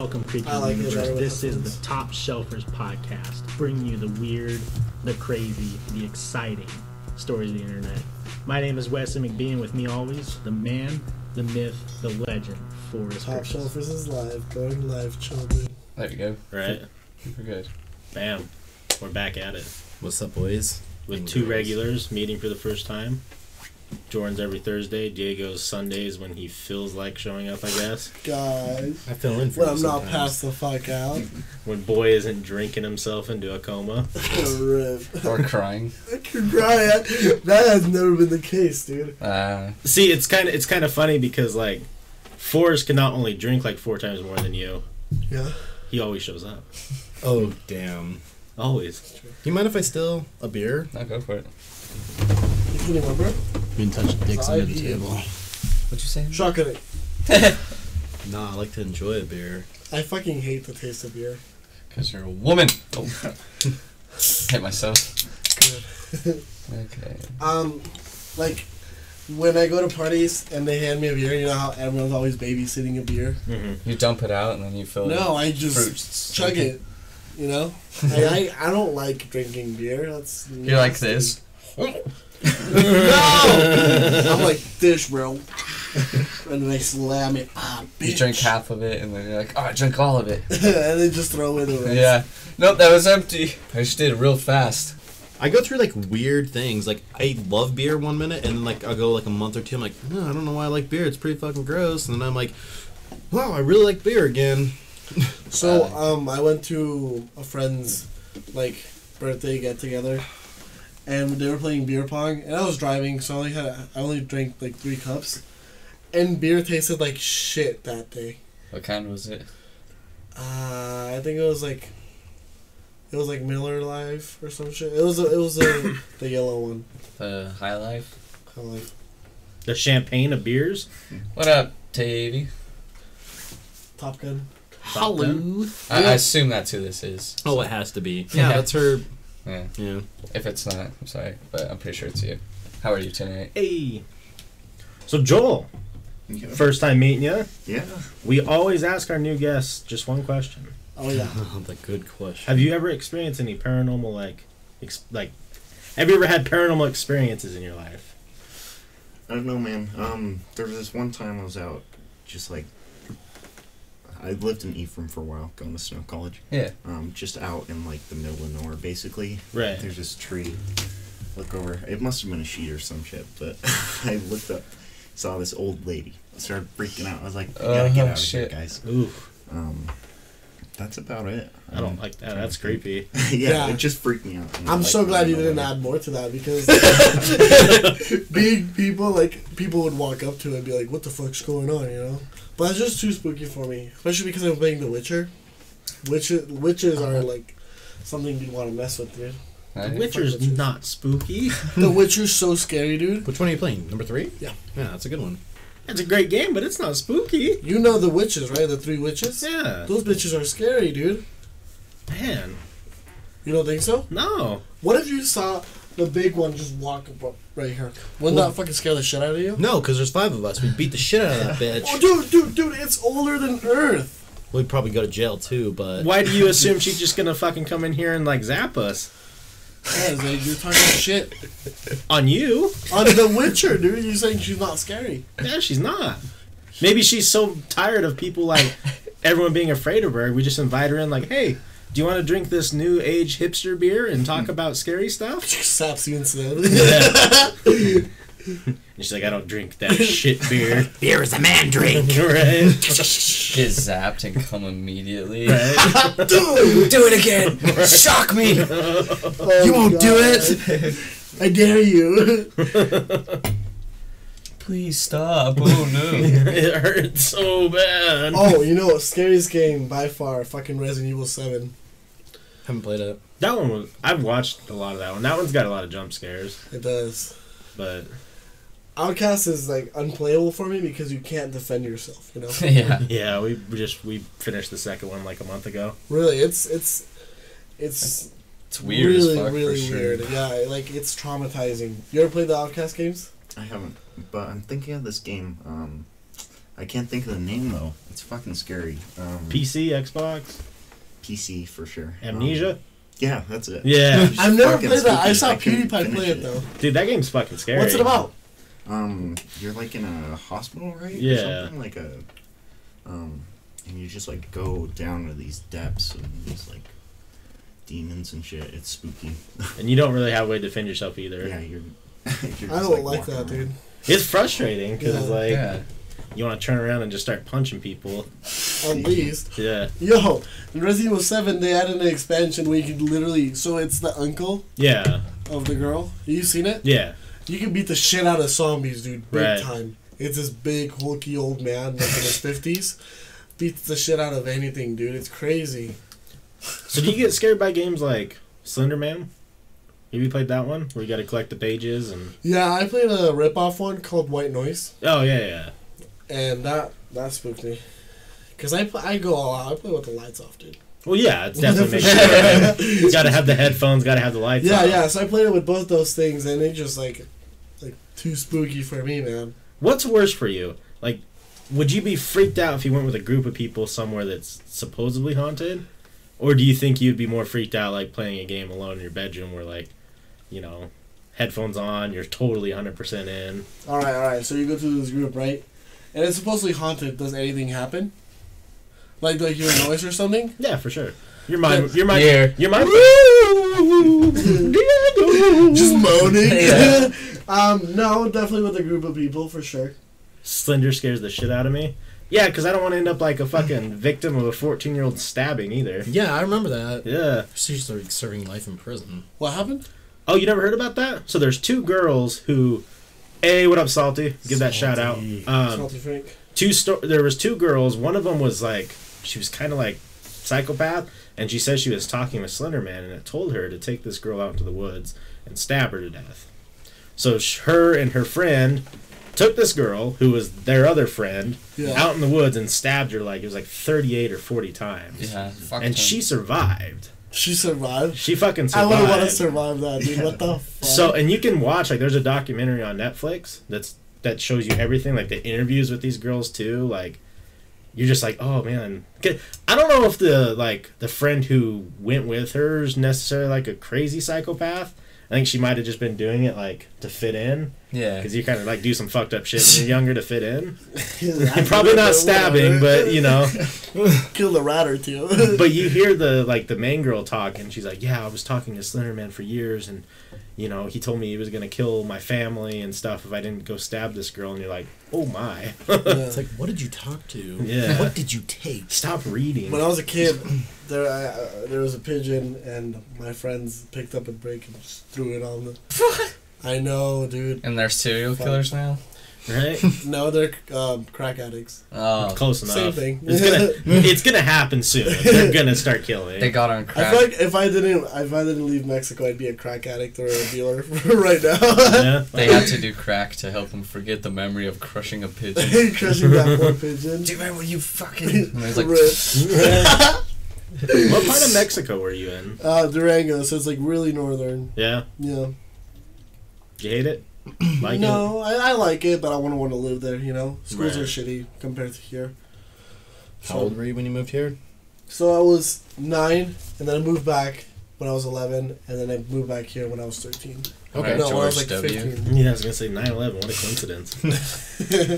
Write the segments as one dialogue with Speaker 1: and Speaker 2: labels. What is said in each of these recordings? Speaker 1: Welcome, Creaky
Speaker 2: I like it
Speaker 1: Universe.
Speaker 2: better with
Speaker 1: this
Speaker 2: the
Speaker 1: is
Speaker 2: friends.
Speaker 1: the Top Shelfers podcast, bringing you the weird, the crazy, the exciting stories of the internet. My name is Wesley McBee, and with me always, the man, the myth, the legend, Forrest
Speaker 2: Top
Speaker 1: Purvis.
Speaker 2: Shelfers is live, going live, children.
Speaker 3: There you go.
Speaker 4: Right.
Speaker 3: We're good.
Speaker 4: Bam. We're back at it.
Speaker 5: What's up, boys?
Speaker 4: With
Speaker 5: And
Speaker 4: two
Speaker 5: girls.
Speaker 4: regulars meeting for the first time. Jordan's every Thursday, Diego's Sundays when he feels like showing up, I guess.
Speaker 2: Guys,
Speaker 5: I fill in for
Speaker 2: when
Speaker 5: you
Speaker 2: I'm not
Speaker 5: sometimes.
Speaker 2: passed the fuck out,
Speaker 4: When boy isn't drinking himself into a coma.
Speaker 2: rip.
Speaker 3: Or crying.
Speaker 2: I could cry. That has never been the case, dude.
Speaker 3: Uh,
Speaker 4: See, it's kind of it's kind of funny because like Forrest can not only drink like four times more than you,
Speaker 2: Yeah.
Speaker 4: he always shows up.
Speaker 5: Oh damn!
Speaker 4: Always.
Speaker 5: You mind if I steal a beer?
Speaker 3: no, go for it.
Speaker 2: You kidding, my bro?
Speaker 5: You can touch dicks
Speaker 2: under
Speaker 5: under
Speaker 2: the
Speaker 5: the
Speaker 2: Five table.
Speaker 5: table.
Speaker 3: What you saying?
Speaker 2: Shotgun it.
Speaker 5: Nah, I like to enjoy a beer.
Speaker 2: I fucking hate the taste of beer.
Speaker 3: Because you're a woman. Oh. Hit myself.
Speaker 2: Good.
Speaker 3: Okay.
Speaker 2: um, like, when I go to parties and they hand me a beer, you know how everyone's always babysitting a beer?
Speaker 4: Mm-hmm.
Speaker 3: You dump it out and then you fill
Speaker 2: No, I
Speaker 3: it.
Speaker 2: just
Speaker 3: Fruits.
Speaker 2: chug it, you know? I, I, I don't like drinking beer. That's
Speaker 3: You're like
Speaker 2: nasty.
Speaker 3: this.
Speaker 2: No! I'm like this, bro. And then I slam it. Ah, bitch.
Speaker 3: You drink half of it and then you're like, oh, I drank all of it.
Speaker 2: and then just throw it away.
Speaker 3: yeah. Nope, that was empty. I just did it real fast.
Speaker 5: I go through like weird things. Like I love beer one minute, and then like I'll go like a month or two. I'm like, no, I don't know why I like beer. It's pretty fucking gross. And then I'm like, wow, I really like beer again.
Speaker 2: So
Speaker 3: Uh,
Speaker 2: um, I went to a friend's like birthday get together, and they were playing beer pong, and I was driving, so I only had I only drank like three cups, and beer tasted like shit that day.
Speaker 3: What kind was it?
Speaker 2: Uh, I think it was like. It was like Miller Live or some shit. It was a, it was a, the yellow one.
Speaker 3: The High Life?
Speaker 2: Kind of like
Speaker 4: The champagne of beers.
Speaker 3: What up, Davey?
Speaker 2: Top Gun.
Speaker 4: Top Gun.
Speaker 3: I, I assume that's who this is.
Speaker 5: Oh, it has to be. Yeah, that's her.
Speaker 3: Yeah.
Speaker 5: Yeah.
Speaker 3: If it's not, I'm sorry, but I'm pretty sure it's you. How are you tonight?
Speaker 4: Hey. So Joel, first time meeting you.
Speaker 6: Yeah.
Speaker 4: We always ask our new guests just one question.
Speaker 2: Oh yeah.
Speaker 5: Oh, the good question.
Speaker 4: Have you ever experienced any paranormal like, ex- like, have you ever had paranormal experiences in your life?
Speaker 6: I don't know, man. Um, there was this one time I was out, just like, I lived in Ephraim for a while, going to Snow College.
Speaker 3: Yeah.
Speaker 6: Um, just out in like the middle of nowhere, basically.
Speaker 4: Right.
Speaker 6: There's this tree. Look over. It must have been a sheet or some shit, but I looked up, saw this old lady. I started freaking out. I was like, I gotta
Speaker 3: Oh,
Speaker 6: get out
Speaker 3: shit.
Speaker 6: of here, guys.
Speaker 4: Ooh,
Speaker 6: Um, that's about it. Um,
Speaker 4: I don't like that. That's creepy.
Speaker 6: yeah,
Speaker 2: Yeah.
Speaker 6: it just freaked me out. And I,
Speaker 2: I'm
Speaker 6: like,
Speaker 2: so glad
Speaker 6: ran
Speaker 2: you didn't
Speaker 6: away.
Speaker 2: add more to that because being people like people would walk up to it and be like, "What the fuck's going on?" You know. But it's just too spooky for me, especially because I'm playing The Witcher. Witches, witches are
Speaker 6: Uh-huh.
Speaker 2: like something you'd want to mess with, dude.
Speaker 4: The
Speaker 3: Alright.
Speaker 4: Witcher's not spooky.
Speaker 2: the Witcher's so scary, dude.
Speaker 5: Which one are you playing? Number three?
Speaker 2: Yeah.
Speaker 5: Yeah, that's a good one.
Speaker 4: It's a great game, but it's not spooky.
Speaker 2: You know the witches, right? The three witches.
Speaker 4: Yeah,
Speaker 2: Those bitches are scary, dude.
Speaker 4: man,
Speaker 2: You don't think so?
Speaker 4: no.
Speaker 2: What if you saw the big one just walk up right here? Wouldn't
Speaker 5: Well-
Speaker 2: that fucking scare the shit out of you?
Speaker 5: No, because there's five of us. We beat the shit out of that bitch.
Speaker 2: Oh, dude, dude, dude! It's older than Earth.
Speaker 5: We'd probably go to jail too, but
Speaker 4: Why do you assume she's just gonna fucking come in here and like zap us
Speaker 2: Yeah, like you're talking shit
Speaker 4: on you?
Speaker 2: on The Witcher, dude. You're saying she's not scary.
Speaker 4: Yeah, she's not. Maybe she's so tired of people like everyone being afraid of her. We just invite her in, like, hey, do you want to drink this new age hipster beer and talk about scary stuff?
Speaker 2: Saps you instead.
Speaker 4: and she's like, I don't drink that shit beer.
Speaker 5: beer is a man drink.
Speaker 4: right?
Speaker 3: Get zapped and come immediately.
Speaker 4: Right?
Speaker 2: Dude,
Speaker 3: Do it again! Shock me!
Speaker 2: you won't do it. I dare you.
Speaker 3: Please stop. Oh no.
Speaker 4: It hurts so bad.
Speaker 2: oh, you know, scariest game by far, fucking Resident Evil Seven.
Speaker 5: Haven't played it.
Speaker 4: That one was. I've watched a lot of that one. That one's got a lot of jump scares,
Speaker 2: It does.
Speaker 4: but
Speaker 2: Outcast is like unplayable for me because you can't defend yourself. You know,
Speaker 3: yeah.
Speaker 4: yeah, we we just we finished the second one like a month ago.
Speaker 2: really, it's it's it's
Speaker 3: It's weird
Speaker 2: really
Speaker 3: as fuck
Speaker 2: really
Speaker 3: for sure.
Speaker 2: weird. Yeah, like it's traumatizing. You ever played the Outcast games?
Speaker 6: I haven't, but I'm thinking of this game. Um, I can't think of the name though. It's fucking scary. Um,
Speaker 4: PC, Xbox,
Speaker 6: PC for sure. Um,
Speaker 4: Amnesia.
Speaker 6: yeah, that's it.
Speaker 4: Yeah,
Speaker 6: It's
Speaker 2: I've never
Speaker 6: fucking
Speaker 2: played that. I
Speaker 6: spooky.
Speaker 2: saw
Speaker 6: couldn't
Speaker 2: PewDiePie play
Speaker 6: finish
Speaker 2: it though.
Speaker 4: dude, that game's fucking scary.
Speaker 2: What's it about?
Speaker 6: Um, you're like in a hospital, right? Or
Speaker 4: Yeah.
Speaker 6: something like a, um, and you just like go down to these depths and these like demons and shit. It's spooky.
Speaker 4: And you don't really have a way to defend yourself either.
Speaker 6: Yeah, you're. you're just,
Speaker 2: I don't like,
Speaker 6: walking
Speaker 2: that,
Speaker 6: around.
Speaker 2: dude.
Speaker 4: It's frustrating because
Speaker 2: Yeah.
Speaker 4: like
Speaker 3: Yeah.
Speaker 4: you want to turn around and just start punching people.
Speaker 2: At least.
Speaker 4: Yeah,
Speaker 2: Yo, in Resident Evil 7, they added an expansion where you can literally. So it's the uncle
Speaker 4: yeah,
Speaker 2: of the girl. You seen it?
Speaker 4: yeah.
Speaker 2: You can beat the shit out of zombies, dude. Big
Speaker 4: Right.
Speaker 2: time. It's this big, hulky old man, like in his 50s. Beats the shit out of anything, dude. It's crazy.
Speaker 4: So do you get scared by games like Slender Man? Have you played that one where you got to collect the pages and?
Speaker 2: Yeah, I played a rip-off one called White Noise.
Speaker 4: Oh yeah, yeah.
Speaker 2: And that that spooked me. Cause I pl- I go all out. I play with the lights off, dude.
Speaker 4: Well, yeah, it's definitely. makes you- you got to have the headphones. Got to have the lights.
Speaker 2: yeah,
Speaker 4: on.
Speaker 2: yeah. So I played it with both those things, and it just like like too spooky for me, man.
Speaker 4: What's worse for you? Like, would you be freaked out if you went with a group of people somewhere that's supposedly haunted? Or do you think you'd be more freaked out like playing a game alone in your bedroom where, like, you know, headphones on, you're totally 100% in?
Speaker 2: All right, all right. So you go through this group, right? And it's supposedly haunted. Does anything happen? Like do I hear a noise or something?
Speaker 4: Yeah, for sure. Your mind, your mind,
Speaker 3: Yeah.
Speaker 4: your mind.
Speaker 2: Just moaning.
Speaker 3: Yeah.
Speaker 2: um, no, definitely with a group of people for sure.
Speaker 4: Slender scares the shit out of me. Yeah, because I don't want to end up like a fucking victim of a 14 year old stabbing either.
Speaker 5: Yeah, I remember that.
Speaker 4: Yeah.
Speaker 5: She's like serving life in prison.
Speaker 2: What happened?
Speaker 4: Oh, you never heard about that? So there's two girls who, hey, what up, Salty? Give that shout out.
Speaker 5: Salty.
Speaker 4: Um,
Speaker 2: Salty Frank.
Speaker 4: two sto- there was two girls. One of them was like she was kind of like psychopath, and she said she was talking with Slender Man, and it told her to take this girl out into the woods and stab her to death. So sh- her and her friend took this girl who was their other friend
Speaker 2: Yeah.
Speaker 4: out in the woods and stabbed her like it was like 38 or 40 times,
Speaker 3: Yeah. Fuck
Speaker 4: and she survived.
Speaker 2: She survived.
Speaker 4: She fucking
Speaker 2: I
Speaker 4: survived.
Speaker 2: wouldn't want to survive that, dude. What the fuck?
Speaker 4: So and you can watch like there's a documentary on Netflix that's that shows you everything like the interviews with these girls too like you're just like oh man 'Cause I don't know if the like the friend who went with her is necessarily like a crazy psychopath I think she might have just been doing it like to fit in
Speaker 3: Yeah.
Speaker 4: because you kind of like do some fucked up shit when you're younger to fit in
Speaker 2: I'm
Speaker 4: and probably not stabbing but you know
Speaker 2: kill the rat or two.
Speaker 4: but you hear the like the main girl talk and she's like yeah i was talking to slender man for years and you know he told me he was going to kill my family and stuff if i didn't go stab this girl and you're like oh my
Speaker 5: It's like, what did you talk to?
Speaker 4: Yeah.
Speaker 5: What did you take?
Speaker 4: stop reading
Speaker 2: When I was a kid, there I, uh, there was a pigeon, and my friends picked up a brick and just threw it on the. I know, dude.
Speaker 3: And they're serial
Speaker 2: Fuck.
Speaker 3: killers now.
Speaker 4: right
Speaker 2: No, they're um, crack addicts.
Speaker 3: Oh.
Speaker 4: close enough
Speaker 2: Same thing.
Speaker 4: it's gonna it's gonna happen soon they're gonna start killing
Speaker 3: They got on
Speaker 2: I
Speaker 3: crack.
Speaker 2: feel like if I didn't if I didn't leave Mexico, I'd be a crack addict or a dealer right now.
Speaker 4: yeah
Speaker 3: They had to do crack to help them forget the memory of crushing a pigeon.
Speaker 2: Crushing that poor pigeon.
Speaker 3: Do you remember when you fucking? And there's like
Speaker 2: Rip.
Speaker 4: what part of mexico were you in
Speaker 2: Uh, Durango, so it's like really northern.
Speaker 4: yeah
Speaker 2: Yeah.
Speaker 4: you hate it like it
Speaker 2: no, I, I like it, but I wouldn't want to live there. You know, schools are
Speaker 4: Right.
Speaker 2: shitty compared to here.
Speaker 5: How old were you when you moved here?
Speaker 2: So I was nine, and then I moved back when I was eleven, and then I moved back here when I was thirteen.
Speaker 3: Okay.
Speaker 2: no,
Speaker 3: George
Speaker 2: when I was like
Speaker 3: W.
Speaker 2: fifteen.
Speaker 4: yeah, I was gonna say 9-11, What a coincidence!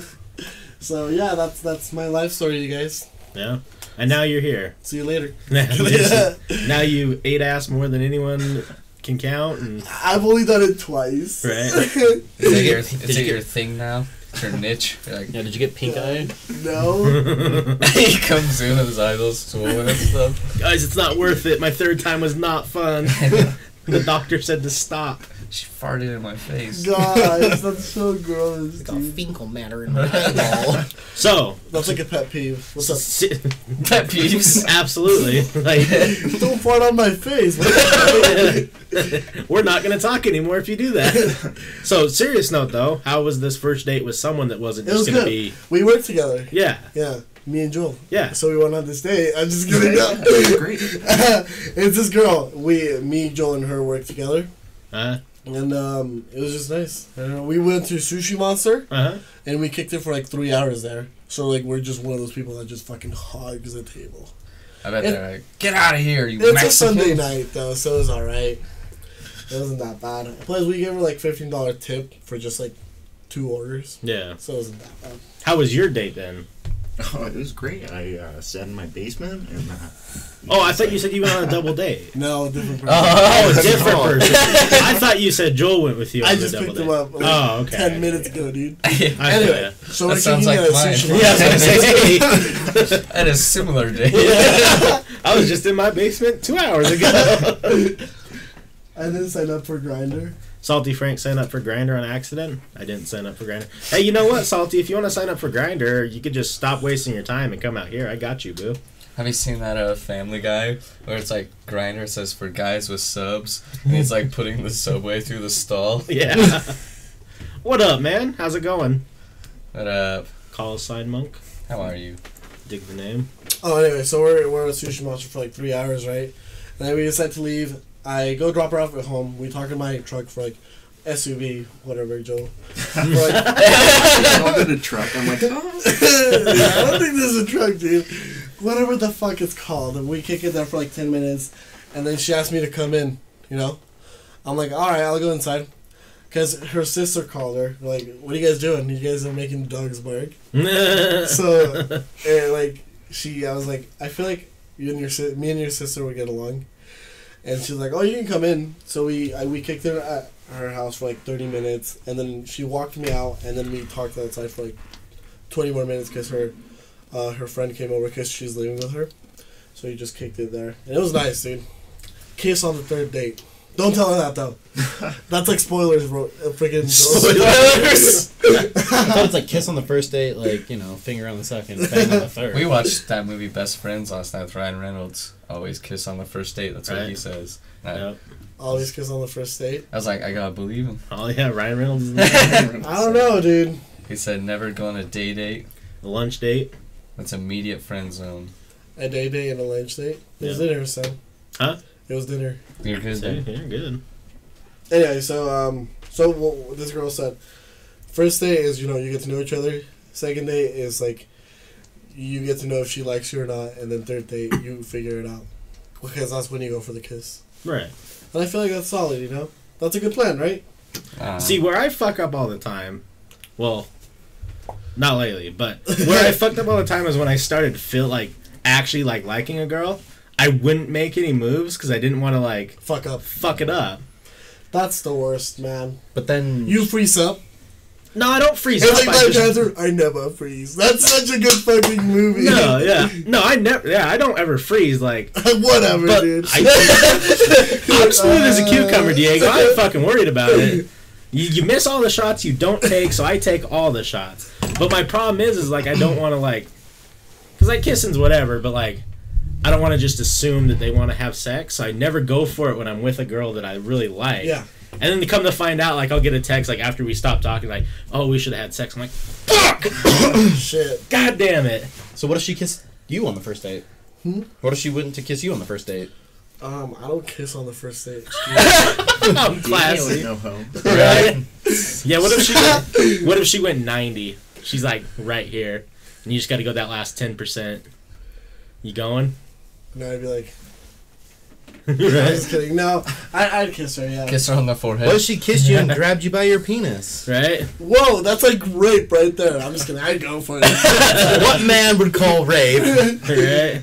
Speaker 2: So yeah, that's that's my life story, you guys.
Speaker 4: Yeah, and now you're here.
Speaker 2: See you later.
Speaker 4: now you ate ass more than anyone can count, and
Speaker 2: I've only done it twice.
Speaker 4: Right.
Speaker 3: Is that your, is
Speaker 5: Did
Speaker 3: that
Speaker 5: you
Speaker 3: your
Speaker 5: get-
Speaker 3: thing now? It's your niche? You're like,
Speaker 5: Yeah, did you get pink eye?
Speaker 2: no.
Speaker 3: he comes in with his eyes all swollen and stuff.
Speaker 4: guys, it's not worth it. My third time was not fun. the doctor said to stop.
Speaker 3: She farted in my face.
Speaker 2: Guys, that's so gross, dude.
Speaker 5: fecal matter in my eyeball.
Speaker 4: So,
Speaker 2: That's like a pet peeve. What's up?
Speaker 4: si-
Speaker 3: Pet peeves.
Speaker 4: absolutely, like
Speaker 2: Don't fart on my face.
Speaker 4: we're not gonna talk anymore if you do that. So, serious note though, how was this first date with someone that wasn't
Speaker 2: It
Speaker 4: just
Speaker 2: was
Speaker 4: gonna
Speaker 2: good.
Speaker 4: be?
Speaker 2: we worked together.
Speaker 4: Yeah,
Speaker 2: Yeah, me and Joel.
Speaker 4: yeah.
Speaker 2: So we went on this date. I'm just kidding.
Speaker 6: Great.
Speaker 2: it's this girl. We, me, Joel, and her worked together,
Speaker 4: Uh
Speaker 2: and um, it was just nice. I don't know. We uh, went to Sushi Monster,
Speaker 4: huh.
Speaker 2: and we kicked it for like three hours there. So like we're just one of those people that just fucking hogs the table.
Speaker 3: I bet
Speaker 2: It-
Speaker 3: they're like, get out of here, you
Speaker 2: It's a
Speaker 3: Mexican."
Speaker 2: Sunday night though, so it was all right. It wasn't that bad. Plus, we gave her like fifteen dollar tip for just like two orders,
Speaker 4: Yeah.
Speaker 2: so it wasn't that bad.
Speaker 4: How was your date then?
Speaker 6: Oh, it was great. I uh, sat in my basement and. Uh,
Speaker 4: Oh, I thought you said you went on a double date.
Speaker 2: No, different. Person.
Speaker 4: Oh,
Speaker 3: Oh,
Speaker 4: a different person. I thought you said Joel went with you on
Speaker 2: I
Speaker 4: the
Speaker 2: just
Speaker 4: double
Speaker 2: picked
Speaker 4: date.
Speaker 2: him up like,
Speaker 4: oh, okay.
Speaker 2: ten minutes ago, dude.
Speaker 3: yeah,
Speaker 4: I
Speaker 2: Anyway,
Speaker 4: anyway.
Speaker 2: so
Speaker 3: That
Speaker 2: we're
Speaker 3: sounds
Speaker 2: kicking at
Speaker 3: like
Speaker 2: a
Speaker 3: mine.
Speaker 2: sushi
Speaker 4: Yeah, I was gonna say.
Speaker 3: I had a similar day.
Speaker 4: I was just in my basement two hours ago.
Speaker 2: I didn't sign up for Grinder.
Speaker 4: Salty Frank signed up for Grinder on accident. I didn't sign up for Grinder. Hey, you know what, Salty? If you want to sign up for Grinder, you could just stop wasting your time and come out here. I got you, boo.
Speaker 3: Have you seen that uh, Family Guy where it's like grinder says for guys with subs, and he's like putting the subway through the stall?
Speaker 4: Yeah. what up, man? How's it going?
Speaker 3: But uh,
Speaker 4: Call sign monk.
Speaker 3: how are you?
Speaker 4: Dig the name.
Speaker 2: Oh, anyway, so we're we're at Sushi Monster for like three hours, right? And then we decide to leave. I go drop her off at home. We talk in my truck for like SUV, whatever, Joe. For, like,
Speaker 6: I in a truck. I'm like, oh,
Speaker 2: I don't think this is a truck, dude. Whatever the fuck it's called. And we kick it there for like 10 minutes. And then she asked me to come in, you know? I'm like, alright, I'll go inside. Because her sister called her, like, what are you guys doing? You guys are making dogs bark. So, and like, she, I was like, I feel like you and your si- me and your sister would get along. And she's like, oh, you can come in. So we I, we kicked her at her house for like 30 minutes. And then she walked me out. And then we talked outside for like 20 more minutes because her uh, her friend came over because she's living with her. So he just kicked it there. And it was nice, dude. Kiss on the third date. Don't tell her that, though. That's like spoilers, bro. Uh, Freaking
Speaker 4: Spoilers.
Speaker 5: I thought it's like kiss on the first date, like you know, finger on the second, bang on the third.
Speaker 3: We watched that movie Best Friends last night with Ryan Reynolds. Always kiss on the first date. That's what
Speaker 4: Right.
Speaker 3: he says. And I,
Speaker 4: Yep.
Speaker 2: Always kiss on the first date.
Speaker 3: I was like, I gotta believe him.
Speaker 4: Oh yeah, Ryan Reynolds. Is in there.
Speaker 2: I don't know, dude.
Speaker 3: He said never go on a day date.
Speaker 4: A lunch date.
Speaker 3: That's immediate friend zone.
Speaker 2: A day date and a lunch date. It was
Speaker 4: Yeah.
Speaker 2: dinner, so.
Speaker 4: Huh?
Speaker 2: It was dinner.
Speaker 3: You're good.
Speaker 4: So,
Speaker 3: then.
Speaker 4: yeah, good.
Speaker 2: Anyway, so um, so what this girl said, first day is you know you get to know each other. Second day is like, you get to know if she likes you or not, and then third day you figure it out, because that's when you go for the kiss.
Speaker 4: Right.
Speaker 2: And I feel like that's solid, you know. That's a good plan, right?
Speaker 3: Uh,
Speaker 4: See, where I fuck up all the time, well, not lately, but where I fucked up all the time is when I started to feel like actually like liking a girl. I wouldn't make any moves because I didn't want to like
Speaker 2: Fuck up.
Speaker 4: fuck it up.
Speaker 2: That's the worst, man.
Speaker 5: but then
Speaker 2: You freeze up.
Speaker 4: No, I don't freeze
Speaker 2: And
Speaker 4: up.
Speaker 2: like
Speaker 4: I
Speaker 2: my
Speaker 4: just-
Speaker 2: answer, I never freeze. That's such a good fucking movie.
Speaker 4: no, yeah, no, I never, yeah, I don't ever freeze. Like,
Speaker 2: Whatever,
Speaker 4: but
Speaker 2: dude.
Speaker 4: I, I'm smooth as a cucumber, Diego. I ain't fucking worried about it. You, you miss all the shots you don't take, so I take all the shots. But my problem is, is like I don't want to like, cause like kissing's whatever, but like I don't want to just assume that they want to have sex. So I never go for it when I'm with a girl that I really like.
Speaker 2: Yeah.
Speaker 4: And then to come to find out, like I'll get a text like after we stop talking, like, oh, we should have had sex. I'm like, fuck,
Speaker 2: Shit.
Speaker 4: god damn it.
Speaker 5: So what if she kissed you on the first date?
Speaker 2: Hmm?
Speaker 5: What if she went to kiss you on the first date?
Speaker 2: Um, I don't kiss on the first date.
Speaker 4: I'm classy.
Speaker 6: no home.
Speaker 4: Right? yeah. What if she? Went, what if she went ninety? She's like right here, and you just got to go that last ten percent. You going?
Speaker 2: And I'd be like, I'm
Speaker 4: right.
Speaker 2: just kidding. No, I, I'd kiss her. Yeah.
Speaker 3: kiss her on the forehead.
Speaker 5: What if she kissed you and grabbed you by your penis?
Speaker 4: Right.
Speaker 2: Whoa, that's like rape right there. I'm just gonna, I go for it.
Speaker 5: what man would call rape?
Speaker 4: Right.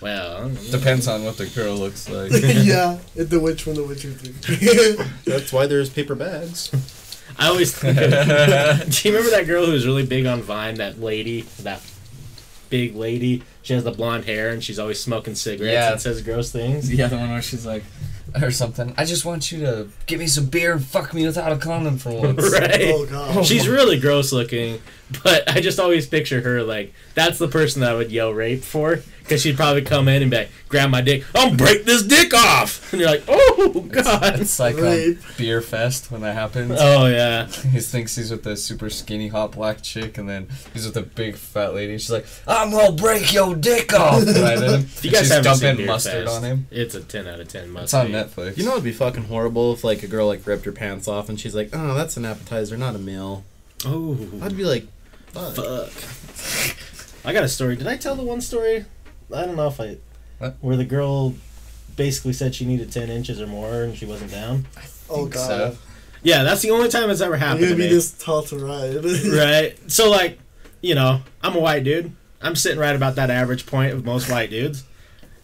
Speaker 4: Well,
Speaker 3: Depends on what the girl looks like.
Speaker 2: yeah, it, the witch from the Witcher 3.
Speaker 5: That's why there's paper bags.
Speaker 4: I always think. Of, do you remember that girl who was really big on Vine? That lady. That big lady. She has the blonde hair, and she's always smoking cigarettes
Speaker 3: Yeah.
Speaker 4: and says gross things.
Speaker 3: the other one where she's like, or something. I just want you to give me some beer and fuck me without a condom for once.
Speaker 4: Right.
Speaker 2: oh god.
Speaker 4: She's really gross looking, but I just always picture her like that's the person that I would yell rape for because she'd probably come in and be like, grab my dick, I'll break this dick off, and you're like, oh god,
Speaker 3: It's like
Speaker 2: Right.
Speaker 3: on Beer Fest when that happens.
Speaker 4: oh yeah,
Speaker 3: He thinks he's with the super skinny hot black chick, and then he's with a big fat lady. And she's like, "I'm gonna break your dick off." Right at him.
Speaker 4: If you guys
Speaker 3: she's
Speaker 4: haven't seen
Speaker 3: dumping
Speaker 4: Beer
Speaker 3: mustard
Speaker 4: Fest,
Speaker 3: on him.
Speaker 4: It's a ten out of ten mustard.
Speaker 3: It's on Netflix.
Speaker 5: You know it'd be fucking horrible if like a girl like ripped her pants off and she's like, "Oh, that's an appetizer, not a meal."
Speaker 4: Oh,
Speaker 5: I'd be like,
Speaker 2: Fuck.
Speaker 4: Fuck. I got a story. Did I tell the one story? I don't know if I.
Speaker 3: What?
Speaker 4: Where the girl basically said she needed 10 inches or more and she wasn't down.
Speaker 2: Oh
Speaker 3: think
Speaker 2: god.
Speaker 3: so.
Speaker 4: Yeah, that's the only time it's ever
Speaker 2: I'm
Speaker 4: happened.
Speaker 2: gonna
Speaker 4: to
Speaker 2: be
Speaker 4: me.
Speaker 2: this tall to ride.
Speaker 4: right? So like, you know, I'm a white dude. I'm sitting right about that average point of most white dudes.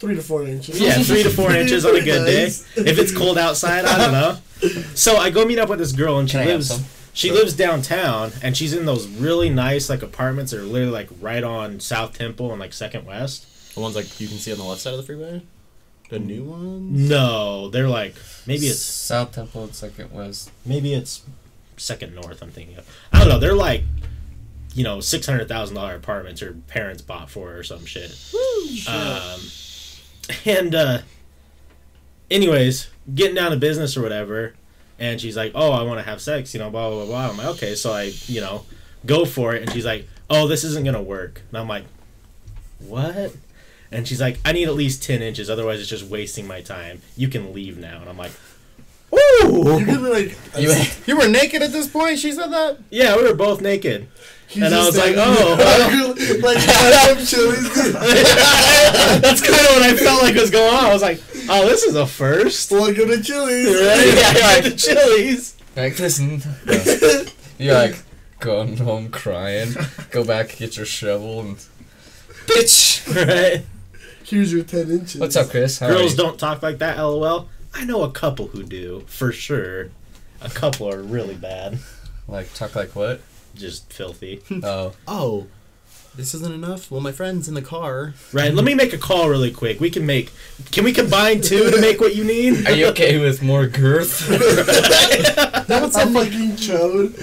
Speaker 2: Three to four inches.
Speaker 4: Yeah, three to four inches on a good day. If it's cold outside, I don't know. So I go meet up with this girl, and she
Speaker 3: Can I have
Speaker 4: lives
Speaker 3: some?
Speaker 4: she lives downtown, and she's in those really nice like apartments that are literally like right on South Temple and like Second West.
Speaker 5: The ones like you can see on the left side of the freeway. The new ones.
Speaker 4: No, they're like maybe it's
Speaker 3: South Temple. It's like it was.
Speaker 4: maybe it's Second North. I'm thinking of. I don't know. They're like. You know, six hundred thousand dollar apartments her parents bought for her or some shit. Um, and uh, anyways, getting down to business or whatever, and she's like, "Oh, I want to have sex," you know, blah blah blah. blah. I'm like, "Okay," so I, you know, go for it, and she's like, "Oh, this isn't gonna work," and I'm like, "What?" And she's like, "I need at least ten inches, otherwise it's just wasting my time. You can leave now." And I'm like,
Speaker 2: You're
Speaker 4: "Ooh,
Speaker 2: gonna like.
Speaker 3: You,
Speaker 5: You were naked at this point. She said that.
Speaker 4: yeah, we were both naked."
Speaker 2: he's
Speaker 4: And I
Speaker 2: just
Speaker 4: was like,
Speaker 2: standing
Speaker 4: oh.
Speaker 2: there, like, I'm chilly.
Speaker 4: That's kind of what I felt like was going on. I was like, "Oh, this is a first.
Speaker 2: Welcome to Chili's.
Speaker 4: Right? Yeah, the Chili's.
Speaker 3: like listen. You're like going home crying. Go back, get your shovel, and bitch.
Speaker 4: Right?
Speaker 2: Here's your ten inches.
Speaker 3: What's up, Chris? How are
Speaker 4: Girls
Speaker 3: you?
Speaker 4: don't talk like that, lol. I know a couple who do, for sure. A couple are really bad,
Speaker 3: Like talk like what?
Speaker 4: just filthy.
Speaker 3: Oh,
Speaker 5: Oh, this isn't enough. Well, my friend's in the car.
Speaker 4: Right, let me make a call really quick. We can make. Can we combine two to make what you need?
Speaker 3: are you okay with more girth?
Speaker 2: That's a fucking chode.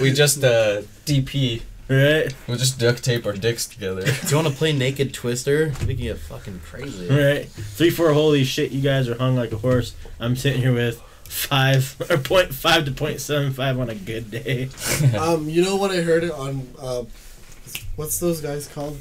Speaker 3: we just uh DP.
Speaker 4: Right,
Speaker 3: We'll just duct tape our dicks together.
Speaker 5: Do you want to play naked twister? We can get fucking crazy.
Speaker 4: right. Three, four, holy shit, you guys are hung like a horse. I'm sitting here with five, or point five to point seven five on a good day.
Speaker 2: Um, you know what I heard on uh, what's those guys called?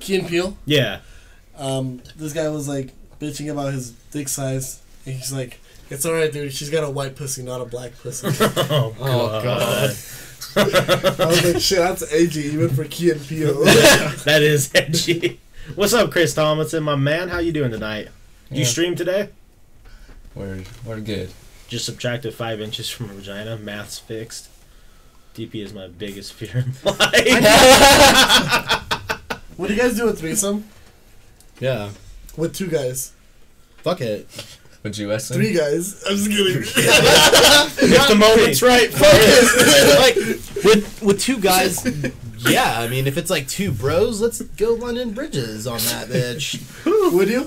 Speaker 2: Key and Peele.
Speaker 4: Yeah.
Speaker 2: Um, this guy was like bitching about his dick size, and he's like, "It's all right, dude. She's got a white pussy, not a black pussy."
Speaker 4: Oh, God.
Speaker 2: I was like, "Shit, that's edgy, even for Key and Peele."
Speaker 4: that is edgy. What's up, Chris Tomlinson, my man? How you doing tonight? You
Speaker 3: Yeah.
Speaker 4: stream today?
Speaker 3: We're we're good.
Speaker 4: Just subtracted five inches from her vagina. Math's fixed. DP is my biggest fear in life.
Speaker 2: Would you guys do a threesome
Speaker 5: Yeah.
Speaker 2: with two guys,
Speaker 5: Fuck it.
Speaker 3: Would you ask
Speaker 2: three guys? I'm just kidding.
Speaker 4: if the moment's right, fuck
Speaker 5: like with with two guys. Yeah, I mean, if it's like two bros, let's go London Bridges on that bitch.
Speaker 2: Would you?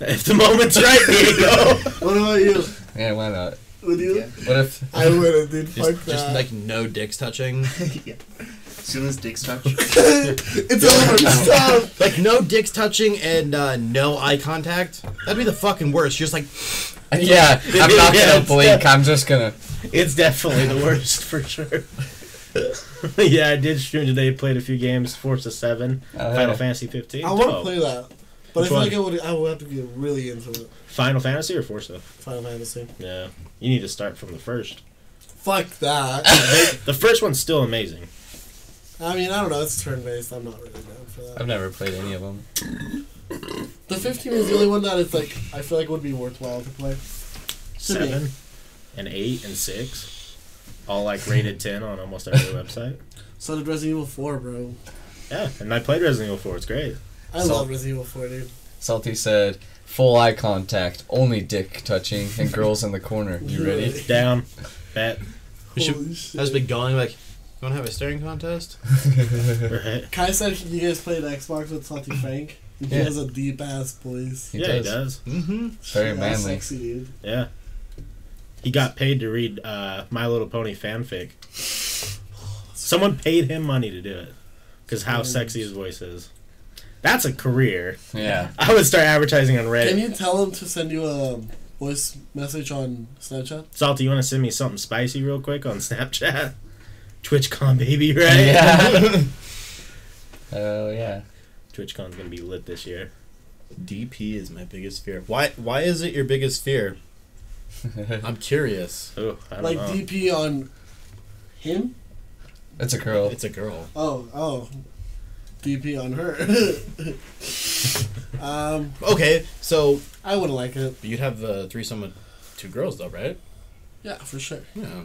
Speaker 4: If the moment's right, Diego.
Speaker 2: What about you?
Speaker 3: Yeah, why not?
Speaker 2: Would you?
Speaker 6: Yeah.
Speaker 3: What if
Speaker 2: I wouldn't, dude. Fuck
Speaker 5: Just, just
Speaker 2: that.
Speaker 5: like no dicks touching.
Speaker 6: soon as dicks touch,
Speaker 2: it's over. Stop.
Speaker 5: Like no dicks touching and uh, no eye contact. That'd be the fucking worst. You're just like,
Speaker 3: Yeah, I'm not
Speaker 4: Yeah,
Speaker 3: gonna
Speaker 4: it's
Speaker 3: blink. I'm just gonna.
Speaker 4: It's definitely the worst for sure. yeah, I did stream today. Played a few games. Forza Seven,
Speaker 3: Oh,
Speaker 4: Final
Speaker 3: yeah.
Speaker 4: Fantasy Fifteen.
Speaker 2: I want to
Speaker 4: Oh,
Speaker 2: play that, but
Speaker 4: Which
Speaker 2: I feel
Speaker 4: one?
Speaker 2: like I would. I would have to get really into it.
Speaker 4: Final Fantasy or Forza?
Speaker 2: Final Fantasy.
Speaker 4: Yeah, you need to start from the first.
Speaker 2: Fuck that.
Speaker 4: The first one's still amazing.
Speaker 2: I mean, I don't know. It's turn based. I'm not really down for that.
Speaker 3: I've never played any of them.
Speaker 2: The 15 is the only one that is like I feel like would be worthwhile to play. Should be.
Speaker 4: Seven, and eight, and six, all like rated ten on almost every website.
Speaker 2: So did Resident Evil 4, bro.
Speaker 4: Yeah, and I played Resident Evil Four. It's great.
Speaker 2: I
Speaker 3: So-
Speaker 2: love Resident Evil 4, dude.
Speaker 3: Salty said, "Full eye contact, only dick touching, and girls in the corner." You ready?
Speaker 4: Down, bet.
Speaker 5: we should,
Speaker 2: Holy shit.
Speaker 5: has been going like, you want to have a staring contest?
Speaker 4: Right.
Speaker 2: Kai said he- you guys played Xbox with Salty Frank. He
Speaker 3: Yeah.
Speaker 2: has a deep ass voice.
Speaker 3: He
Speaker 4: yeah,
Speaker 3: does.
Speaker 4: he does.
Speaker 5: Mm-hmm.
Speaker 3: Very
Speaker 2: Shit, that's
Speaker 3: manly.
Speaker 2: sexy, dude.
Speaker 4: Yeah. He got paid to read uh, My Little Pony fanfic. Someone paid him money to do it. Because how sexy his voice is. That's a career.
Speaker 3: Yeah.
Speaker 4: I would start advertising on Reddit.
Speaker 2: Can you tell him to send you a voice message on Snapchat?
Speaker 4: Salty, you want to send me something spicy real quick on Snapchat? TwitchCon, baby, right?
Speaker 3: Yeah. Oh yeah.
Speaker 4: TwitchCon's going to be lit this year.
Speaker 5: DP is my biggest fear. Why? Why is it your biggest fear? I'm curious.
Speaker 4: Oh, I don't
Speaker 2: Like
Speaker 4: know.
Speaker 2: DP on him?
Speaker 3: That's a girl.
Speaker 5: It's a girl.
Speaker 2: Oh, oh. DP on her. um,
Speaker 5: Okay, so
Speaker 2: I would like it.
Speaker 5: you'd have the threesome with two girls, though, right?
Speaker 2: Yeah, for sure.
Speaker 5: Yeah.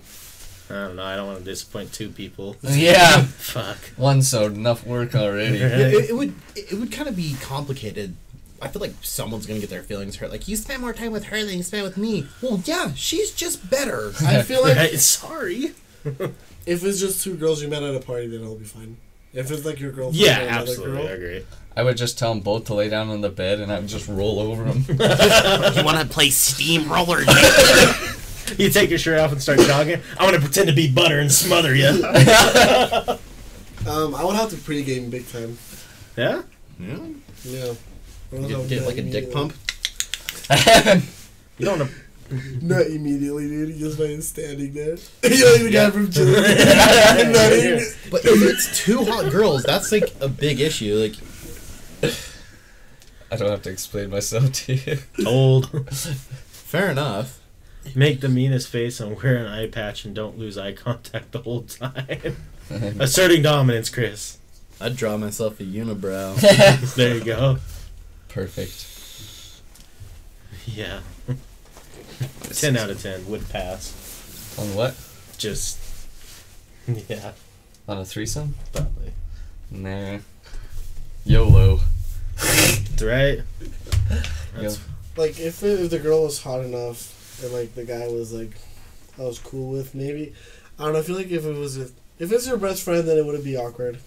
Speaker 4: I don't know. I don't want to disappoint two people.
Speaker 3: Yeah.
Speaker 4: Fuck.
Speaker 3: One, so enough work already.
Speaker 5: It, it- it would it would kind of be complicated. I feel like someone's gonna get their feelings hurt. Like you spent more time with her than you spent with me. Well, yeah, she's just better.
Speaker 2: I feel like
Speaker 4: Right, sorry.
Speaker 2: if it's just two girls you met at a party, then it'll be fine. If it's like your girlfriend,
Speaker 4: Yeah,
Speaker 2: and another
Speaker 4: absolutely. I
Speaker 2: girl,
Speaker 4: agree.
Speaker 3: I would just tell them both to lay down on the bed and I would just roll over them.
Speaker 5: you want to play steamroller?
Speaker 4: You take your shirt off and start jogging. I'm gonna pretend to be butter and smother you.
Speaker 2: um, I would have to pregame big time.
Speaker 4: yeah.
Speaker 5: yeah.
Speaker 2: Yeah. I would
Speaker 5: You
Speaker 2: have
Speaker 5: did
Speaker 2: that
Speaker 5: like a
Speaker 2: immediately.
Speaker 5: dick pump.
Speaker 4: You don't want
Speaker 2: Not immediately, dude. You just fucking standing there. you don't even have room to.
Speaker 4: to.
Speaker 5: But if it's two hot girls, that's like a big issue. Like
Speaker 3: I don't have to explain myself to you.
Speaker 4: Old.
Speaker 5: fair enough.
Speaker 4: Make the meanest face and wear an eye patch and don't lose eye contact the whole time. Asserting dominance, Chris.
Speaker 5: I'd draw myself a unibrow.
Speaker 4: There you go.
Speaker 3: Perfect.
Speaker 4: Yeah. ten out of ten would pass.
Speaker 3: On what?
Speaker 4: Just. Yeah.
Speaker 3: On a threesome?
Speaker 4: Probably.
Speaker 3: Nah. YOLO.
Speaker 4: Right. That's,
Speaker 2: like if it, if the girl was hot enough and like the guy was like I was cool with maybe I don't know I feel like if it was if, if it's your best friend then it wouldn't be awkward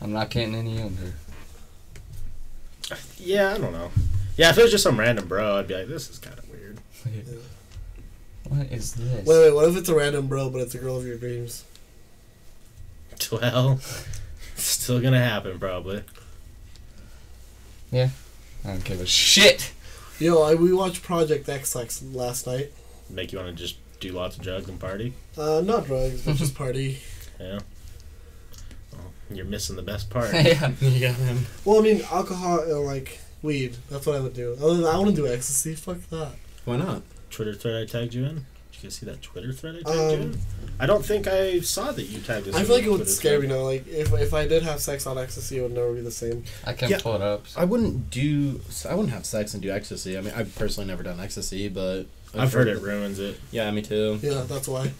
Speaker 3: I'm not getting any younger.
Speaker 4: yeah, I don't know. Yeah, if it was just some random bro, I'd be like, this is kind of weird.
Speaker 3: What is
Speaker 2: wait
Speaker 3: this?
Speaker 2: wait what if it's a random bro but it's a girl of your dreams
Speaker 4: Well, still gonna happen probably.
Speaker 3: I don't give a shit.
Speaker 2: yo I, we watched Project X like last night
Speaker 4: Make you want to just do lots of drugs and party.
Speaker 2: uh not drugs but just party
Speaker 4: Yeah. Well, you're missing the best part.
Speaker 3: yeah.
Speaker 5: yeah, man.
Speaker 2: well I mean alcohol and like weed that's what I would do I, would- I wouldn't do ecstasy fuck that
Speaker 5: Why not?
Speaker 4: Twitter thread I tagged you in. Did you guys see that Twitter thread I tagged you
Speaker 2: um
Speaker 4: in? I don't think I saw that you tagged us.
Speaker 2: I
Speaker 4: in
Speaker 2: feel like it
Speaker 4: the
Speaker 2: would
Speaker 4: Twitter
Speaker 2: scare me
Speaker 4: thread.
Speaker 2: now like if if I did have sex on ecstasy it would never be the same
Speaker 3: I can
Speaker 5: Yeah.
Speaker 3: pull it up.
Speaker 5: I wouldn't do. I wouldn't have sex and do ecstasy. I mean, I've personally never done ecstasy, but
Speaker 4: I've heard it ruins it.
Speaker 5: Yeah, me too.
Speaker 2: yeah that's why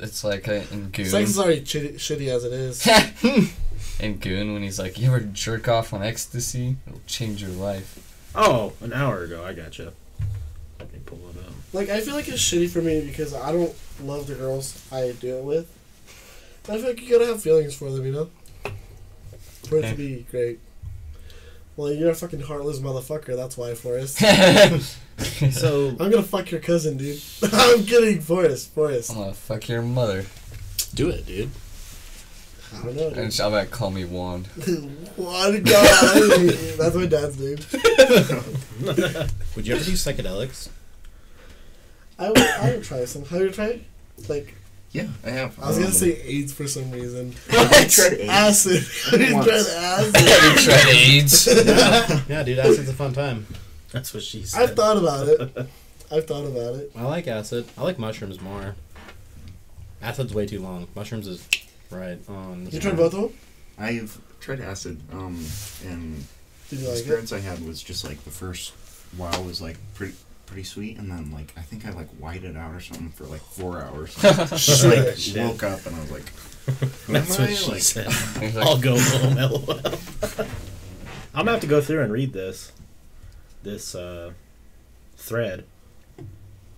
Speaker 3: It's like uh, in Goon.
Speaker 2: sex is already shitty, shitty as it is
Speaker 3: in Goon, when he's like, "You ever jerk off on ecstasy? It'll change your life."
Speaker 4: Oh, an hour ago. I gotcha. Let me pull it up.
Speaker 2: Like I feel like it's shitty for me because I don't love the girls I do it with. And I feel like you gotta have feelings for them, you know. For it to be great. Well, you're a fucking heartless motherfucker. That's why, Forrest. I'm
Speaker 5: So
Speaker 2: gonna fuck your cousin, dude. I'm kidding, Forrest. Forrest.
Speaker 3: I'm gonna fuck your mother,
Speaker 5: do it, dude.
Speaker 2: I don't know.
Speaker 3: and she'll be like, "Call me Juan."
Speaker 2: Dude. what God? That's my dad's name.
Speaker 5: Would you ever do psychedelics?
Speaker 2: I would. I would try some. Have you tried? Like
Speaker 6: Yeah, I have.
Speaker 2: I was
Speaker 6: Um,
Speaker 2: gonna say AIDS for some reason.
Speaker 6: I tried it.
Speaker 2: Acid. Have you tried
Speaker 6: Once.
Speaker 2: acid?
Speaker 3: Have you tried AIDS?
Speaker 5: Yeah, dude, acid's a fun time.
Speaker 4: That's what she said.
Speaker 2: I've thought about it. I've thought about it.
Speaker 5: I like acid. I like mushrooms more. Acid's way too long. Mushrooms is right on. the
Speaker 2: You
Speaker 5: spot.
Speaker 2: tried both of them?
Speaker 6: I've tried acid, um, and
Speaker 2: Did you
Speaker 6: the
Speaker 2: like it?
Speaker 6: experience I had was just like the first while was like pretty pretty sweet, and then like I think I like white it out or something for like four hours. just like
Speaker 4: Shit.
Speaker 6: woke up and I was like, who
Speaker 4: That's
Speaker 6: am
Speaker 4: what
Speaker 6: I?
Speaker 4: she
Speaker 6: Like,
Speaker 4: said.
Speaker 3: He's like,
Speaker 4: I'll go home, lol. I'm gonna have to go through and read this, this uh, thread.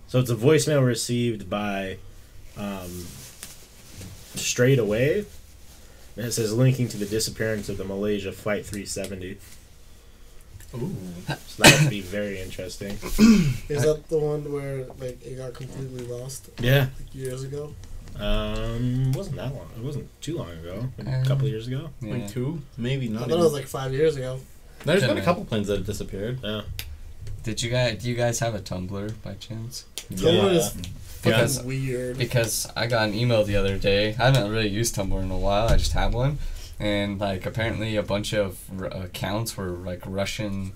Speaker 4: So it's a voicemail received by um, Straight Away, and it says linking to the disappearance of the Malaysia Flight 370.
Speaker 5: Ooh.
Speaker 4: So that would be very interesting.
Speaker 2: Is that the one where like it got completely lost
Speaker 4: Yeah.
Speaker 2: like years ago?
Speaker 4: Um, wasn't that long? It wasn't too long ago. like A couple years ago.
Speaker 3: yeah.
Speaker 5: Like two? Maybe
Speaker 2: I
Speaker 5: not.
Speaker 2: thought
Speaker 5: Even.
Speaker 2: it was like five years ago.
Speaker 5: There's been a
Speaker 3: Kinda.
Speaker 5: couple planes that have disappeared.
Speaker 4: Yeah.
Speaker 3: Did you guys? Do you guys have a Tumblr by chance?
Speaker 2: Tumblr is
Speaker 3: Because
Speaker 2: fucking weird.
Speaker 3: because I got an email the other day. I haven't really used Tumblr in a while. I just have one, and like apparently a bunch of r- accounts were like Russian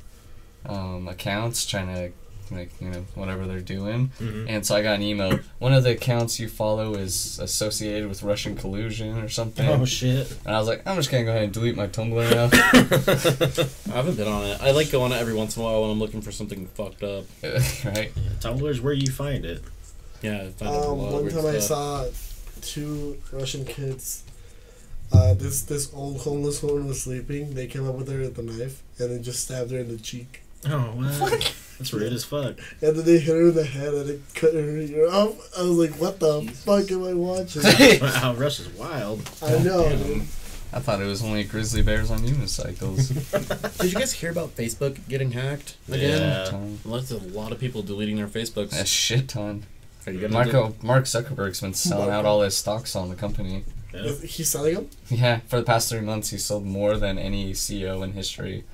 Speaker 3: um, accounts trying to like you know whatever they're doing.
Speaker 4: Mhm.
Speaker 3: And so I got an email. One of the accounts you follow is associated with Russian collusion or something.
Speaker 4: Oh shit!
Speaker 3: And I was like, I'm just gonna go ahead and delete my Tumblr now.
Speaker 5: I haven't been on it. I like going on it every once in a while when I'm looking for something fucked up.
Speaker 3: right?
Speaker 4: Tumblr's where you find it.
Speaker 5: Yeah, I find out a
Speaker 2: Um,
Speaker 5: lot of
Speaker 2: one
Speaker 5: weird
Speaker 2: time I
Speaker 5: stuff.
Speaker 2: saw two Russian kids. Uh, this this old homeless woman was sleeping. They came up with her with a knife and then just stabbed her in the cheek.
Speaker 4: Oh what? That's rude as fuck.
Speaker 2: And then they hit her in the head and it cut her ear off. I was like, what the fuck am I watching?
Speaker 4: Wow, Russia's wild.
Speaker 2: I know. dude.
Speaker 3: Damn. I thought it was only grizzly bears on unicycles.
Speaker 5: Did you guys hear about Facebook getting hacked again?
Speaker 4: Yeah.
Speaker 3: Ton.
Speaker 5: Lots of- a lot of people deleting their Facebooks.
Speaker 3: A shit ton.
Speaker 5: Are you gonna do-
Speaker 3: Marco, Mark Zuckerberg's been selling out all his stocks on the company.
Speaker 4: Yeah.
Speaker 2: Is- He's selling them?
Speaker 3: Yeah, for the past three months, he sold more than any CEO in history,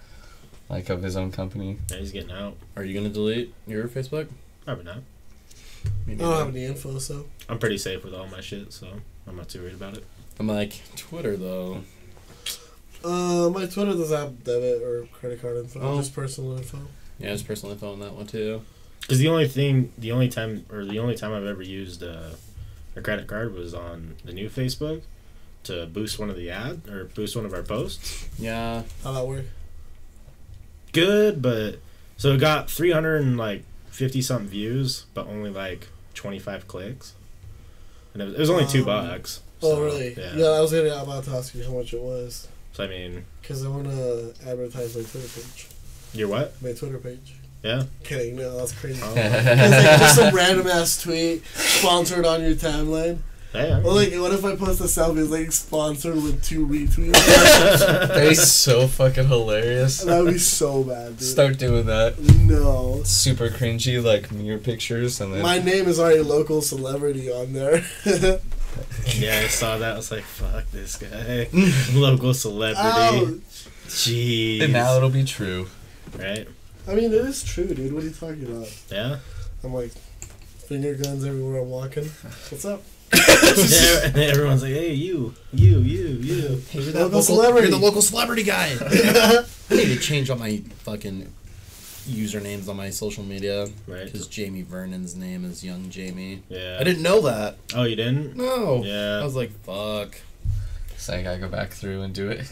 Speaker 3: like of his own company.
Speaker 4: Now he's getting out.
Speaker 5: Are you gonna delete your Facebook?
Speaker 4: Probably not.
Speaker 5: Me
Speaker 2: I don't have
Speaker 5: neither.
Speaker 2: any info, so.
Speaker 4: I'm pretty safe with all my shit, so I'm not too worried about it.
Speaker 5: I'm like Twitter though.
Speaker 2: Uh, my Twitter doesn't have debit or credit card info,
Speaker 5: Oh.
Speaker 2: just personal info.
Speaker 5: Yeah, it's personal info on that one too.
Speaker 4: Because the only thing, the only time, or the only time I've ever used uh, a credit card was on the new Facebook to boost one of the ad or boost one of our posts.
Speaker 5: Yeah,
Speaker 2: How that work?
Speaker 4: Good, but so it got 300 and like 50 something views, but only like 25 clicks. And it was, it was only two
Speaker 2: Um,
Speaker 4: bucks.
Speaker 2: Oh,
Speaker 4: so,
Speaker 2: really? Yeah.
Speaker 4: Yeah.
Speaker 2: I was gonna about to ask you how much it was.
Speaker 4: So I mean,
Speaker 2: Because I want to advertise my Twitter page.
Speaker 4: you're what?
Speaker 2: My Twitter page.
Speaker 4: Yeah.
Speaker 2: Kidding, no, that's crazy.
Speaker 4: Oh.
Speaker 2: It's like just some random ass tweet sponsored on your timeline.
Speaker 4: Hey, I-
Speaker 2: Or like, what if I post a selfie it's like sponsored with two retweets?
Speaker 3: That is so fucking hilarious.
Speaker 2: that would be so bad, dude.
Speaker 3: Start doing that.
Speaker 2: No.
Speaker 3: Super cringy, like mirror pictures, and then
Speaker 2: My name is already local celebrity on there.
Speaker 4: yeah, I saw that. I was like, fuck this guy. Local celebrity.
Speaker 2: Ouch.
Speaker 4: Jeez.
Speaker 3: and now it'll be true.
Speaker 4: Right?
Speaker 2: I mean, it is true, dude. What are you talking about?
Speaker 4: Yeah.
Speaker 2: I'm like, finger guns everywhere I'm walking. What's up?
Speaker 4: Yeah, and everyone's like, "Hey, you, you, you, you."
Speaker 5: you're,
Speaker 2: Local celebrity.
Speaker 5: you're the local celebrity guy. I need to change all my fucking usernames on my social media
Speaker 4: Right?
Speaker 5: because Jamie Vernon's name is Young Jamie.
Speaker 4: Yeah.
Speaker 5: I didn't know that.
Speaker 4: Oh, you didn't?
Speaker 5: No. I
Speaker 4: Yeah.
Speaker 5: was like, fuck.
Speaker 3: So I gotta go back through and do it.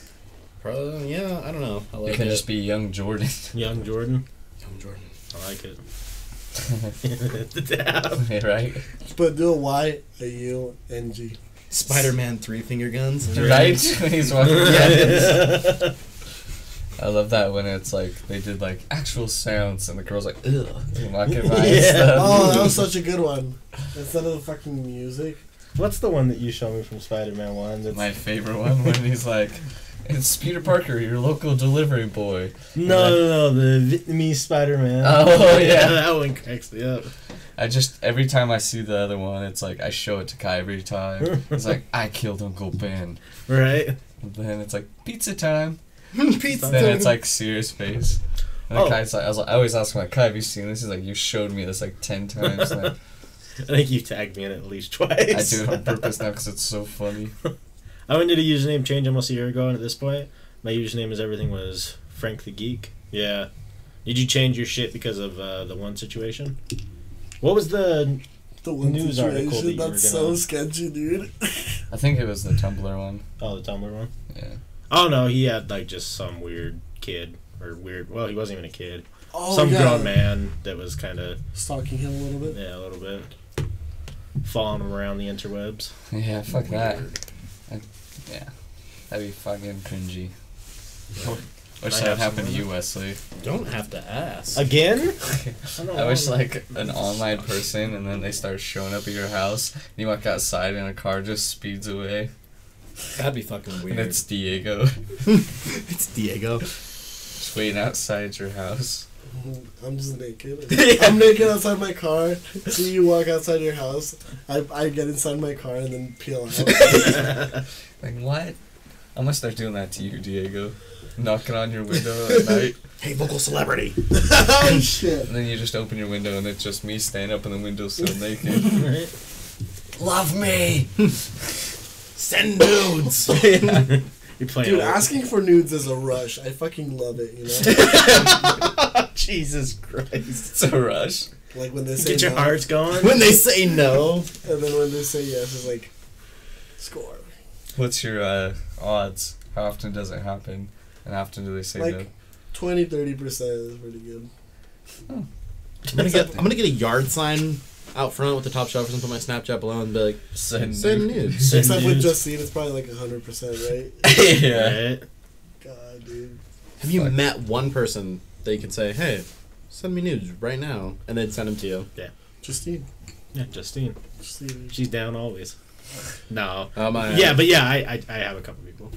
Speaker 5: Probably, yeah, I don't know. I
Speaker 3: It
Speaker 5: like
Speaker 3: can
Speaker 5: it.
Speaker 3: just be young Jordan.
Speaker 4: Young Jordan.
Speaker 5: Young Jordan.
Speaker 4: I like it. the dab.
Speaker 3: right?
Speaker 2: But do a Y, a U, N G.
Speaker 5: Spider-Man three finger guns.
Speaker 3: Right? when he's walking. Yeah. I love that when it's like they did like actual sounds and the girl's like, ugh, and walking by and
Speaker 4: Yeah.
Speaker 3: stuff.
Speaker 2: Oh, that was such a good one. Instead of the fucking music.
Speaker 4: What's the one that you showed me from Spider-Man One? That's
Speaker 3: My favorite one when he's like, it's Peter Parker, your local delivery boy.
Speaker 4: no, no, no, the Vietnamese Spider-Man.
Speaker 3: Oh, yeah.
Speaker 4: that one cracks me up.
Speaker 3: I just every time I see the other one, it's like I show it to Kai every time. It's like I killed Uncle Ben.
Speaker 4: Right?
Speaker 3: And then it's like pizza time.
Speaker 6: hmm,
Speaker 5: Pizza.
Speaker 3: Then it's like serious face. And then
Speaker 4: Oh.
Speaker 3: Kai's like, I was like, I always ask him like, Kai, have you seen this? He's like, you showed me this like ten times. And I,
Speaker 4: I think you tagged me in it at least
Speaker 3: I
Speaker 4: twice.
Speaker 3: do it on purpose now because it's so funny.
Speaker 4: I went did a username change almost a year ago, and at this point, my username is everything was Frank the Geek. Yeah. Did you change your shit because of uh, the one situation? What was the
Speaker 2: The one
Speaker 4: News article that you
Speaker 2: situation.
Speaker 4: were
Speaker 2: That's so
Speaker 4: gonna-
Speaker 2: sketchy, dude.
Speaker 3: I think it was the Tumblr one.
Speaker 4: oh the Tumblr one?
Speaker 3: Yeah.
Speaker 4: Oh no, he had like just some weird kid or weird. Well, he wasn't even a kid.
Speaker 2: Oh,
Speaker 4: some
Speaker 2: yeah.
Speaker 4: grown man that was kind of
Speaker 2: Stalking him a little bit.
Speaker 4: yeah a little bit following him around the interwebs.
Speaker 3: Yeah, fuck that. I, yeah, that'd be fucking cringy. Wish
Speaker 4: I
Speaker 3: that
Speaker 4: have
Speaker 3: would happen to
Speaker 4: some
Speaker 3: you, Wesley.
Speaker 5: Don't have to ask.
Speaker 4: Again? Oh,
Speaker 3: I wish like an online person, and then they start showing up at your house. And you walk outside, and a car just speeds away,
Speaker 5: That'd be fucking weird.
Speaker 3: and it's Diego
Speaker 5: it's Diego.
Speaker 3: just waiting outside your house.
Speaker 2: I'm just naked. I'm naked outside my car. See you walk outside your house. I, I get inside my car and then peel out.
Speaker 3: Like what? I'm gonna start doing that to you, Diego. Knocking on your window at night,
Speaker 5: Hey, local celebrity.
Speaker 2: oh shit!
Speaker 3: and then you just open your window, and it's just me standing up in the windowsill naked.
Speaker 5: Love me. Send nudes.
Speaker 4: You're playing.
Speaker 2: Dude,
Speaker 4: all-
Speaker 2: asking for nudes is a rush. I fucking love it, you know?
Speaker 4: Jesus Christ.
Speaker 3: It's a rush.
Speaker 2: like when they say
Speaker 4: Get your
Speaker 2: no,
Speaker 4: hearts going.
Speaker 5: When they say no,
Speaker 2: and then when they say yes, it's like, score.
Speaker 3: What's your uh, odds? How often does it happen? And how often do they say
Speaker 2: Like-
Speaker 3: no?
Speaker 2: 20 30% is pretty good.
Speaker 5: I'm gonna get I'm gonna get a yard sign out front with the top shelf or something on my Snapchat below and be like,
Speaker 3: Send
Speaker 5: send
Speaker 3: nude.
Speaker 5: nudes.
Speaker 4: Send
Speaker 2: Except with
Speaker 4: nudes.
Speaker 2: Justine, it's probably like 100%, right?
Speaker 3: yeah.
Speaker 4: Right?
Speaker 2: God, dude.
Speaker 5: Have you
Speaker 3: Fuck.
Speaker 5: met one person that you can say, hey, send me nudes right now, and they'd send them to you?
Speaker 2: Justine.
Speaker 4: Yeah, Justine.
Speaker 2: Justine.
Speaker 4: She's down always. No.
Speaker 5: Um, I,
Speaker 4: Yeah, but yeah, I, I, I have a couple people.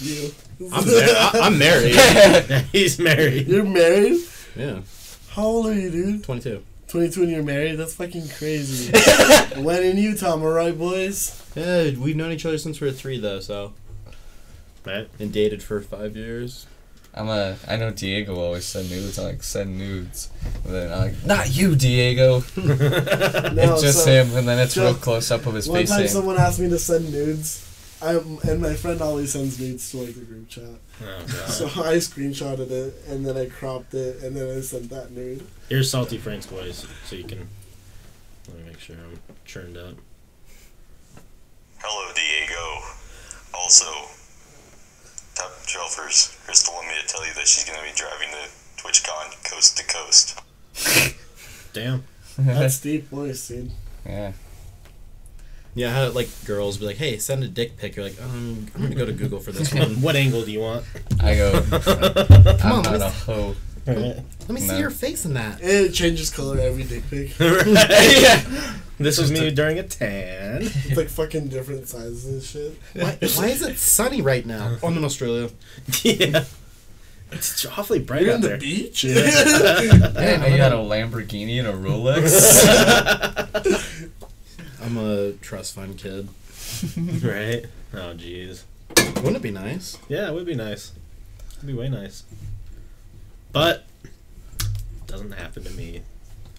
Speaker 2: You.
Speaker 5: I'm, mar- I- I'm married.
Speaker 4: He's married.
Speaker 2: You're married?
Speaker 5: yeah,
Speaker 2: How old are you, dude?
Speaker 5: 22.
Speaker 2: 22 and you're married? That's fucking crazy. when in Utah, am I right, boys?
Speaker 5: Yeah, we've known each other since we were three though, so
Speaker 4: Right?
Speaker 5: and dated for five years.
Speaker 3: I'm a. I know Diego always send nudes. I'm like send nudes. And then I'm like, not you, Diego.
Speaker 2: No,
Speaker 3: it's just
Speaker 2: so-
Speaker 3: him, and then it's real
Speaker 2: Just-
Speaker 3: close up of his
Speaker 2: One
Speaker 3: face.
Speaker 2: time
Speaker 3: Saying,
Speaker 2: someone asked me to send nudes. I, and my friend always sends nudes to like the group chat.
Speaker 4: Oh, God.
Speaker 2: So I screenshotted it and then I cropped it and then I sent that nude.
Speaker 4: Here's Salty Frank's voice, so you can. Let me make sure I'm churned up.
Speaker 7: Hello, Diego. Also, top shelfers, Crystal wanted me to tell you that she's going to be driving to TwitchCon coast to coast.
Speaker 4: Damn.
Speaker 2: That's deep voice, dude.
Speaker 3: yeah.
Speaker 5: Yeah, how like girls be like, hey, send a dick pic. You're like, um, I'm gonna go to Google for this one.
Speaker 4: what angle do you want?
Speaker 3: I go.
Speaker 5: Come
Speaker 3: I'm
Speaker 5: on,
Speaker 3: not a
Speaker 5: let's-
Speaker 3: hoe.
Speaker 5: Let me
Speaker 3: No.
Speaker 5: see your face in that.
Speaker 2: It changes color every dick pic.
Speaker 4: This was me during a tan.
Speaker 2: It's like fucking different sizes and shit.
Speaker 5: Why, why is it sunny right now? I'm in Australia.
Speaker 4: yeah. It's awfully bright
Speaker 2: You're
Speaker 4: out
Speaker 2: in the
Speaker 4: there.
Speaker 2: beach?
Speaker 3: Yeah, now you got a Lamborghini and a Rolex.
Speaker 5: I'm a trust fund kid.
Speaker 4: right? Oh, jeez.
Speaker 5: Wouldn't it be nice?
Speaker 4: Yeah, it would be nice. It'd be way nice. But doesn't happen to me.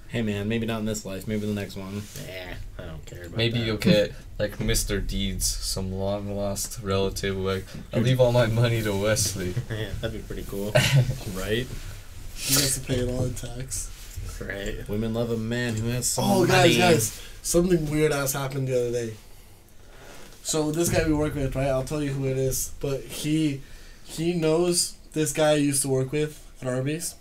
Speaker 5: Hey man, maybe not in this life, maybe the next one.
Speaker 4: Nah, I don't care about
Speaker 3: Maybe
Speaker 4: that.
Speaker 3: you'll get like Mr. Deeds, some long lost relative. Like, I leave all my money to Wesley.
Speaker 4: Yeah, that'd be pretty cool.
Speaker 5: Right?
Speaker 2: You have to pay it all in tax.
Speaker 4: right.
Speaker 5: Women love a man who has some
Speaker 2: Oh, guys,
Speaker 5: money.
Speaker 2: guys. Something weird ass happened the other day. So this guy we work with, right? I'll tell you who it is, but he he knows this guy I used to work with at Arby's,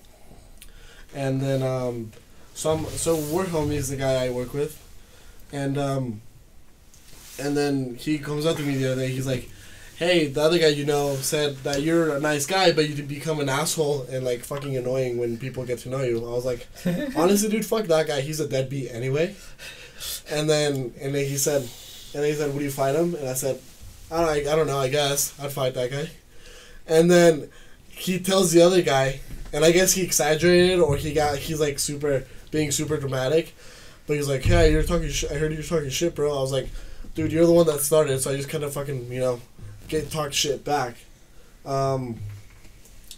Speaker 2: and then um, some so we're homies. The guy I work with, and um, and then he comes up to me the other day. He's like, "Hey, the other guy you know said that you're a nice guy, but you become an asshole and like fucking annoying when people get to know you." I was like, "Honestly, dude, fuck that guy. He's a deadbeat anyway." And then and then he said, and then he said, "Would you fight him?" And I said, "I don't, I don't know. I guess I'd fight that guy." And then he tells the other guy, and I guess he exaggerated or he got he's like super being super dramatic, but he's like, "Hey, you're talking. Sh- I heard you're talking shit, bro." I was like, "Dude, you're the one that started, so I just kind of fucking you know get talk shit back." Um,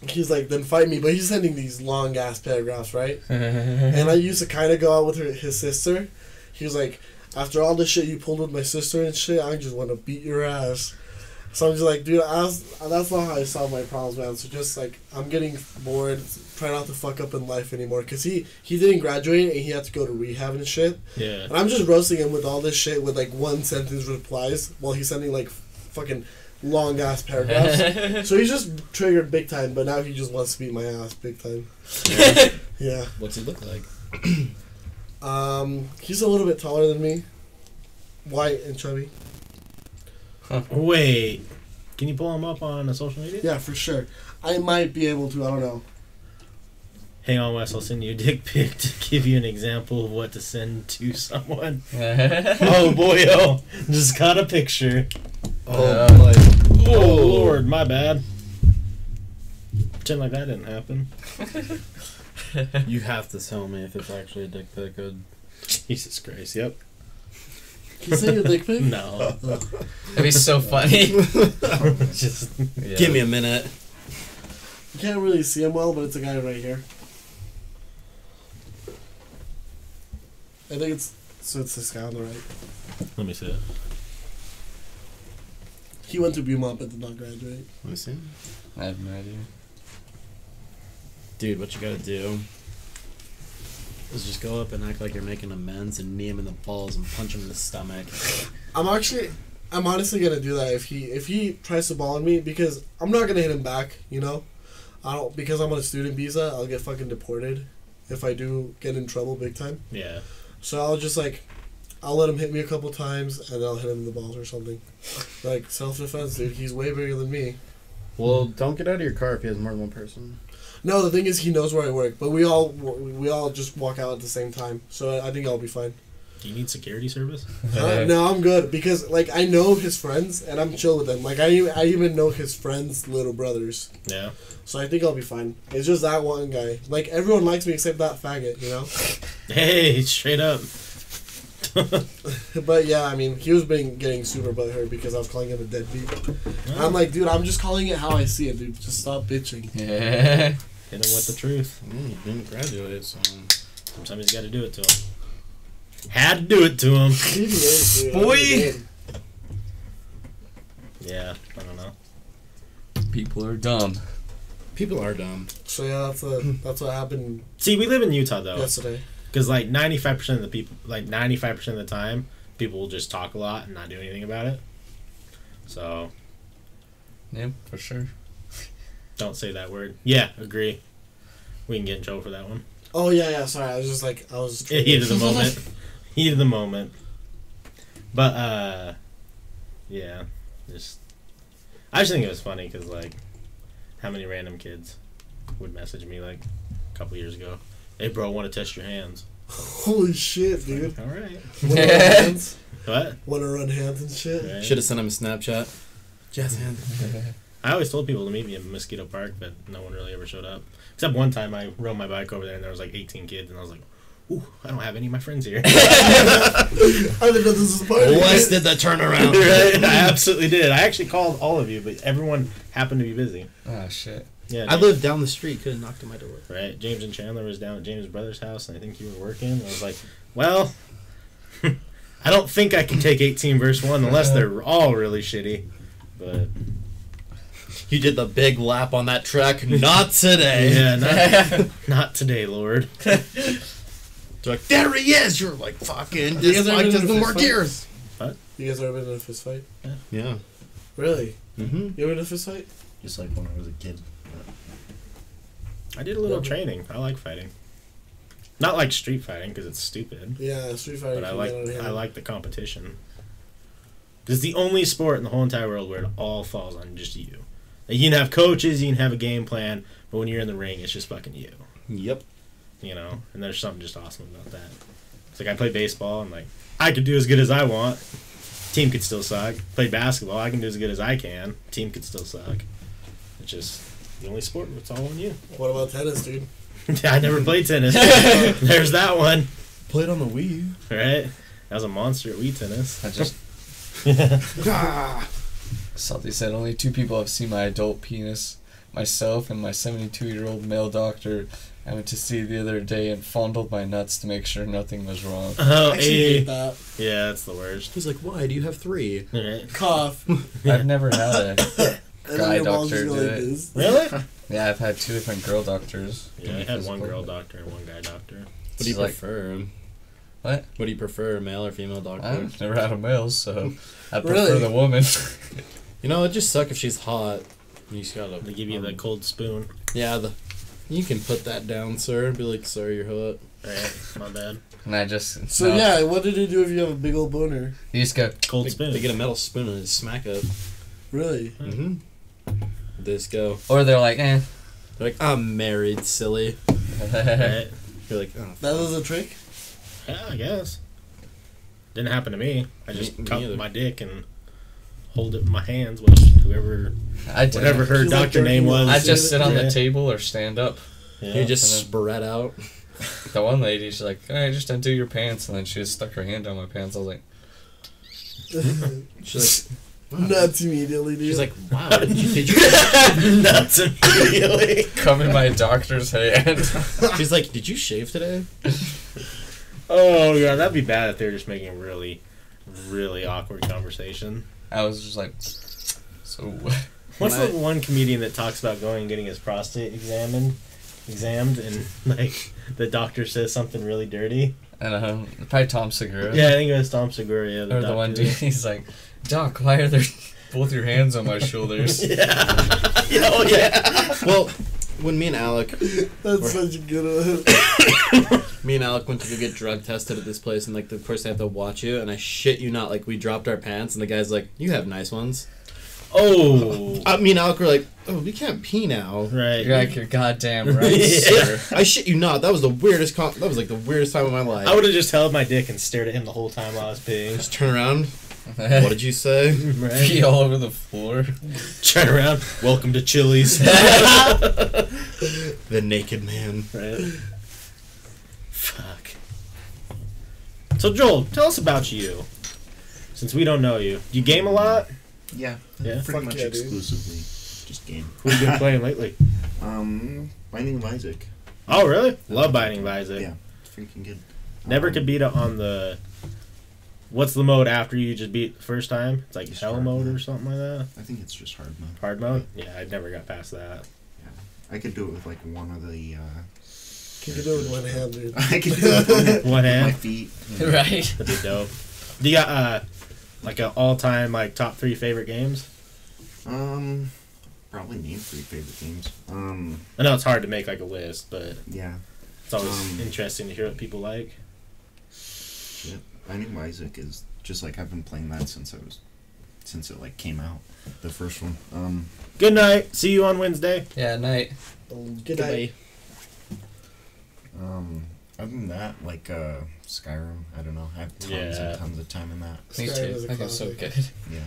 Speaker 2: he's like, "Then fight me," but he's sending these long ass paragraphs, right? and I used to kind of go out with her, his sister. He was like, after all the shit you pulled with my sister and shit, I just want to beat your ass. So I'm just like, dude, I was, that's not how I solve my problems, man. So just like, I'm getting bored, try not to fuck up in life anymore. Cause he he didn't graduate and he had to go to rehab and shit.
Speaker 4: Yeah.
Speaker 2: And I'm just roasting him with all this shit with like one sentence replies while he's sending like fucking long ass paragraphs. so he's just triggered big time, but now he just wants to beat my ass big time. yeah.
Speaker 5: What's he look like?
Speaker 2: Um, he's a little bit taller than me, white and chubby.
Speaker 4: Wait. Can you pull him up on a social media?
Speaker 2: Yeah, for sure. I might be able to. I don't know.
Speaker 4: Hang on, Wes. I'll send you a dick pic to give you an example of what to send to someone. oh boy, oh, just got a picture.
Speaker 5: Oh,
Speaker 3: Uh,
Speaker 5: boy.
Speaker 4: Oh lord, my bad. Pretend like that didn't happen.
Speaker 5: you have to tell me if it's actually a dick pic. Good.
Speaker 4: Jesus Christ. Yep.
Speaker 2: Can you send your dick pic?
Speaker 4: No.
Speaker 3: That'd be so funny.
Speaker 4: just
Speaker 3: Yeah.
Speaker 5: Give me a minute.
Speaker 2: You can't really see him well, but it's a guy right here. I think it's so. It's this guy on the right.
Speaker 4: let me see it.
Speaker 2: He went to Beaumont but did not graduate.
Speaker 5: Let me see.
Speaker 3: I have no idea.
Speaker 5: Dude, what you gotta do is just go up and act like you're making amends and knee him in the balls and punch him in the stomach.
Speaker 2: I'm actually, I'm honestly gonna do that if he if he tries to ball on me because I'm not gonna hit him back. You know, I don't because I'm on a student visa. I'll get fucking deported if I do get in trouble big time.
Speaker 4: Yeah.
Speaker 2: So I'll just like, I'll let him hit me a couple times and I'll hit him in the balls or something. Like self defense, dude. He's way bigger than me.
Speaker 5: Well, Mm. don't get out of your car if he has more than one person.
Speaker 2: No, the thing is, he knows where I work, but we all we all just walk out at the same time. So I think I'll be fine.
Speaker 4: Do you need security service?
Speaker 2: Uh, no, I'm good because like I know his friends and I'm chill with them. Like I even, I even know his friends' little brothers,
Speaker 4: Yeah.
Speaker 2: so I think I'll be fine. It's just that one guy. Like everyone likes me except that faggot, you know.
Speaker 4: Hey, straight up.
Speaker 2: but yeah, I mean, he was being getting super butthurt because I was calling him a deadbeat. I'm like, dude, I'm just calling it how I see it, dude. Just stop bitching.
Speaker 3: Yeah.
Speaker 4: Hit him with the truth.
Speaker 5: Mm, you didn't graduate, so.
Speaker 4: Somebody's got to do it to him. Had to do it to him.
Speaker 2: He knows, dude.
Speaker 3: Boy.
Speaker 4: Yeah. I don't know.
Speaker 3: People are dumb.
Speaker 5: People are dumb.
Speaker 2: So yeah, that's a, that's what happened
Speaker 4: See, we live in Utah though,
Speaker 2: yesterday.
Speaker 4: because like ninety five percent of the people, like ninety five percent of the time, people will just talk a lot and not do anything about it. So
Speaker 3: Yeah, for sure.
Speaker 4: don't say that word. Yeah, agree. We can get in trouble for that one.
Speaker 2: Oh yeah, yeah. Sorry, I was just like, I was.
Speaker 4: Heat of the moment. Heat of the moment. But uh, yeah, just I just think it was funny because like, how many random kids would message me like a couple years ago? Hey, bro, I want to test your hands.
Speaker 2: Holy shit, dude.
Speaker 4: All right.
Speaker 2: Wanna run hands?
Speaker 4: What?
Speaker 2: Wanna run hands and shit?
Speaker 4: Right.
Speaker 5: Should have sent him a Snapchat. Jazz hand.
Speaker 4: I always told people to meet me in Mosquito Park, but no one really ever showed up. Except one time I rode my bike over there and there was like 18 kids, and I was like, ooh, I don't have any of my friends here.
Speaker 2: I didn't know this was a party.
Speaker 5: Wasted the turnaround.
Speaker 4: Right? I absolutely did. I actually called all of you, but everyone happened to be busy.
Speaker 3: Oh shit.
Speaker 4: Yeah,
Speaker 5: I lived down the street, could have knocked on my door.
Speaker 4: right. James and Chandler was down at James' brother's house, and I think you were working. I was like, well, I don't think I can take 18 verse 1 unless they're all really shitty. But
Speaker 5: You did the big lap on that track. Not today.
Speaker 4: yeah, not, not today, Lord.
Speaker 5: They're like, there he is. You're like, fucking.
Speaker 2: You guys
Speaker 5: This
Speaker 2: ever been
Speaker 5: bike
Speaker 2: in
Speaker 5: doesn't
Speaker 2: a
Speaker 5: work
Speaker 2: fistfight?
Speaker 5: gears.
Speaker 2: You guys ever been in a fist fight?
Speaker 5: Yeah.
Speaker 2: Really?
Speaker 5: Mm-hmm.
Speaker 2: You ever been in a fist fight?
Speaker 5: Just like when I was a kid.
Speaker 4: I did a little training. I like fighting. Not like street fighting because it's stupid,
Speaker 2: Yeah, street fighter.
Speaker 4: but I
Speaker 2: can
Speaker 4: like
Speaker 2: get out of hand.
Speaker 4: I like the competition. It's the only sport in the whole entire world where it all falls on just you. Like, you can have coaches, you can have a game plan, but when you're in the ring, it's just fucking you.
Speaker 5: Yep.
Speaker 4: You know, and there's something just awesome about that. It's like I play baseball and like I could do as good as I want. Team could still suck. Play basketball, I can do as good as I can. Team could still suck. It's just the only sport where it's all on you.
Speaker 2: What about tennis, dude?
Speaker 4: I never played tennis. There's that one,
Speaker 5: Played on the Wii.
Speaker 4: right? That was a monster at Wii Tennis.
Speaker 3: I just Salty said only two people have seen my adult penis. Myself and my 72 year old male doctor I went to see the other day and fondled my nuts to make sure nothing was wrong.
Speaker 4: Oh,
Speaker 2: I actually hate
Speaker 4: hey.
Speaker 2: that.
Speaker 4: yeah, that's the worst.
Speaker 5: He's like, why do you have three?
Speaker 4: Right.
Speaker 2: Cough. And
Speaker 3: I've never had a.
Speaker 2: then
Speaker 3: Guy
Speaker 2: your balls
Speaker 3: doctor
Speaker 2: just go
Speaker 3: did
Speaker 2: like
Speaker 3: it.
Speaker 2: this.
Speaker 4: Really?
Speaker 3: Yeah, I've had two different girl doctors.
Speaker 4: Yeah, I had one girl doctor and one guy doctor.
Speaker 5: What do you
Speaker 3: She's like-
Speaker 5: prefer?
Speaker 3: What?
Speaker 5: What do you prefer, male or female doctor?
Speaker 3: I've never had a male, so I prefer
Speaker 2: Really?
Speaker 3: the woman.
Speaker 5: You know, it just suck if she's hot. You just gotta. um,
Speaker 4: They give you the cold spoon.
Speaker 5: Yeah, the. You can put that down, sir. Be like, sorry, you're hot.
Speaker 4: Alright, my bad.
Speaker 3: and I just.
Speaker 2: So
Speaker 3: no.
Speaker 2: yeah, what did you do if you have a big old boner?
Speaker 3: You just go.
Speaker 4: Cold
Speaker 5: They,
Speaker 4: spoon.
Speaker 5: they get a metal spoon and just smack up.
Speaker 2: Really?
Speaker 5: Mm-hmm. This go.
Speaker 3: Or they're like, eh.
Speaker 5: They're like, I'm married, silly.
Speaker 4: right?
Speaker 5: You're like, oh,
Speaker 2: That was a trick.
Speaker 4: Yeah, I guess. Didn't happen to me. I just
Speaker 5: Me- me
Speaker 4: cup
Speaker 5: either.
Speaker 4: my dick and hold it in my hands, which whoever
Speaker 3: I do.
Speaker 4: whatever her
Speaker 2: She's like
Speaker 4: doctor
Speaker 2: jerking
Speaker 4: name was.
Speaker 3: I just sit on
Speaker 4: Yeah.
Speaker 3: the table or stand up.
Speaker 4: Yeah.
Speaker 5: you just
Speaker 3: And
Speaker 5: spread out.
Speaker 3: The one lady, she's like, "Hey, just undo your pants," and then she just stuck her hand down my pants. I was like,
Speaker 5: She's like, wow.
Speaker 2: Nuts immediately, dude.
Speaker 5: She's like, wow, did you, did you
Speaker 4: nuts immediately.
Speaker 3: "Come in my doctor's hand."
Speaker 5: She's like, did you shave today?
Speaker 4: Oh god, that'd be bad if they're just making a really, really awkward conversation.
Speaker 3: I was just like, So
Speaker 4: What's
Speaker 5: When
Speaker 4: the one comedian that talks about going and getting his prostate examined, examined, and like the doctor says something really dirty?
Speaker 3: I don't know. Probably um, Tom Segura.
Speaker 4: Yeah, I think it was Tom Segura. The
Speaker 3: Or the one
Speaker 4: doctor.
Speaker 3: dude. He's like, Doc, why are there both your hands on my shoulders?
Speaker 4: yeah. yeah, oh, yeah.
Speaker 5: Well, when me and Alec,
Speaker 2: That's such a good one.
Speaker 5: me and Alec went to go get drug tested at this place, and like the person had to watch you, and I shit you not, like we dropped our pants, and the guy's like, "You have nice ones."
Speaker 4: Oh,
Speaker 5: I mean, Alec were like, "Oh, we can't pee now."
Speaker 4: right.
Speaker 3: You're like, you're goddamn right,
Speaker 5: Yeah.
Speaker 3: sir.
Speaker 5: I shit you not. That was the weirdest. Con- that was like the weirdest time of my life.
Speaker 4: I would have just held my dick and stared at him the whole time while I was peeing.
Speaker 5: just turn around. What did you say?
Speaker 4: Right.
Speaker 3: Pee all over the floor.
Speaker 4: Turn around. Welcome to Chili's.
Speaker 5: the naked man.
Speaker 4: right. Fuck. So Joel, tell us about you. Since we don't know you, you game a lot.
Speaker 6: Yeah.
Speaker 4: Yeah.
Speaker 6: Pretty
Speaker 2: Fuck
Speaker 6: much
Speaker 2: yeah, dude.
Speaker 6: exclusively. Just game.
Speaker 4: Who you been playing lately?
Speaker 6: Um, Binding of Isaac.
Speaker 4: Oh, really? Love Binding of Isaac.
Speaker 6: Yeah. It's freaking good.
Speaker 4: Never
Speaker 6: Um,
Speaker 4: could beat it on the. What's the mode after you just beat the first time? It's like
Speaker 6: Just
Speaker 4: hell
Speaker 6: hard
Speaker 4: mode
Speaker 6: mode.
Speaker 4: or something like that.
Speaker 6: I think it's just hard mode.
Speaker 4: Hard mode. Yeah, I never got past that.
Speaker 6: I could do it with like one of the. uh...
Speaker 2: You can do it with one hand, dude.
Speaker 6: I could do it with one
Speaker 4: One
Speaker 6: hand, my
Speaker 4: hand.
Speaker 6: feet.
Speaker 3: right?
Speaker 4: That'd be dope. Do you got uh, like an all-time like top three favorite games?
Speaker 6: Um, probably name three favorite games. Um,
Speaker 4: I know it's hard to make like a list, but
Speaker 6: yeah.
Speaker 4: it's always
Speaker 6: Um,
Speaker 4: interesting to hear what people like.
Speaker 6: Binding of Isaac is just like I've been playing that since I was, since it like came out, the first one. Um,
Speaker 4: Good night. See you on Wednesday.
Speaker 3: Yeah, night.
Speaker 2: Good night.
Speaker 6: um. Other than that, like uh, Skyrim, I don't know. I have tons
Speaker 4: Yeah.
Speaker 6: and tons of time in that.
Speaker 3: Me
Speaker 2: Skyrim is
Speaker 3: too.
Speaker 2: a
Speaker 3: I think it's so
Speaker 2: classic.
Speaker 3: good.
Speaker 6: Yeah.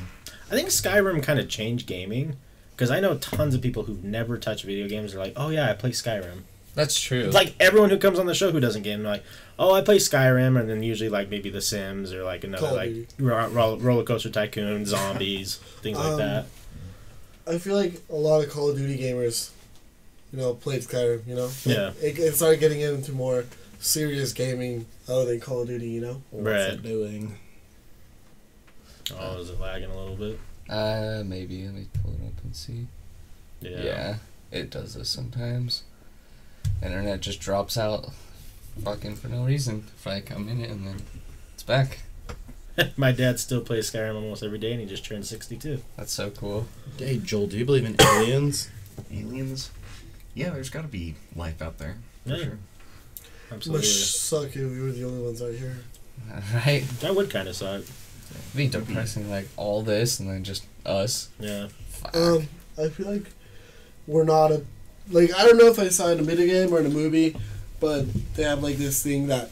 Speaker 4: I think Skyrim kind of changed gaming because I know tons of people who've never touched video games are like, oh yeah, I play Skyrim.
Speaker 3: That's true.
Speaker 4: It's like everyone who comes on the show who doesn't game, like, oh, I play Skyrim, and then usually like maybe The Sims or like another
Speaker 2: Call of
Speaker 4: like
Speaker 2: Duty.
Speaker 4: ro- ro- roller coaster tycoon, zombies, things like
Speaker 2: Um,
Speaker 4: that.
Speaker 2: I feel like a lot of Call of Duty gamers, you know, played Skyrim. You know,
Speaker 4: Yeah.
Speaker 2: it, it started getting into more serious gaming other than Call of Duty. You know,
Speaker 4: Right.
Speaker 5: What's it doing?
Speaker 4: Oh, is it lagging a little bit?
Speaker 3: uh, maybe. Let me pull it up and see. Yeah. it does this sometimes. Internet just drops out, fucking for no reason, for like a minute, and then it's back.
Speaker 4: My dad still plays Skyrim almost every day, and he just turned sixty-two.
Speaker 3: That's so cool.
Speaker 5: Hey Joel, do you believe in aliens?
Speaker 6: Aliens. Yeah, there's got to be life out there. For
Speaker 4: Yeah.
Speaker 6: sure.
Speaker 2: must
Speaker 4: Absolutely,
Speaker 2: suck if we were the only ones out here.
Speaker 3: Right?
Speaker 4: that would kind of suck.
Speaker 3: It'd be depressing, like all this, and then just us.
Speaker 4: Yeah,
Speaker 3: Fuck.
Speaker 2: Um, I feel like we're not a like I don't know if I saw it in a video game or in a movie, but they have like this thing that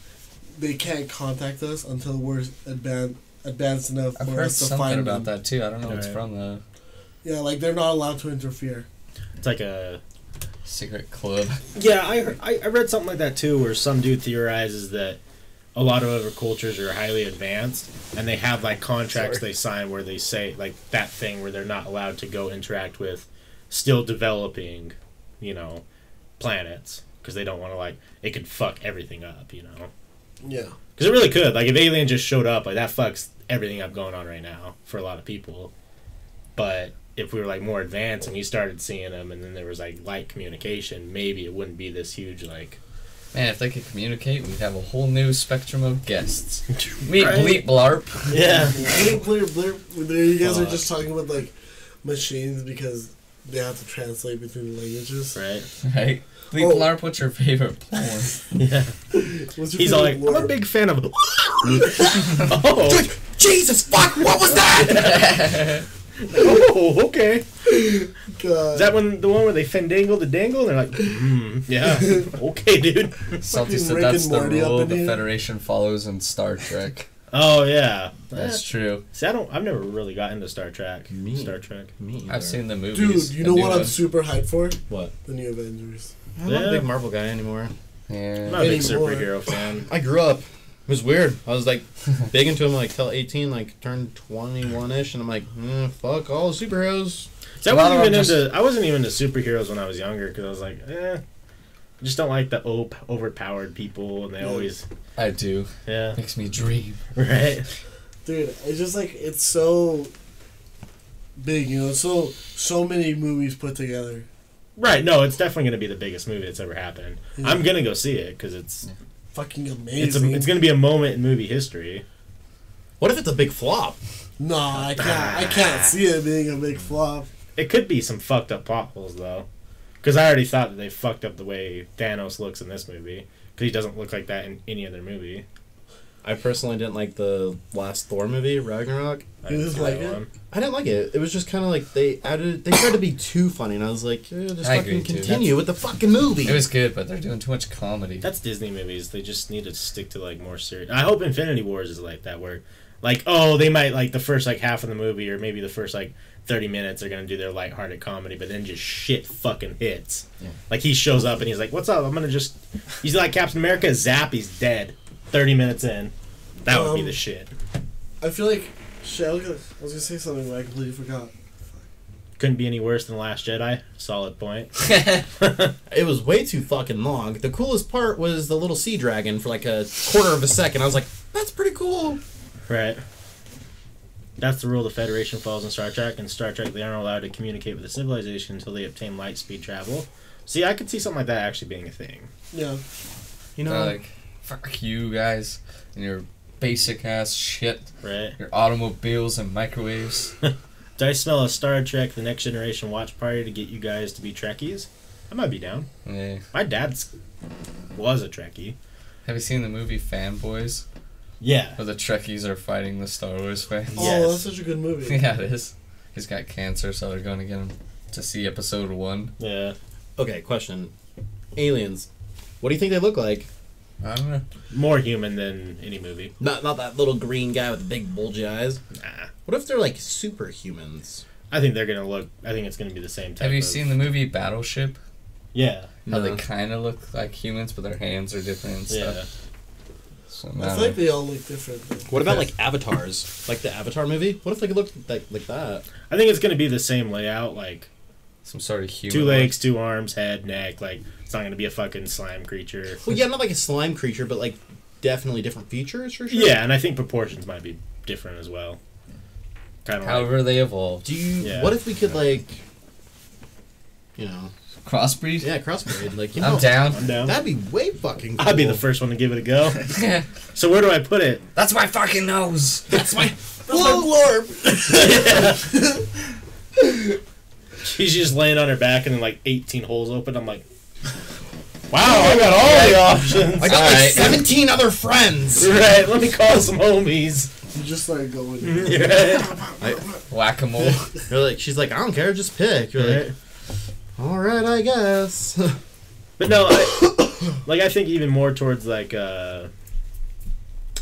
Speaker 2: they can't contact us until we're advanced advanced enough
Speaker 3: I've
Speaker 2: for
Speaker 3: heard
Speaker 2: us to
Speaker 3: something
Speaker 2: find
Speaker 3: about
Speaker 2: them.
Speaker 3: that too. I don't know what's
Speaker 4: Alright.
Speaker 3: from though.
Speaker 2: Yeah, like they're not allowed to interfere.
Speaker 4: it's like a
Speaker 3: Secret club.
Speaker 4: Yeah, I, heard, I I read something like that too, where some dude theorizes that a lot of other cultures are highly advanced, and they have like contracts they sign where they say like that thing where they're not allowed to go interact with still developing, you know, planets because they don't want to like it could fuck everything up, you know,
Speaker 2: Yeah.
Speaker 4: because it really could. Like if alien just showed up, like that fucks everything up going on right now for a lot of people, but. If we were like more advanced and we started seeing them, and then there was like light communication, maybe it wouldn't be this huge like
Speaker 3: Man, if they could communicate, we'd have a whole new spectrum of guests. Meet
Speaker 4: Right?
Speaker 3: bleep blarp.
Speaker 4: Yeah.
Speaker 2: blurp, blurp, blurp. There You guys are just talking about like machines because they have to translate between languages.
Speaker 4: Right.
Speaker 3: Right? Bleep
Speaker 2: Oh.
Speaker 3: blarp, what's your favorite porn?
Speaker 4: Yeah.
Speaker 2: What's your
Speaker 4: He's
Speaker 2: favorite
Speaker 4: like, I'm a
Speaker 2: blurb?
Speaker 4: big fan of. oh.
Speaker 5: Jesus fuck! What was that?
Speaker 4: oh. Okay.
Speaker 2: God.
Speaker 4: Is that one the one where they fandangle the dangle? And they're like, mm, yeah. Okay, dude.
Speaker 3: Salty said
Speaker 2: Rick
Speaker 3: that's
Speaker 2: and
Speaker 3: the
Speaker 2: Morty up
Speaker 3: rule
Speaker 2: in
Speaker 3: the
Speaker 2: here."
Speaker 3: Federation follows in Star Trek.
Speaker 4: Oh yeah.
Speaker 3: That's
Speaker 4: Eh,
Speaker 3: true.
Speaker 4: See, I don't. I've never really got into Star Trek.
Speaker 5: Me.
Speaker 4: Star Trek.
Speaker 5: Me.
Speaker 3: I've seen the movies.
Speaker 2: Dude, you
Speaker 3: the
Speaker 2: know
Speaker 3: new
Speaker 2: what I'm
Speaker 3: one.
Speaker 2: super hyped for?
Speaker 5: What?
Speaker 2: The new Avengers.
Speaker 5: I'm not
Speaker 4: Yeah.
Speaker 5: a big Marvel guy anymore.
Speaker 4: I'm
Speaker 3: Yeah.
Speaker 4: not a big
Speaker 2: Anymore.
Speaker 4: superhero fan.
Speaker 5: I grew up. It was weird. I was like big into him like till 18, like turned 21 ish, and I'm like, mm, fuck all superheroes.
Speaker 4: See, I
Speaker 3: Well,
Speaker 4: wasn't even
Speaker 3: I'm just-
Speaker 4: into. I wasn't even into superheroes when I was younger because I was like, eh. I just don't like the op- overpowered people, and they always,
Speaker 3: I do.
Speaker 4: yeah,
Speaker 3: Makes me dream.
Speaker 4: right.
Speaker 2: Dude, it's just like it's so big, you know. So so many movies put together.
Speaker 4: Right, no, it's definitely going to be the biggest movie that's ever happened. I'm going to go see it because it's
Speaker 2: Fucking
Speaker 4: it's a,
Speaker 2: amazing.
Speaker 4: it's going to be a moment in movie history.
Speaker 5: What if it's a big flop?
Speaker 2: nah, I can't. I can't see it being a big flop.
Speaker 4: It could be some fucked up plot holes though, because I already thought that they fucked up the way Thanos looks in this movie because he doesn't look like that in any other movie.
Speaker 5: I personally didn't like the last Thor movie, Ragnarok.
Speaker 4: I
Speaker 2: You
Speaker 4: didn't
Speaker 2: just
Speaker 4: see
Speaker 2: like
Speaker 4: that
Speaker 2: it?
Speaker 4: one.
Speaker 5: I didn't like it. It was just kind of like they added. They tried to be too funny, and I was like, eh, just
Speaker 3: I agree,
Speaker 5: fucking
Speaker 3: too.
Speaker 5: continue with the fucking movie.
Speaker 3: It was good, but they're doing too much comedy.
Speaker 4: That's Disney movies. They just need to stick to like more serious. I hope Infinity Wars is like that, where like oh they might like the first like half of the movie or maybe the first like thirty minutes they're gonna do their lighthearted comedy, but then just shit fucking hits.
Speaker 3: Yeah.
Speaker 4: Like he shows up and he's like, "What's up?" I'm gonna just he's like Captain America. Zap, he's dead. Thirty minutes in, that would be
Speaker 2: Um,
Speaker 4: the shit.
Speaker 2: I feel like shit. I was gonna, I was gonna say something, but I completely forgot.
Speaker 4: Couldn't be any worse than Last Jedi. Solid point.
Speaker 5: It was way too fucking long. The coolest part was the little sea dragon for like a quarter of a second. I was like, that's pretty cool.
Speaker 4: Right. That's the rule the Federation follows in Star Trek. In Star Trek, they aren't allowed to communicate with the civilization until they obtain light speed travel. See, I could see something like that actually being a thing.
Speaker 2: Yeah,
Speaker 5: You
Speaker 3: They're
Speaker 5: know,
Speaker 3: like, fuck you guys and your basic ass shit,
Speaker 4: Right.
Speaker 3: your automobiles and microwaves.
Speaker 4: Do I smell a Star Trek The Next Generation watch party to get you guys to be Trekkies? I might be down.
Speaker 3: yeah.
Speaker 4: My dad's was a Trekkie.
Speaker 3: Have you seen the movie Fanboys?
Speaker 4: Yeah.
Speaker 3: Where the Trekkies are fighting the Star Wars fans?
Speaker 2: oh,
Speaker 4: Yes.
Speaker 2: that's such a good movie.
Speaker 3: yeah, it is. He's got cancer, so they're going to get him to see episode one.
Speaker 4: Yeah.
Speaker 5: okay, question: Aliens. What do you think they look like?
Speaker 3: I don't know.
Speaker 4: More human than any movie.
Speaker 5: Not not that little green guy with the big bulgy eyes.
Speaker 4: Nah.
Speaker 5: What if they're like superhumans?
Speaker 4: I think they're gonna look. I think it's gonna be the same type.
Speaker 3: Have you
Speaker 4: of-
Speaker 3: seen the movie Battleship?
Speaker 4: Yeah.
Speaker 3: How
Speaker 5: No.
Speaker 3: they kind of look like humans, but their hands are different and
Speaker 4: Yeah.
Speaker 3: stuff. So,
Speaker 2: I
Speaker 3: now
Speaker 2: feel like they all look different. though.
Speaker 5: What about like avatars? Like the Avatar movie? What if they looked like like that?
Speaker 4: I think it's gonna be the same layout. Like
Speaker 3: some sort of human.
Speaker 4: two legs, two arms, head, neck. Like it's not gonna be a fucking slime creature.
Speaker 5: Well, yeah, not like a slime creature, but like definitely different features for sure.
Speaker 4: Yeah, and I think proportions might be different as well. Kind of like,
Speaker 3: However, they evolved.
Speaker 5: Do you?
Speaker 4: Yeah.
Speaker 5: What if we could like, you know,
Speaker 3: Crossbreed?
Speaker 5: yeah, crossbreed? Like, you know,
Speaker 3: I'm down.
Speaker 4: I'm down.
Speaker 5: That'd be way fucking. Cool.
Speaker 4: I'd be the first one to give it a go. so where do I put it?
Speaker 3: That's my fucking nose!
Speaker 5: That's my.
Speaker 2: Whoa, Lord!
Speaker 4: She's just laying on her back and then like 18 holes open. I'm like, wow, I got all the options.
Speaker 5: I got like
Speaker 3: Alright.
Speaker 5: seventeen other friends.
Speaker 4: right, let me call some homies.
Speaker 2: You just like going.
Speaker 4: Mhm. Right.
Speaker 3: Whack a mole.
Speaker 5: You're like, she's like, I don't care, just pick. You're like, all right, I guess.
Speaker 4: But no, I, like I think even more towards like uh,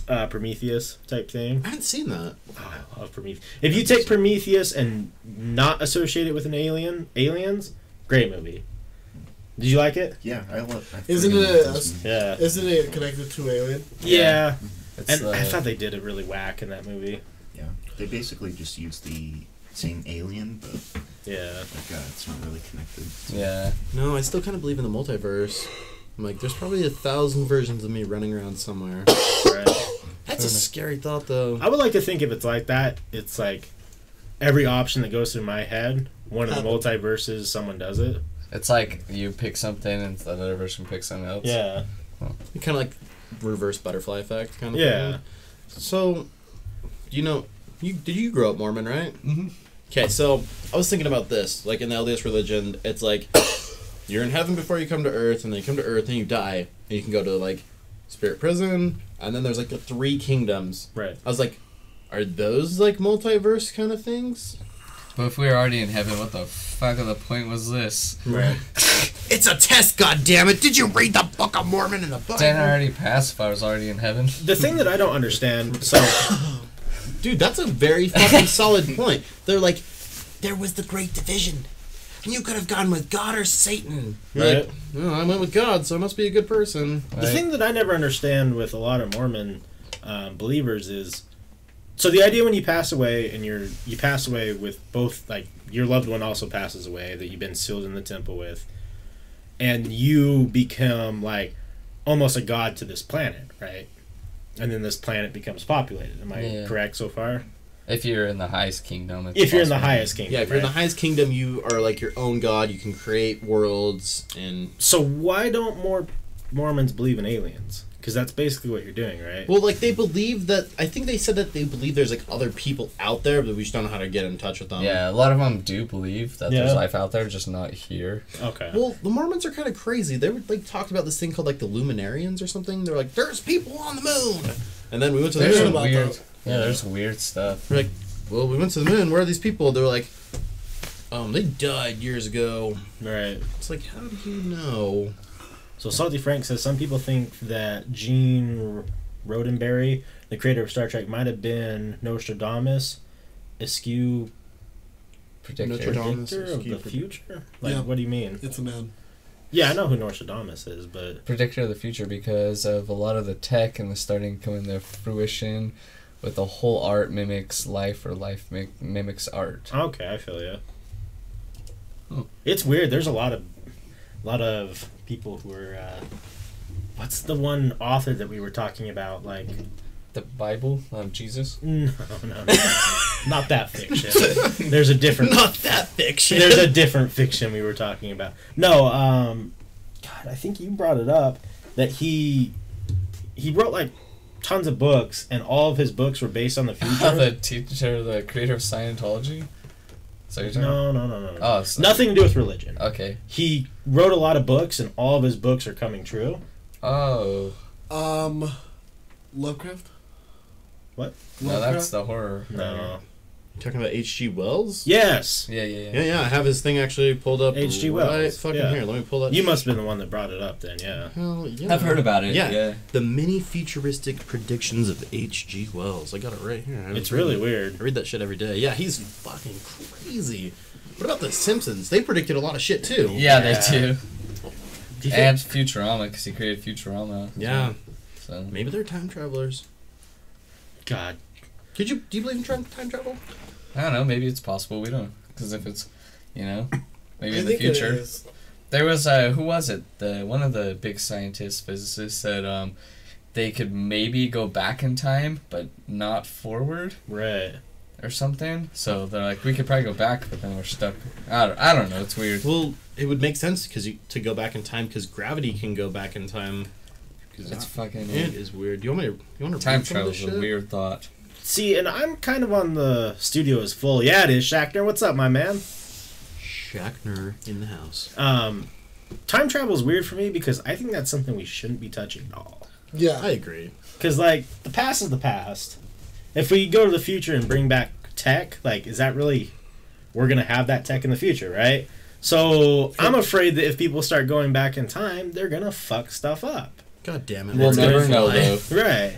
Speaker 4: uh, Prometheus type thing.
Speaker 5: I haven't seen that.
Speaker 4: Oh, I love Prometheus. If you take Prometheus and not associate it with an alien, aliens, great movie. Did you like it?
Speaker 6: Yeah, I love. I
Speaker 2: Isn't
Speaker 6: freaking
Speaker 2: it
Speaker 6: love
Speaker 2: a-
Speaker 6: those movies.
Speaker 4: Yeah.
Speaker 2: Isn't it connected to Alien?
Speaker 4: Yeah.
Speaker 3: It's,
Speaker 4: And
Speaker 3: uh,
Speaker 4: I thought they did it really whack in that movie.
Speaker 6: Yeah, they basically just use the same alien, but
Speaker 4: Yeah.
Speaker 6: like uh, it's not really connected.
Speaker 3: yeah.
Speaker 5: No, I still kind of believe in the multiverse. I'm like, there's probably a thousand versions of me running around somewhere.
Speaker 4: Right.
Speaker 5: That's a scary thought, though.
Speaker 4: I would like to think if it's like that, it's like every option that goes through my head, one of the multiverses, someone does it.
Speaker 3: It's like you pick something and the other person picks something else.
Speaker 4: Yeah.
Speaker 5: Kind of like reverse butterfly effect, kind of.
Speaker 4: Yeah.
Speaker 5: Thing. So, you know, you did you grow up Mormon, right?
Speaker 4: Mm-hmm.
Speaker 3: Mhm.
Speaker 5: Okay, so I was thinking about this. Like in the LDS religion, it's like you're in heaven before you come to earth, and then you come to earth and you die, and you can go to like spirit prison, and then there's like the three kingdoms.
Speaker 4: Right.
Speaker 5: I was like, are those like multiverse kind of things?
Speaker 3: But if we were already in heaven, what the fuck of the point was this?
Speaker 4: Right.
Speaker 5: It's a test, goddammit! Did you read the Book of Mormon in the Bible?
Speaker 3: Then I already passed if I was already in heaven.
Speaker 4: The thing that I don't understand, so
Speaker 5: Dude, that's a very fucking solid point. They're like, there was the great division. And you could have gone with God or Satan. You're
Speaker 4: Right.
Speaker 5: Like, "No, I went with God, so I must be a good person.
Speaker 4: The
Speaker 3: Right.
Speaker 4: thing that I never understand with a lot of Mormon um, believers is, so the idea when you pass away and you're you pass away with both like your loved one also passes away that you've been sealed in the temple with, and you become like almost a god to this planet, right? And then this planet becomes populated. Am I
Speaker 3: Yeah.
Speaker 4: correct so far?
Speaker 3: If you're in the highest kingdom. it's
Speaker 4: If you're in the
Speaker 3: possible.
Speaker 4: highest kingdom.
Speaker 5: Yeah, if you're in the
Speaker 4: right?
Speaker 5: highest kingdom, you are like your own god. You can create worlds, and
Speaker 4: So why don't more Mormons believe in aliens? Because that's basically what you're doing, right?
Speaker 5: well, like they believe that. I think they said that they believe there's like other people out there, but we just don't know how to get in touch with them.
Speaker 3: Yeah, a lot of them do believe that
Speaker 4: Yeah.
Speaker 3: there's life out there, just not here.
Speaker 4: okay.
Speaker 5: Well, the Mormons are kind of crazy. They were like talked about this thing called like the Luminarians or something. They're like, there's people on the moon, and then we went to the
Speaker 3: There's
Speaker 5: moon.
Speaker 3: some
Speaker 2: about
Speaker 3: weird.
Speaker 2: that.
Speaker 3: Yeah, there's weird stuff.
Speaker 5: We're like, well, we went to the moon. Where are these people? They're like, um, they died years ago.
Speaker 4: right.
Speaker 5: It's like, how do you know?
Speaker 4: So Salty Frank says some people think that Gene Roddenberry, the creator of Star Trek, might have been Nostradamus, askew
Speaker 3: Predictor.
Speaker 5: Notre Dame. Nostradamus,
Speaker 4: predictor of
Speaker 5: askew
Speaker 4: the future. Like,
Speaker 2: Yeah.
Speaker 4: what do you mean?
Speaker 2: It's a man.
Speaker 4: Yeah, I know who Nostradamus is, but
Speaker 3: Predictor of the future because of a lot of the tech and the starting coming to fruition, with the whole art mimics life or life mic- mimics art.
Speaker 4: okay, I feel you.
Speaker 3: Hmm.
Speaker 4: It's weird. There's a lot of, lot of people who are. Uh, what's the one author that we were talking about? Like,
Speaker 3: The Bible of Jesus.
Speaker 4: no, no, no, not that fiction. There's a different.
Speaker 5: Not that fiction.
Speaker 4: There's a different fiction we were talking about. No, um, God, I think you brought it up that he he wrote like tons of books, and all of his books were based on the
Speaker 3: the
Speaker 4: future.
Speaker 3: teacher, the creator of Scientology. So you're talking.
Speaker 4: no, no, no, no, no.
Speaker 3: Oh, so,
Speaker 4: Nothing to do with religion.
Speaker 3: Okay.
Speaker 4: He wrote a lot of books, and all of his books are coming true.
Speaker 3: Oh,
Speaker 2: Um, Lovecraft.
Speaker 4: What?
Speaker 3: no, that's the horror.
Speaker 4: No.
Speaker 3: Mm-hmm.
Speaker 5: talking about H.G. Wells.
Speaker 4: Yes,
Speaker 3: Yeah, yeah,
Speaker 5: Yeah,
Speaker 3: yeah.
Speaker 5: yeah, I have his thing actually pulled up.
Speaker 4: H.G.
Speaker 5: right
Speaker 4: Wells,
Speaker 5: Fucking
Speaker 4: yeah.
Speaker 5: here. Let me pull that.
Speaker 4: you must have been the one that brought it up. Then, yeah.
Speaker 3: Mm-hmm.
Speaker 5: Hell yeah.
Speaker 3: I've heard about it.
Speaker 5: Yeah.
Speaker 3: Yeah. yeah.
Speaker 5: The mini futuristic predictions of H.G. Wells. I got it right here. I was
Speaker 4: It's really
Speaker 5: reading-
Speaker 4: weird.
Speaker 5: I read that shit every day. Yeah, he's fucking crazy. What about the Simpsons? They predicted a lot of shit too.
Speaker 4: Yeah.
Speaker 3: they
Speaker 4: Do
Speaker 3: do.
Speaker 4: you think-
Speaker 3: And Futurama, because he created Futurama.
Speaker 5: Yeah.
Speaker 3: So
Speaker 5: Maybe they're time travelers.
Speaker 4: God,
Speaker 5: Could you do you believe in tra- time travel?
Speaker 3: I don't know. Maybe it's possible. We don't. Because if it's, you know, maybe
Speaker 2: I
Speaker 3: in the
Speaker 2: think it
Speaker 3: future.
Speaker 2: is.
Speaker 3: There was uh, who was it? The one of the big scientists, physicists said um, they could maybe go back in time, but not forward
Speaker 4: right?
Speaker 3: or something. So they're like, we could probably go back, but then we're stuck. I don't, I don't know. It's weird.
Speaker 5: Well, it would make sense because you to go back in time because gravity can go back in time. 'Cause
Speaker 3: It's
Speaker 5: I-
Speaker 3: fucking
Speaker 5: it is weird. Do you want me to? You want to
Speaker 3: time
Speaker 5: read some of
Speaker 3: travel's
Speaker 5: this
Speaker 3: a
Speaker 5: shit?
Speaker 3: weird thought.
Speaker 4: See, and I'm kind of on the studio is full. Yeah, it is. Shackner, what's up, my man?
Speaker 5: Shackner in the house.
Speaker 4: Um, time travel is weird for me because I think that's something we shouldn't be touching at all.
Speaker 5: I
Speaker 2: Yeah.
Speaker 5: agree.
Speaker 4: Because like the past is the past. If we go to the future and bring back tech, like is that really we're gonna have that tech in the future, right? So I'm afraid that if people start going back in time, they're gonna fuck stuff up.
Speaker 5: God damn it.
Speaker 3: We'll
Speaker 5: It's
Speaker 3: never
Speaker 5: gonna
Speaker 3: know
Speaker 5: fly.
Speaker 3: though.
Speaker 4: Right.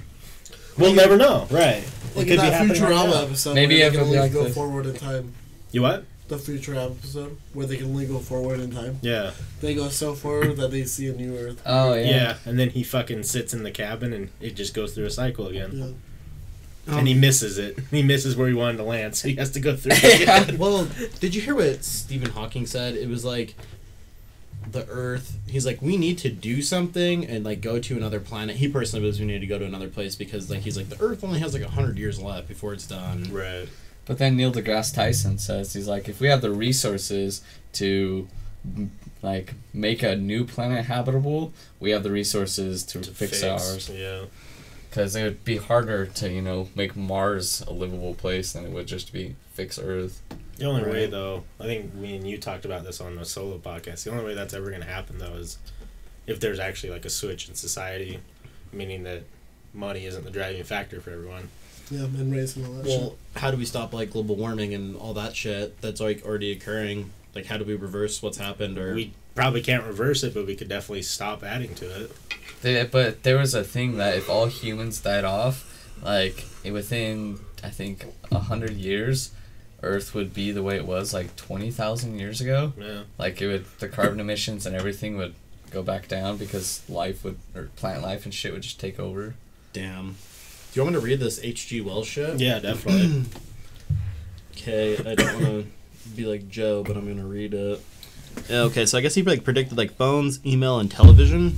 Speaker 4: We'll never know. Right.
Speaker 2: Like in that
Speaker 4: happening right
Speaker 2: Futurama
Speaker 4: now.
Speaker 2: episode.
Speaker 3: Maybe
Speaker 2: where
Speaker 3: it
Speaker 2: they can
Speaker 3: could be
Speaker 2: only
Speaker 3: like
Speaker 2: go
Speaker 3: this.
Speaker 2: forward in time.
Speaker 4: You what?
Speaker 2: The Futurama episode where they can only go forward in time.
Speaker 4: Yeah.
Speaker 2: They go so forward that they see a new Earth.
Speaker 3: Oh
Speaker 4: yeah.
Speaker 3: yeah.
Speaker 4: And then he fucking sits in the cabin and it just goes through a cycle again.
Speaker 2: Yeah.
Speaker 4: And he
Speaker 3: Oh.
Speaker 4: misses it. He misses where he wanted to land, so he has to go through it again.
Speaker 5: Well, did you hear what Stephen Hawking said? It was like the Earth. He's like, we need to do something and like go to another planet. He personally believes we need to go to another place because like he's like the Earth only has like hundred years left before it's done.
Speaker 4: right.
Speaker 3: But then Neil deGrasse Tyson says he's like, if we have the resources to m- like make a new planet habitable, we have the resources to, fix, ours.
Speaker 4: Yeah.
Speaker 3: Because it would be harder to you know make Mars a livable place than it would just be fix Earth.
Speaker 4: The only way,
Speaker 3: Right.
Speaker 4: though, I think we and you talked about this on the solo podcast. The only way that's ever going to happen, though, is if there's actually like a switch in society, meaning that money isn't the driving factor for everyone.
Speaker 2: Yeah, and raising all that shit.
Speaker 5: Well, how do we stop like global warming and all that shit that's like already occurring? Like, how do we reverse what's happened? Or
Speaker 4: We probably can't reverse it, but we could definitely stop adding to it.
Speaker 3: There, but there was a thing that if all humans died off, like i- within I think a hundred years, Earth would be the way it was like twenty thousand years ago.
Speaker 4: Yeah.
Speaker 3: like it would the carbon emissions and everything would go back down because life would or plant life and shit would just take over.
Speaker 5: damn, do you want me to read this H.G. Wells shit?
Speaker 4: Yeah, definitely.
Speaker 5: Okay, I don't want to be like Joe, but I'm gonna read it. Okay, so I guess he like predicted like phones, email, and television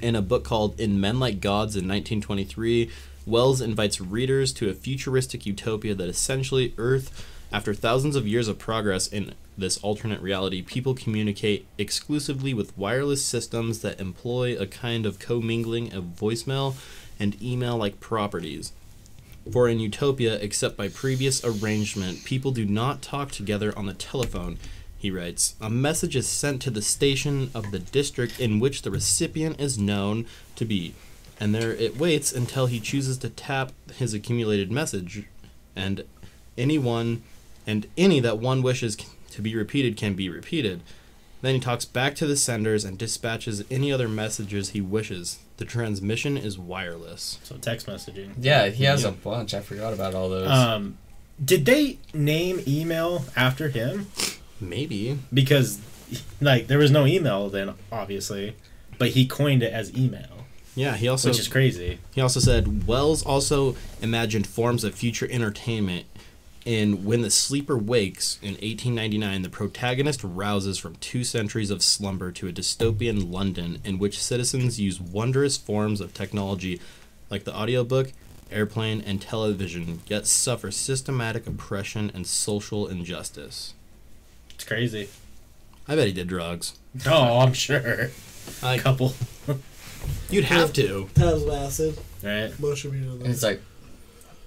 Speaker 5: in a book called "In Men Like Gods" in 1923. Wells invites readers to a futuristic utopia that essentially Earth, after thousands of years of progress in this alternate reality, people communicate exclusively with wireless systems that employ a kind of commingling of voicemail and email like properties. For in Utopia, except by previous arrangement, people do not talk together on the telephone. He writes A message is sent to the station of the district in which the recipient is known to be, and there it waits until he chooses to tap his accumulated message, and anyone and any that one wishes c- to be repeated can be repeated. Then he talks back to the senders and dispatches any other messages he wishes. The transmission is wireless.
Speaker 4: So text messaging.
Speaker 3: Yeah, he has
Speaker 5: Yeah.
Speaker 3: a bunch. I forgot about all those.
Speaker 4: Um, did they name email after him?
Speaker 5: Maybe.
Speaker 4: Because like there was no email then, obviously, but he coined it as email,
Speaker 5: Yeah, he also
Speaker 4: which is crazy.
Speaker 5: He also said Wells also imagined forms of future entertainment. In When the Sleeper Wakes in 1899, the protagonist rouses from two centuries of slumber to a dystopian London in which citizens use wondrous forms of technology like the audiobook, airplane, and television, yet suffer systematic oppression and social injustice.
Speaker 4: It's crazy.
Speaker 5: I bet he did drugs.
Speaker 4: Oh, I'm sure. A
Speaker 5: Like,
Speaker 4: couple,
Speaker 5: you'd have to.
Speaker 2: Paddles of acid,
Speaker 4: right?
Speaker 2: mushroom eater.
Speaker 3: and it's like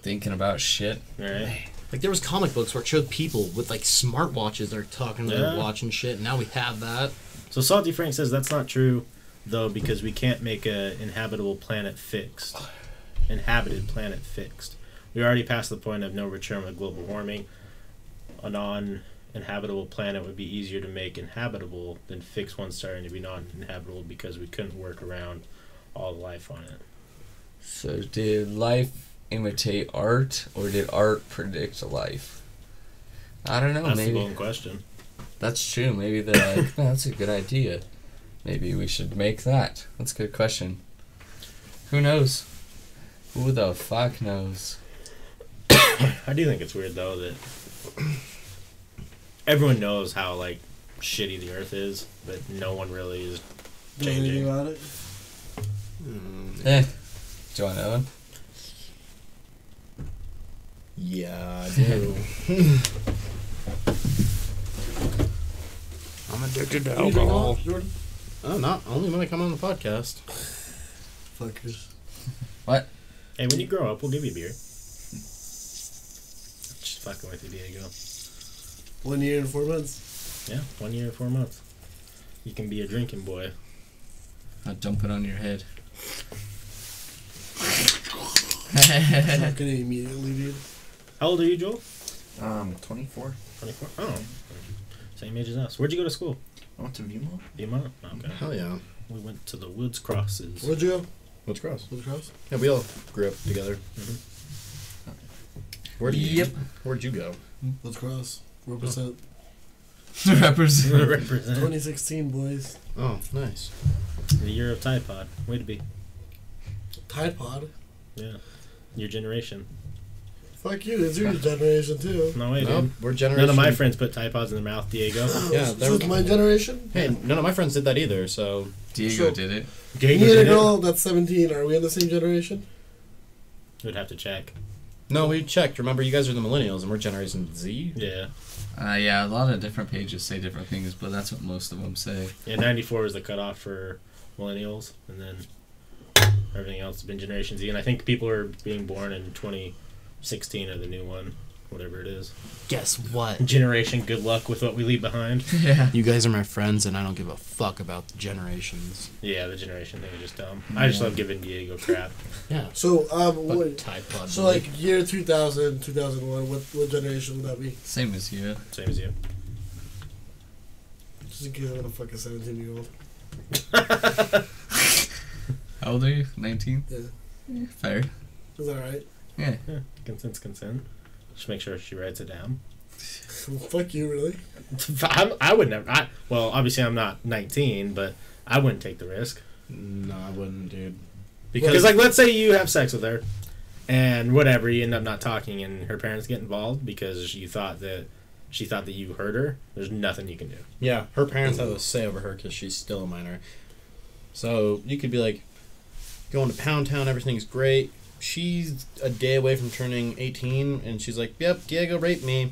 Speaker 3: thinking about shit.
Speaker 4: Right.
Speaker 5: Like there was comic books where it showed people with like smartwatches that are talking to
Speaker 4: Yeah.
Speaker 5: their watch and shit. And now we have that.
Speaker 4: So Salty Frank says that's not true, though, because we can't make a inhabitable planet fixed, inhabited planet fixed. We already passed the point of no return with global warming. A non-inhabitable planet would be easier to make inhabitable than fix one starting to be non-inhabitable because we couldn't work around all the life on it.
Speaker 3: So did life imitate art, or did art predict life? I don't know.
Speaker 4: That's the
Speaker 3: Oh, maybe
Speaker 4: golden question.
Speaker 3: that's true. Maybe they're like, "Man, that's a good idea. Maybe we should make that. That's a good question. Who knows? Who the fuck knows?
Speaker 4: I do think it's weird though that everyone knows how like shitty the Earth is, but no one really is
Speaker 2: Do anything
Speaker 4: changing.
Speaker 2: about it?
Speaker 3: Eh. Do I know him?
Speaker 5: Yeah, I do. I'm addicted to alcohol. Jordan? Oh, not only when I come on the podcast.
Speaker 2: Fuckers.
Speaker 4: Hey, when you grow up, we'll give you beer. Just fucking with you, Diego.
Speaker 2: One year and four months.
Speaker 4: Yeah, one year and four months. You can be a drinking boy.
Speaker 3: I'll dump it on your head.
Speaker 2: I'm not gonna immediately, dude.
Speaker 4: How old are you, Joel?
Speaker 6: Um, 24.
Speaker 4: 24. Oh, same age as us. Where'd you go to school?
Speaker 6: I went to Vimo.
Speaker 4: Beaumont? Okay.
Speaker 5: Hell yeah.
Speaker 4: We went to the Woods Crosses.
Speaker 2: Where'd you go?
Speaker 5: Let's cross.
Speaker 2: Blue Cross.
Speaker 5: Yeah, we all grew up together. Where did
Speaker 3: Yep.
Speaker 5: you? Where'd you go?
Speaker 4: Hmm?
Speaker 2: Let's cross. Represent.
Speaker 3: Represent.
Speaker 4: Represent
Speaker 2: 2016, boys.
Speaker 5: Oh, nice.
Speaker 4: the year of Tide Pod. Way to be.
Speaker 2: Tide Pod.
Speaker 4: Yeah. Your generation.
Speaker 2: Fuck you. It's your generation too.
Speaker 4: No way,
Speaker 5: Nope,
Speaker 4: dude.
Speaker 5: we're generation.
Speaker 4: None of my friends put Tide Pods in their mouth, Diego.
Speaker 5: Yeah,
Speaker 2: So
Speaker 5: there
Speaker 2: it's my generation.
Speaker 5: Hey, none of my friends did that either. So
Speaker 3: Diego
Speaker 2: So-
Speaker 3: did it.
Speaker 4: Diego
Speaker 2: Me and a
Speaker 4: did it.
Speaker 2: girl that's 17. Are we in the same generation?
Speaker 4: Would have to check.
Speaker 5: no, we checked. Remember, you guys are the millennials, and we're Generation Z.
Speaker 4: Yeah.
Speaker 3: Uh, yeah, a lot of different pages say different things, but that's what most of them say.
Speaker 4: Yeah, 94 was the cutoff for millennials, and then everything else has been Generation Z. And I think people are being born in 2016 or the new one, whatever it is.
Speaker 5: Guess what?
Speaker 4: Generation, good luck with what we leave behind.
Speaker 3: Yeah.
Speaker 5: You guys are my friends, and I don't give a fuck about the generations.
Speaker 4: yeah, the generation thing is just dumb. I just love giving Diego crap.
Speaker 5: Yeah.
Speaker 2: So um, what,
Speaker 5: Tide Pod.
Speaker 2: so like year 2000, 2001. What what generation would that be?
Speaker 3: Same as you.
Speaker 4: Same as you.
Speaker 2: Just in case I'm a fucking 17 year old.
Speaker 3: How old are you? 19?
Speaker 2: Yeah.
Speaker 3: Yeah, fair.
Speaker 2: Is that alright?
Speaker 3: Yeah.
Speaker 4: Yeah, consent's consent. Just make sure she writes it down.
Speaker 2: Well, fuck you, really.
Speaker 4: I'm, I would never. I, well, obviously, I'm not 19, but I wouldn't take the risk.
Speaker 5: No, I wouldn't, dude.
Speaker 4: Because, like, let's say you have sex with her, and whatever, you end up not talking, and her parents get involved because you thought that she thought that you hurt her. There's nothing you can do.
Speaker 5: Yeah, her parents have a say over her because she's still a minor. So you could be like, going to Pound Town, everything's great. she's a day away from turning 18, and she's like, yep, Diego raped me.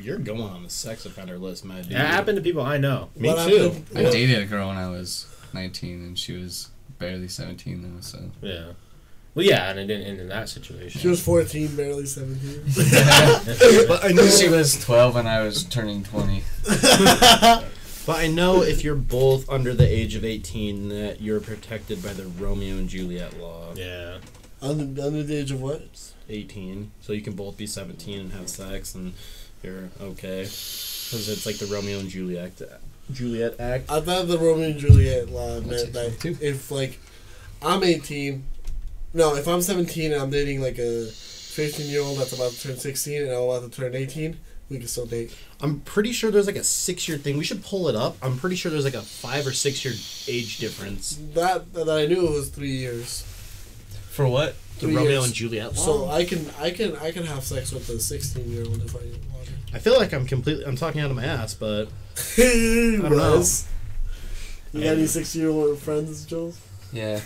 Speaker 5: You're going on the sex offender list, my dude.
Speaker 4: That happened to people I know.
Speaker 5: Me
Speaker 2: What
Speaker 5: too.
Speaker 2: happened-
Speaker 3: I
Speaker 2: what-
Speaker 3: dated a girl when I was 19, and she was barely 17 though, so.
Speaker 4: Yeah. Well, yeah, and it didn't end in that situation.
Speaker 2: She was 14, barely 17.
Speaker 3: but I knew she was 12 and I was turning 20.
Speaker 5: But I know if you're both under the age of 18 that you're protected by the Romeo and Juliet law.
Speaker 4: yeah.
Speaker 2: under, under the age of what?
Speaker 5: 18. So you can both be 17 and have sex and you're okay. Cuz it's like the Romeo and Juliet uh, Juliet Act.
Speaker 2: I thought the Romeo and Juliet law meant
Speaker 3: That's
Speaker 2: that
Speaker 3: too.
Speaker 2: if like I'm 18, no, if I'm 17 and I'm dating like a 15 year old that's about to turn 16 and I'm about to turn 18, we can still date.
Speaker 5: I'm pretty sure there's like a 6-year thing. We should pull it up. I'm pretty sure there's like a 5 or 6-year age difference.
Speaker 2: That that I knew it was three years.
Speaker 3: For what?
Speaker 5: The
Speaker 2: Three
Speaker 5: Romeo
Speaker 2: years.
Speaker 5: and Juliet law.
Speaker 2: So I can I can I can have sex with a 16 year old if I want
Speaker 5: I feel like I'm completely I'm talking out of my ass, but
Speaker 2: to.
Speaker 5: I don't know.
Speaker 2: Russ, You got any 16 year old friends, Joel?
Speaker 3: Yeah.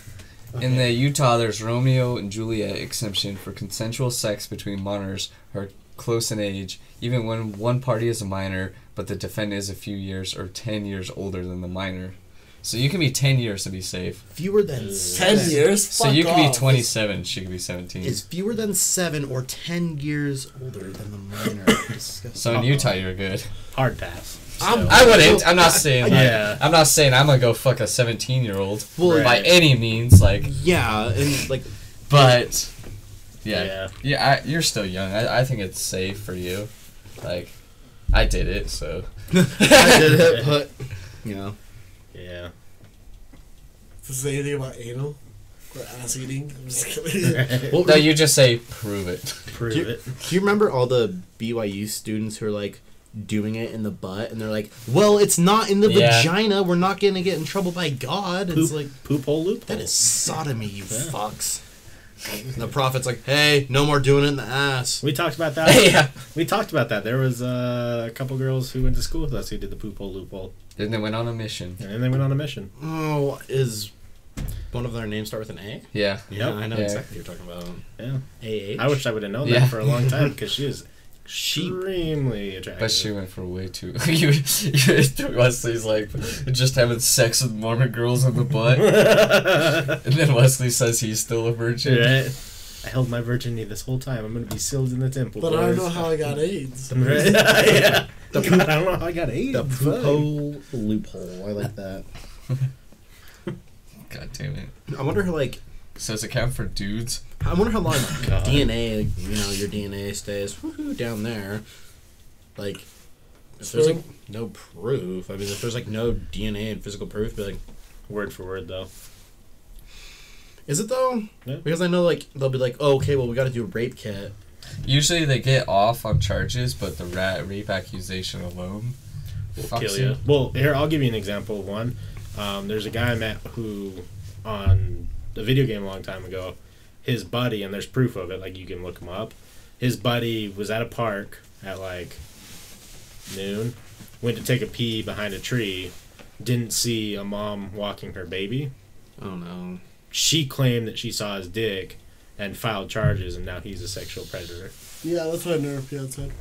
Speaker 3: In the Utah, there's Romeo and Juliet exemption for consensual sex between minors who are close in age, even when one party is a minor, but the defendant is a few years or 10 years older than the minor. So you can be 10 years to be safe.
Speaker 5: fewer than
Speaker 2: 10 years?
Speaker 3: So
Speaker 2: Fuck
Speaker 3: you could
Speaker 2: off.
Speaker 3: be 27, she could be 17.
Speaker 5: is fewer than seven or ten years older than the minor. Disgusting.
Speaker 3: so in Utah, you're good.
Speaker 4: Hard pass.
Speaker 5: I'm-
Speaker 3: I wouldn't. I'm not saying. Like,
Speaker 4: Yeah.
Speaker 3: I'm not saying I'm gonna go fuck a 17 year old
Speaker 5: Well,
Speaker 3: by
Speaker 4: Right.
Speaker 3: any means. Like,
Speaker 5: yeah, and like
Speaker 3: but yeah,
Speaker 4: Yeah.
Speaker 3: yeah, I, you're still young. I, I think it's safe for you. Like, I did it, so
Speaker 5: I did it, but you know,
Speaker 4: Yeah.
Speaker 2: Does it say anything about anal? Or ass eating? I'm just kidding.
Speaker 5: well,
Speaker 3: no. You just say prove it.
Speaker 4: Prove
Speaker 5: do, you,
Speaker 4: it.
Speaker 5: do you remember all the BYU students who are like doing it in the butt, and they're like, "Well, it's not in the
Speaker 3: Yeah.
Speaker 5: vagina. We're not gonna get in trouble by God." And it's
Speaker 4: Poop-
Speaker 5: like
Speaker 4: Poop hole loop.
Speaker 5: that is sodomy, you fucks. And the prophet's like, "Hey, no more doing it in the ass."
Speaker 4: We talked about that.
Speaker 3: yeah.
Speaker 4: We talked about that. There was uh, a couple girls who went to school with us who did the poop hole loophole,
Speaker 3: Then they went on a mission.
Speaker 4: and they went on a mission.
Speaker 5: Oh, is one of their names start with an A?
Speaker 3: Yeah.
Speaker 5: Yeah, I know
Speaker 3: Yeah.
Speaker 5: exactly what you're talking about.
Speaker 4: Yeah.
Speaker 5: A.
Speaker 4: I wish I would have known
Speaker 3: Yeah.
Speaker 4: that for a long time because she was
Speaker 5: she
Speaker 4: extremely attractive.
Speaker 3: But she went for way too. you, you, Wesley's like just having sex with Mormon girls in the butt, and then Wesley says he's still a virgin.
Speaker 4: Right? I held my virginity this whole time. I'm gonna be sealed in the temple.
Speaker 2: but I don't
Speaker 4: boys.
Speaker 2: know how I got AIDS.
Speaker 4: Right? yeah. God, I don't know how I got AIDS.
Speaker 5: The
Speaker 4: but-
Speaker 5: loophole, loophole. I like that.
Speaker 3: God damn it.
Speaker 5: I wonder how like
Speaker 3: So does it count for dudes?
Speaker 5: I wonder how long DNA you know your DNA stays woohoo, down there. Like if there's like no proof. I mean, if there's like no DNA and physical proof, be like,
Speaker 4: Word for word though.
Speaker 5: is it though?
Speaker 4: Yeah.
Speaker 5: Because I know like they'll be like, oh okay, well we got to do a rape kit.
Speaker 3: Usually they get off on charges, but the rat rape accusation alone will
Speaker 4: kill you. Well, here I'll give you an example of one. Um, there's a guy I met who, on a video game a long time ago, his buddy, and there's proof of it. Like you can look him up. His buddy was at a park at like noon, went to take a pee behind a tree, didn't see a mom walking her baby.
Speaker 5: I don't know.
Speaker 4: She claimed that she saw his dick and filed charges, and now he's a sexual predator.
Speaker 2: Yeah, that's what Nerf yeah, said.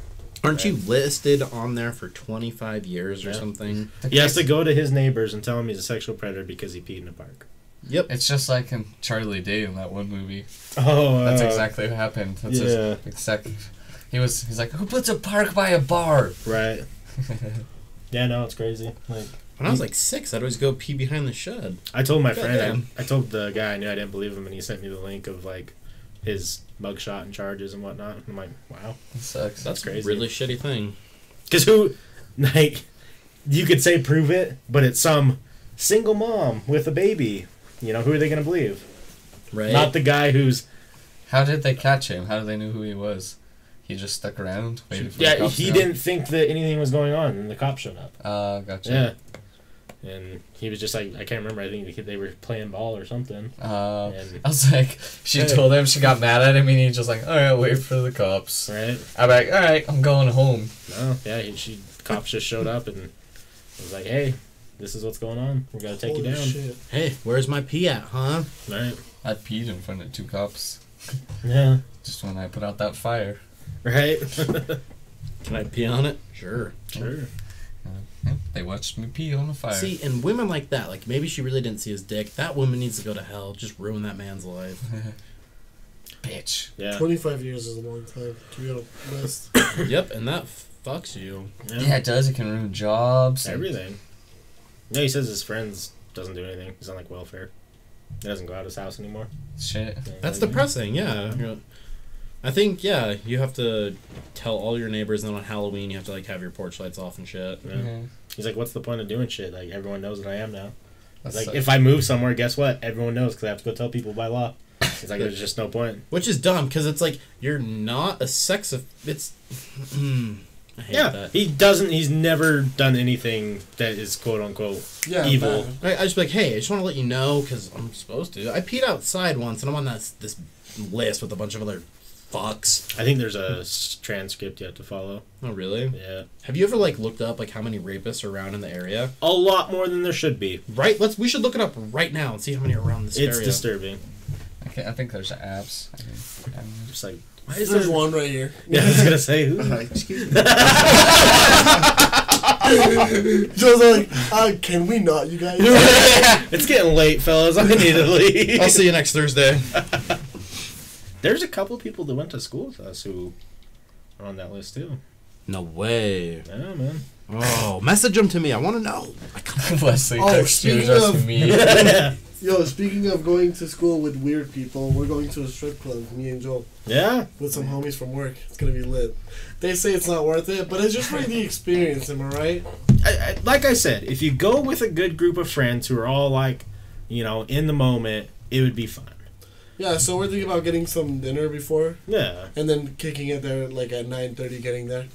Speaker 5: Aren't you listed on there for 25 years or
Speaker 4: Yeah.
Speaker 5: something?
Speaker 4: He has to go to his neighbors and tell him he's a sexual predator because he peed in a park.
Speaker 5: Yep.
Speaker 3: It's just like in Charlie Day in that one movie.
Speaker 4: Oh,
Speaker 3: That's exactly what happened. That's his
Speaker 4: yeah.
Speaker 3: exact. He was. He's like, who puts a park by a bar?
Speaker 4: Right. yeah, no, it's crazy. Like
Speaker 5: When I was like six, I'd always go pee behind the shed.
Speaker 4: I told my
Speaker 5: God
Speaker 4: friend,
Speaker 5: damn.
Speaker 4: I, I told the guy I knew I didn't believe him, and he sent me the link of like his mugshot and charges and whatnot. I'm like, wow,
Speaker 3: It sucks.
Speaker 4: that's crazy.
Speaker 5: Really shitty thing.
Speaker 4: Because who, like, you could say prove it, but it's some single mom with a baby. You know, who are they gonna believe?
Speaker 5: Right.
Speaker 4: Not the guy who's
Speaker 3: How did they catch him? How did they know who he was? He just stuck around, waited for the
Speaker 4: yeah.
Speaker 3: cops
Speaker 4: He
Speaker 3: to come?
Speaker 4: didn't think that anything was going on, and the cops showed up.
Speaker 3: Uh, gotcha.
Speaker 4: Yeah. And he was just like, I can't remember. I think they were playing ball or something.
Speaker 3: Uh,
Speaker 4: And-
Speaker 3: I was like, she
Speaker 4: Hey.
Speaker 3: told him she got mad at him, and he just like, all right, wait for the cops.
Speaker 4: Right?
Speaker 3: I'm like, all right, I'm going home.
Speaker 4: No, yeah, he, she cops just showed up and was like, "Hey, this is what's going on. We're gonna take
Speaker 2: Holy
Speaker 4: you down."
Speaker 2: shit.
Speaker 5: hey, where's my pee at, huh?
Speaker 4: Right?
Speaker 3: I peed in front of two cops.
Speaker 4: Yeah.
Speaker 3: Just when I put out that fire.
Speaker 4: Right?
Speaker 5: Can I pee on it? Sure.
Speaker 4: sure.
Speaker 3: Yep, they watched me pee on the fire.
Speaker 5: See, and women like that, like maybe she really didn't see his dick. That woman needs to go to hell. Just ruin that man's life.
Speaker 3: bitch.
Speaker 4: Yeah.
Speaker 2: 25 years is a long time to be on a list.
Speaker 5: yep, and that fucks you.
Speaker 4: Yeah.
Speaker 3: Yeah, it does. It can ruin jobs. and-
Speaker 4: Everything. No, he says his friends doesn't do anything. He's on like welfare. He doesn't go out of his house anymore.
Speaker 3: Shit.
Speaker 5: That's depressing. Yeah. You're- I think yeah, you have to tell all your neighbors, and then on Halloween you have to like have your porch lights off and shit.
Speaker 4: Yeah.
Speaker 3: Yeah.
Speaker 4: He's like, what's the point of doing shit? Like everyone knows that I am now.
Speaker 3: That's
Speaker 4: like
Speaker 3: so-
Speaker 4: if I move somewhere, guess what? Everyone knows because I have to go tell people by law. It's like there's just no point.
Speaker 5: Which is dumb because it's like you're not a sex. Of, it's I hate
Speaker 4: Yeah,
Speaker 5: that.
Speaker 4: he doesn't. He's never done anything that is quote unquote
Speaker 3: Yeah,
Speaker 4: evil.
Speaker 3: bad.
Speaker 5: I, I just be like, hey, I just want to let you know because I'm supposed to. I peed outside once, and I'm on that this list with a bunch of other fucks.
Speaker 4: I think there's a s- transcript you have to follow.
Speaker 5: Oh really?
Speaker 4: Yeah,
Speaker 5: Have you ever like looked up like how many rapists are around in the area?
Speaker 4: a lot more than there should be.
Speaker 5: Right. Let's. We should look it up right now and see how many are around this
Speaker 4: It's
Speaker 5: area.
Speaker 4: disturbing.
Speaker 3: Okay, I think there's apps. I can, I'm
Speaker 4: Just like why is
Speaker 2: There's
Speaker 4: there?
Speaker 2: one right here.
Speaker 4: Yeah, I was gonna say who?
Speaker 6: Uh, excuse me.
Speaker 2: Joe's like, uh, can we not, you guys?
Speaker 4: It's getting late, fellas. I need to leave.
Speaker 5: I'll see you next Thursday.
Speaker 4: There's a couple people that went to school with us who are on that list too.
Speaker 5: No way.
Speaker 4: Yeah, man.
Speaker 5: Oh, message them to me. I want to know. I gotta-
Speaker 3: Wesley
Speaker 2: Oh,
Speaker 3: texts you
Speaker 2: speaking
Speaker 3: um, just
Speaker 2: of-
Speaker 3: me.
Speaker 2: Yo, speaking of going to school with weird people, we're going to a strip club, me and Joel,
Speaker 4: Yeah,
Speaker 2: with some homies from work. It's gonna be lit. They say it's not worth it, but it's just for the experience, am I right?
Speaker 4: I, I, like I said, if you go with a good group of friends who are all like, you know, in the moment, it would be fun.
Speaker 2: Yeah, so we're thinking about getting some dinner before,
Speaker 4: Yeah,
Speaker 2: and then kicking it there like at 9.30 getting there.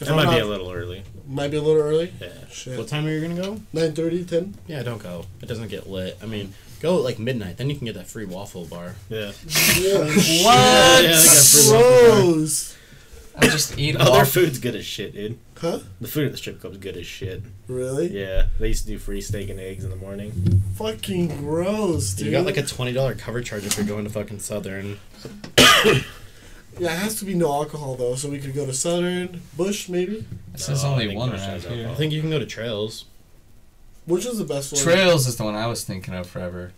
Speaker 2: If
Speaker 4: that
Speaker 2: I'm
Speaker 4: might be
Speaker 2: not-
Speaker 4: a little early.
Speaker 2: Might be a little early.
Speaker 4: Yeah.
Speaker 2: Shit.
Speaker 5: What time are you gonna go?
Speaker 2: 9.30, 10?
Speaker 5: Yeah, don't go. It doesn't get lit. I mean, go at like midnight. Then you can get that free waffle bar.
Speaker 4: Yeah.
Speaker 2: What?
Speaker 4: Yeah, they got free
Speaker 2: Gross.
Speaker 3: I just eat
Speaker 4: Oh,
Speaker 3: all
Speaker 4: their food's good as shit, dude.
Speaker 2: Huh?
Speaker 4: The food at the strip club's good as shit.
Speaker 2: Really?
Speaker 4: Yeah, they used to do free steak and eggs in the morning.
Speaker 2: Fucking gross, dude.
Speaker 5: You got like a twenty dollar cover charge if you're going to fucking Southern.
Speaker 2: yeah, it has to be no alcohol though, so we could go to Southern Bush maybe,
Speaker 3: This is
Speaker 4: No, I
Speaker 3: only
Speaker 4: think
Speaker 3: one
Speaker 4: Bush
Speaker 3: around
Speaker 4: has
Speaker 3: here.
Speaker 5: I think you can go to Trails.
Speaker 2: which is the best one.
Speaker 3: Trails is the one I was thinking of forever.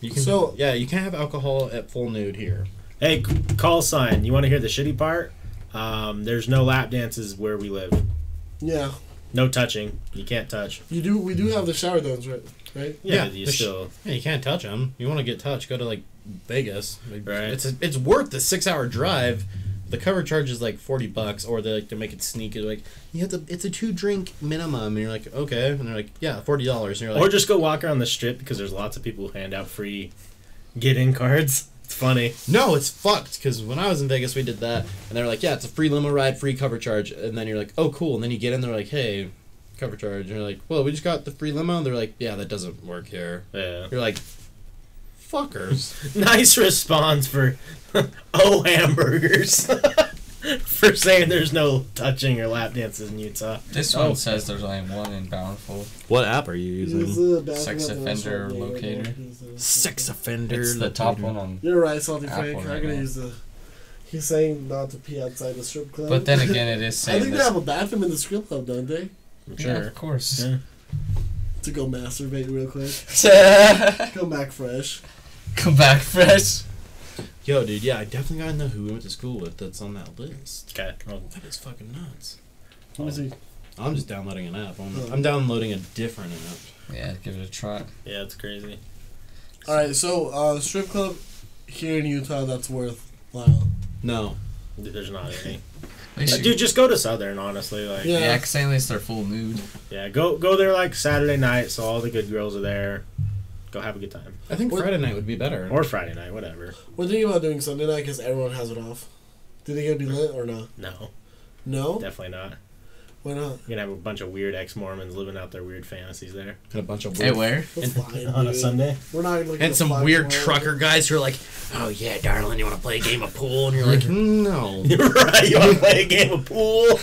Speaker 5: You can.
Speaker 2: So-
Speaker 5: yeah, you can have alcohol at full nude here.
Speaker 4: Hey, c- call sign. You want to hear the shitty part? Um, there's no lap dances where we live.
Speaker 2: Yeah,
Speaker 4: No touching. You can't touch.
Speaker 2: you do. We do have the shower domes, right? Right.
Speaker 4: Yeah,
Speaker 5: Yeah,
Speaker 4: you
Speaker 5: the sh-
Speaker 4: still.
Speaker 5: Yeah, you can't touch them. You want to get touched? Go to like Vegas. Like,
Speaker 4: Right.
Speaker 5: It's a, it's worth the six hour drive. The cover charge is like forty bucks, or they like to make it sneak. It's like you have to. It's a two drink minimum, and you're like okay, and they're like yeah, forty dollars, and you're like
Speaker 4: Or just go walk around the strip because there's lots of people who hand out free get in cards. It's funny.
Speaker 5: No, it's fucked. Because when I was in Vegas, we did that, and they were like, "Yeah, it's a free limo ride, free cover charge." And then you're like, "Oh, cool." And then you get in, they're like, "Hey, cover charge." And you're like, "Well, we just got the free limo." And they're like, "Yeah, that doesn't work here."
Speaker 4: Yeah.
Speaker 5: You're like, "Fuckers."
Speaker 4: Nice response for oh hamburgers for saying there's no touching or lap dances in Utah.
Speaker 3: This one says there's only one in Bountiful.
Speaker 5: what app are you using?
Speaker 2: Sex
Speaker 3: offender locator.
Speaker 5: Sex offender.
Speaker 3: It's the top one on.
Speaker 2: You're right, Salty
Speaker 3: Apple
Speaker 2: Frank.
Speaker 3: right
Speaker 2: I'm gonna
Speaker 3: now.
Speaker 2: use the. He's saying not to pee outside the strip club.
Speaker 3: But then again, it is
Speaker 2: I
Speaker 3: saying
Speaker 2: think they
Speaker 3: this-
Speaker 2: have a bathroom in the strip club, don't they?
Speaker 4: I'm
Speaker 3: Yeah,
Speaker 4: sure.
Speaker 3: of course.
Speaker 4: Yeah.
Speaker 2: To go masturbate real quick. Come back fresh.
Speaker 3: Come back fresh.
Speaker 5: Yo, dude. Yeah, I definitely gotta know who we went to school with. That's on that list.
Speaker 4: Okay. Well,
Speaker 5: That is fucking nuts.
Speaker 2: Let me see.
Speaker 5: I'm just downloading an app. I'm,
Speaker 2: Oh.
Speaker 5: I'm downloading a different app.
Speaker 3: Yeah, give it a try.
Speaker 4: yeah, it's crazy.
Speaker 2: All right, so uh, strip club here in Utah that's worth while.
Speaker 5: No.
Speaker 4: There's not any.
Speaker 3: They
Speaker 4: Uh,
Speaker 3: should-
Speaker 4: Dude, just go to Southern. Honestly, like yeah.
Speaker 2: Yeah.
Speaker 3: yeah, because at least they're full nude.
Speaker 4: go go there like Saturday night, so all the good girls are there. Go have a good time,
Speaker 5: I think
Speaker 2: Or-
Speaker 5: Friday night would be better.
Speaker 4: or Friday night, whatever.
Speaker 2: We're thinking about doing Sunday night because everyone has it off. Do they gonna be lit or not?
Speaker 4: No,
Speaker 2: No.
Speaker 4: definitely not.
Speaker 2: Why not?
Speaker 4: You're gonna have a bunch of weird ex Mormons living out their weird fantasies there
Speaker 5: and a bunch of
Speaker 3: Hey, where?
Speaker 2: That's fine,
Speaker 4: on a
Speaker 2: dude.
Speaker 4: Sunday.
Speaker 2: We're not looking
Speaker 5: and
Speaker 2: to
Speaker 5: some
Speaker 2: fuck
Speaker 5: weird
Speaker 2: tomorrow.
Speaker 5: trucker guys who are like, "Oh yeah, darling, you want to play a game of pool?" And you're like, Mm, "No."
Speaker 4: right, you want to play a game of pool?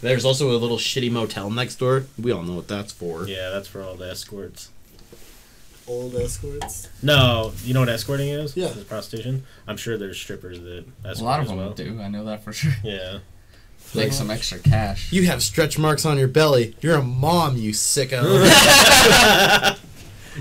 Speaker 5: There's also a little shitty motel next door. We all know what that's for.
Speaker 4: yeah, that's for all the escorts.
Speaker 2: old escorts.
Speaker 4: No, you know what escorting is?
Speaker 2: Yeah.
Speaker 4: It's prostitution. I'm sure there's strippers that escort
Speaker 3: A lot of
Speaker 4: as
Speaker 3: them
Speaker 4: well.
Speaker 3: do. I know that for sure.
Speaker 4: Yeah.
Speaker 3: Make some extra cash.
Speaker 5: You have stretch marks on your belly. You're a mom, you sicko.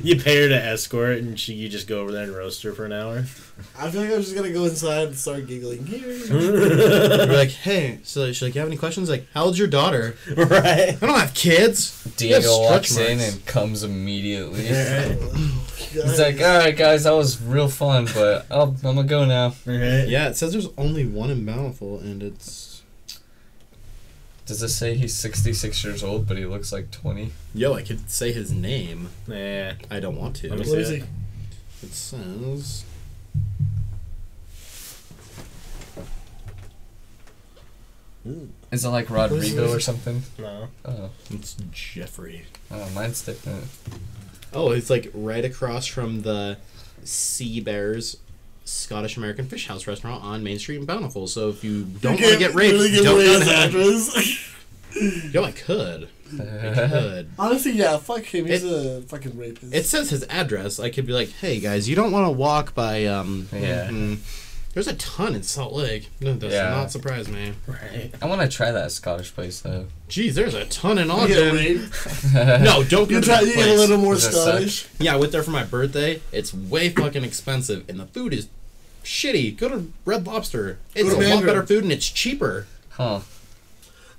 Speaker 4: You pay her to escort, and she you just go over there and roast her for an hour.
Speaker 2: I feel like I'm just gonna go inside and start giggling. Here.
Speaker 5: We're like, hey, so she's like, you have any questions? Like, how old's your daughter?
Speaker 4: right.
Speaker 5: I don't have kids. You
Speaker 3: Diego
Speaker 5: have
Speaker 3: walks
Speaker 5: stretch
Speaker 3: in
Speaker 5: marks.
Speaker 3: and comes immediately.
Speaker 2: Guys,
Speaker 3: He's like, uh, all right, guys, that was real fun, but I'll, I'm gonna go now.
Speaker 4: Right.
Speaker 5: Yeah, it says there's only one in Bountiful, and it's
Speaker 3: Does it say he's 66 years old, but he looks like 20?
Speaker 5: yo. I could say his name.
Speaker 4: Yeah.
Speaker 5: I don't want to.
Speaker 4: Let me
Speaker 2: what is
Speaker 4: see
Speaker 2: he?
Speaker 4: it.
Speaker 5: It says.
Speaker 3: Is it like Rodrigo or something?
Speaker 4: No.
Speaker 3: Oh,
Speaker 5: It's Jeffrey.
Speaker 3: oh mine's different.
Speaker 5: Oh, it's like right across from the Sea Bears Scottish American Fish House restaurant on Main Street in Bountiful. So if you don't want to
Speaker 2: can't
Speaker 5: get raped,
Speaker 2: really give
Speaker 5: don't
Speaker 2: away
Speaker 5: do
Speaker 2: his
Speaker 5: that.
Speaker 2: address.
Speaker 5: Yo, I could. I could.
Speaker 2: Honestly, yeah, fuck him. He's
Speaker 5: It-
Speaker 2: a fucking rapist.
Speaker 5: It says his address. I could be like, hey guys, you don't want to walk by. um
Speaker 3: Yeah.
Speaker 5: mm, There's a ton in Salt Lake. No, does
Speaker 3: Yeah.
Speaker 5: not surprise me.
Speaker 4: Right.
Speaker 3: I want to try that Scottish place though.
Speaker 5: Geez, there's a ton in
Speaker 2: You get
Speaker 5: Ogden.
Speaker 2: raped.
Speaker 5: No, don't go
Speaker 2: You
Speaker 5: to
Speaker 2: try.
Speaker 5: that
Speaker 2: You get a
Speaker 5: place.
Speaker 2: little more
Speaker 3: Does that
Speaker 2: Scottish.
Speaker 5: Yeah, I went there for my birthday. It's way fucking expensive, and the food is shitty. Go to Red Lobster. It's
Speaker 2: Go
Speaker 5: a
Speaker 2: to
Speaker 5: lot
Speaker 2: Mandarin.
Speaker 5: better food, and it's cheaper.
Speaker 3: Huh?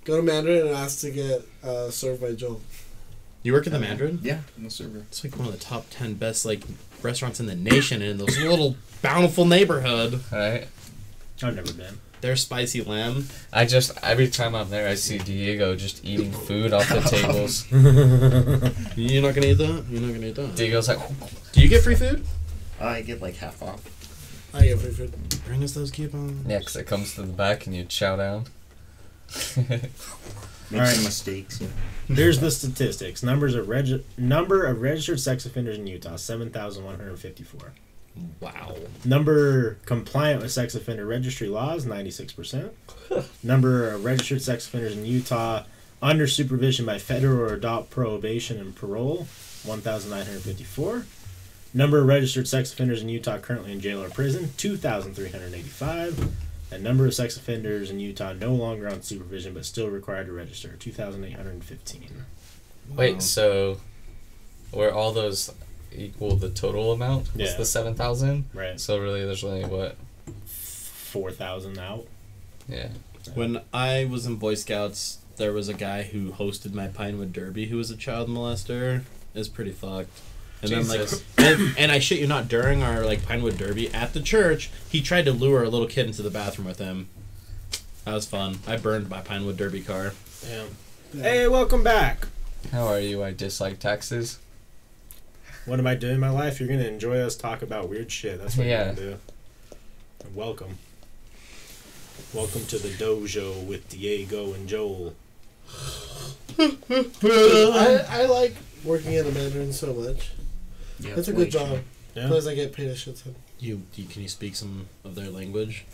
Speaker 2: Go to Mandarin and ask to get uh, served by Joel.
Speaker 5: You work at the Mandarin?
Speaker 6: Yeah, no server.
Speaker 5: It's like one of the top ten best like restaurants in the nation, and in those little bountiful neighborhood.
Speaker 3: Right?
Speaker 4: I've never been.
Speaker 5: Their spicy lamb.
Speaker 3: I just every time I'm there, I see Diego just eating food off the tables.
Speaker 5: You're not gonna eat that. You're not gonna eat that.
Speaker 3: Diego's like,
Speaker 5: Do you get free food?
Speaker 6: I get like half off.
Speaker 2: I get free food.
Speaker 5: Bring us those coupons.
Speaker 3: yeah, 'cause it comes to the back and you chow down.
Speaker 6: Make
Speaker 4: All right.
Speaker 6: some mistakes. Yeah.
Speaker 4: Here's the statistics. Numbers of reg- number of registered sex offenders in Utah, seven thousand one hundred fifty four.
Speaker 5: Wow.
Speaker 4: Number compliant with sex offender registry laws, 96%. Number of registered sex offenders in Utah under supervision by federal or adult probation and parole, 1,954. Number of registered sex offenders in Utah currently in jail or prison, 2,385. And number of sex offenders in Utah no longer on supervision but still required to register, 2,815. Um,
Speaker 3: Wait, so were all those equal the total amount? Was
Speaker 4: Yeah.
Speaker 3: the seven thousand?
Speaker 4: Right.
Speaker 3: So really, there's only what?
Speaker 4: 4,000 out.
Speaker 3: Yeah.
Speaker 5: When I was in Boy Scouts, there was a guy who hosted my Pinewood Derby who was a child molester. It's pretty fucked. And
Speaker 3: Jesus.
Speaker 5: then like and, and I shit you not, during our like Pinewood Derby at the church, he tried to lure a little kid into the bathroom with him. That was fun. I burned my Pinewood Derby car.
Speaker 4: Damn. Hey, welcome back.
Speaker 3: How are you? I dislike taxes.
Speaker 4: What am I doing in my life? You're gonna enjoy us talk about weird shit. That's what
Speaker 3: Yeah.
Speaker 4: you're gonna do. And welcome. Welcome to the dojo with Diego and Joel.
Speaker 2: I, I like working at a Mandarin so much.
Speaker 6: Yeah,
Speaker 2: That's a
Speaker 6: way
Speaker 2: good
Speaker 6: cheap.
Speaker 2: job.
Speaker 4: Yeah.
Speaker 2: Plus, I get paid a shit ton.
Speaker 5: You, you can you speak some of their language?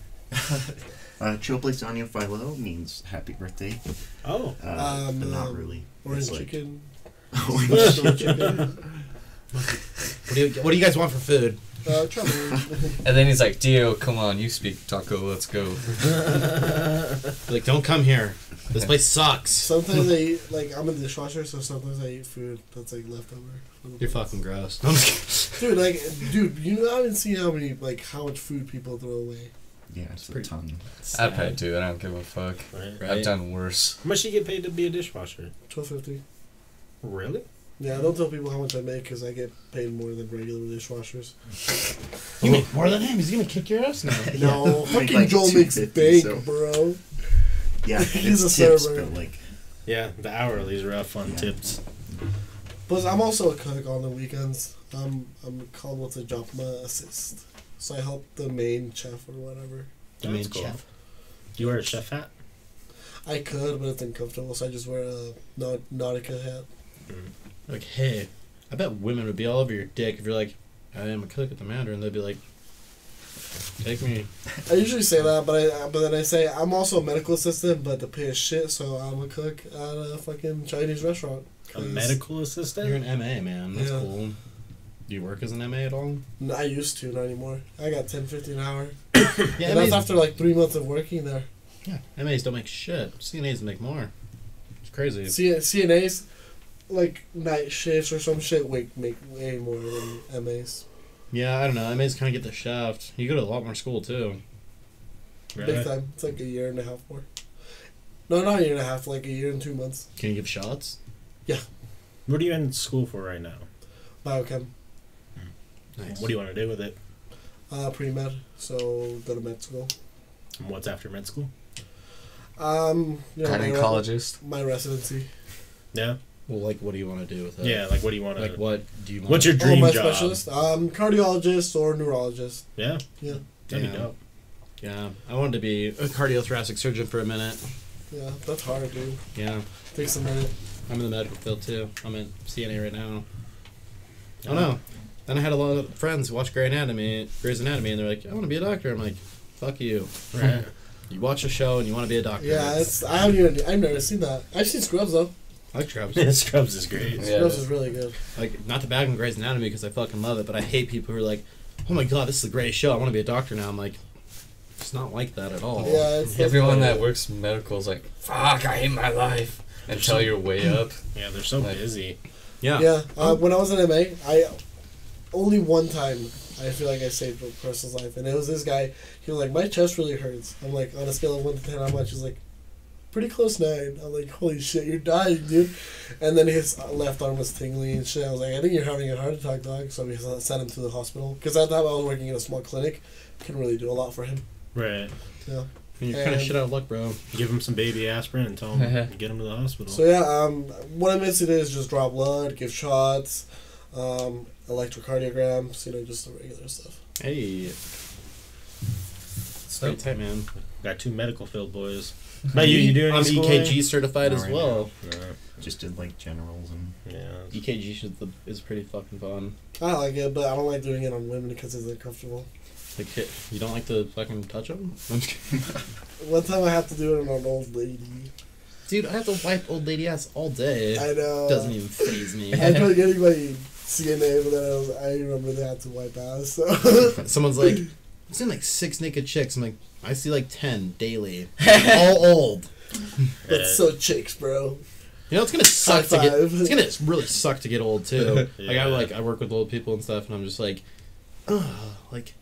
Speaker 6: Uh, Chilplates Onion Philo means happy birthday.
Speaker 4: Oh.
Speaker 6: Uh,
Speaker 2: Um,
Speaker 6: but not
Speaker 2: um,
Speaker 6: really.
Speaker 2: Orange
Speaker 6: It's like-
Speaker 2: chicken.
Speaker 6: Orange.
Speaker 2: Buffalo chicken.
Speaker 5: What do you, what do you guys want for food?
Speaker 2: Uh, trouble.
Speaker 3: And then he's like, Dio, come on, you speak taco, let's go.
Speaker 5: They're like don't come here. This place sucks.
Speaker 2: Sometimes I eat, like, I'm a dishwasher, so sometimes I eat food that's, like, leftover.
Speaker 5: You're fucking gross. I'm just kidding.
Speaker 2: Dude, like, dude, you know, I haven't seen how many, like, how much food people throw away.
Speaker 6: Yeah, it's a ton.
Speaker 3: I'd probably do it, I don't give a fuck.
Speaker 4: Right.
Speaker 5: Right.
Speaker 3: I've done worse.
Speaker 4: How much do you get paid to be a dishwasher?
Speaker 2: 1250
Speaker 4: Really?
Speaker 2: Yeah, I don't tell people how much I make because I get paid more than regular dishwashers.
Speaker 5: You make more than him. He's gonna kick your ass now.
Speaker 2: No,
Speaker 6: Make,
Speaker 2: fucking
Speaker 6: like,
Speaker 2: Joel makes
Speaker 6: 250,
Speaker 2: bank,
Speaker 6: so-
Speaker 2: bro.
Speaker 6: Yeah,
Speaker 2: He's
Speaker 6: it's
Speaker 2: a
Speaker 6: tips,
Speaker 2: server.
Speaker 6: but like,
Speaker 4: Yeah, the hourly's rough on
Speaker 6: Yeah.
Speaker 4: tips.
Speaker 2: Plus, I'm also a cook on the weekends. I'm I'm called what's a Japma assist, so I help the main chef or whatever.
Speaker 5: I mean,
Speaker 4: That's cool.
Speaker 5: chef.
Speaker 4: You wear a chef hat?
Speaker 2: I could, but it's uncomfortable, so I just wear a Nau- Nautica hat.
Speaker 5: Like, hey, I bet women would be all over your dick if you're like, I am a cook at the Mandarin. They'd be like, take me.
Speaker 2: I usually say that, but I but then I say I'm also a medical assistant, but the pay is shit, so I'm a cook at a fucking Chinese restaurant.
Speaker 4: A
Speaker 2: 'Cause-
Speaker 4: medical
Speaker 5: You're an
Speaker 4: assistant?
Speaker 5: MA, man. That's
Speaker 2: Yeah.
Speaker 5: cool. Do you work as an MA at all?
Speaker 2: N- I used to, not anymore. I got 10, 15 an hour.
Speaker 5: Yeah,
Speaker 2: and that's after like three months of working there.
Speaker 5: yeah, MAs don't make shit. CNAs make more. It's crazy.
Speaker 2: C- CNAs, like night shifts or some shit, wake make way more than MAs.
Speaker 5: Yeah, I don't know. MAs kind of get the shaft. You go to a lot more school too.
Speaker 2: Big time. It's like a year and a half more. No, not a year and a half. Like a year and two months.
Speaker 5: Can you give shots?
Speaker 4: What are you in school for right now?
Speaker 2: Biochem,
Speaker 5: Nice.
Speaker 4: What do you want to do with it?
Speaker 2: uh, pre med. So go to med school.
Speaker 4: And what's after med school?
Speaker 2: Um, you know, my, re-
Speaker 3: Gynecologist.
Speaker 2: my residency.
Speaker 4: Yeah.
Speaker 5: Well, like, what do you want to do with it?
Speaker 4: Yeah. Like, what do you want to?
Speaker 5: Like, what do you want?
Speaker 4: what's your dream
Speaker 2: oh, my
Speaker 4: job?
Speaker 2: specialist. Um, cardiologist or neurologist.
Speaker 4: Yeah.
Speaker 2: Yeah.
Speaker 4: That'd
Speaker 5: Yeah.
Speaker 4: be dope.
Speaker 5: Yeah, I wanted to be a cardiothoracic surgeon for a minute.
Speaker 2: Yeah, that's hard, dude.
Speaker 5: Yeah,
Speaker 2: Takes a minute.
Speaker 5: I'm in the medical field too. I'm in CNA right now. I don't know. Then I had a lot of friends who watch Grey Anatomy, Grey's Anatomy, and they're like, "I want to be a doctor." I'm like, "Fuck you."
Speaker 4: Right.
Speaker 5: You watch a show and you want to be a doctor.
Speaker 2: Yeah, it's I haven't even I've never seen that. I've seen Scrubs though.
Speaker 5: I like Scrubs.
Speaker 4: Scrubs is great.
Speaker 3: Yeah,
Speaker 2: Scrubs
Speaker 3: it
Speaker 2: is really good.
Speaker 5: like not to bag on Grey's Anatomy because I fucking love it, but I hate people who are like, "Oh my god, this is the greatest show. I want to be a doctor now." I'm like, it's not like that at all.
Speaker 2: Yeah, it's
Speaker 3: Everyone that works medical is like, fuck, I hate my life. Until you're way up.
Speaker 4: Yeah, they're so
Speaker 3: Like-
Speaker 4: busy.
Speaker 5: Yeah.
Speaker 2: Yeah, uh, when I was in MA, I only one time I feel like I saved a person's life, and it was this guy. He was like, "My chest really hurts." I'm like, on a scale of one to ten, how much? He's like, pretty close nine. I'm like, "Holy shit, you're dying, dude!" And then his left arm was tingling and shit. I was like, "I think you're having a heart attack, dog." So we s- sent him to the hospital because at that time I was working in a small clinic. Couldn't really do a lot for him.
Speaker 4: Right.
Speaker 5: And you're kind of
Speaker 2: And-
Speaker 5: shit out of luck, bro.
Speaker 4: Give them some baby aspirin and tell them get them to the hospital.
Speaker 2: So yeah, um, what I'm into is just draw blood, give shots, um, electrocardiograms, you know, just the regular stuff.
Speaker 5: Hey. It's pretty tight, man.
Speaker 4: Got two medical field boys. But you, you doing
Speaker 5: I'm
Speaker 4: any school,
Speaker 5: EKG certified
Speaker 6: Not
Speaker 5: as
Speaker 6: right
Speaker 5: well.
Speaker 4: eh?
Speaker 6: Just did like generals and
Speaker 4: Yeah. yeah.
Speaker 5: EKG should the, E is pretty fucking fun.
Speaker 2: I like it, but I don't like doing it on women because it's uncomfortable.
Speaker 5: Like, hit- you don't like to fucking touch them?
Speaker 2: One time I had to do it on an old lady.
Speaker 5: Dude, I have to wipe old lady ass all day.
Speaker 2: I know.
Speaker 5: Doesn't even phase me.
Speaker 2: uh, I tried getting my CNA, but then I, was, I remember they had to wipe ass. So
Speaker 5: Someone's like, I've seen like six naked chicks. I'm like, I see like ten daily. all old.
Speaker 2: that's so chicks, bro.
Speaker 5: You know, it's gonna suck
Speaker 2: High
Speaker 5: to get.
Speaker 2: five.
Speaker 5: It's gonna really suck to get old too. Like I
Speaker 4: Yeah.
Speaker 5: like I work with old people and stuff, and I'm just like, ugh, like,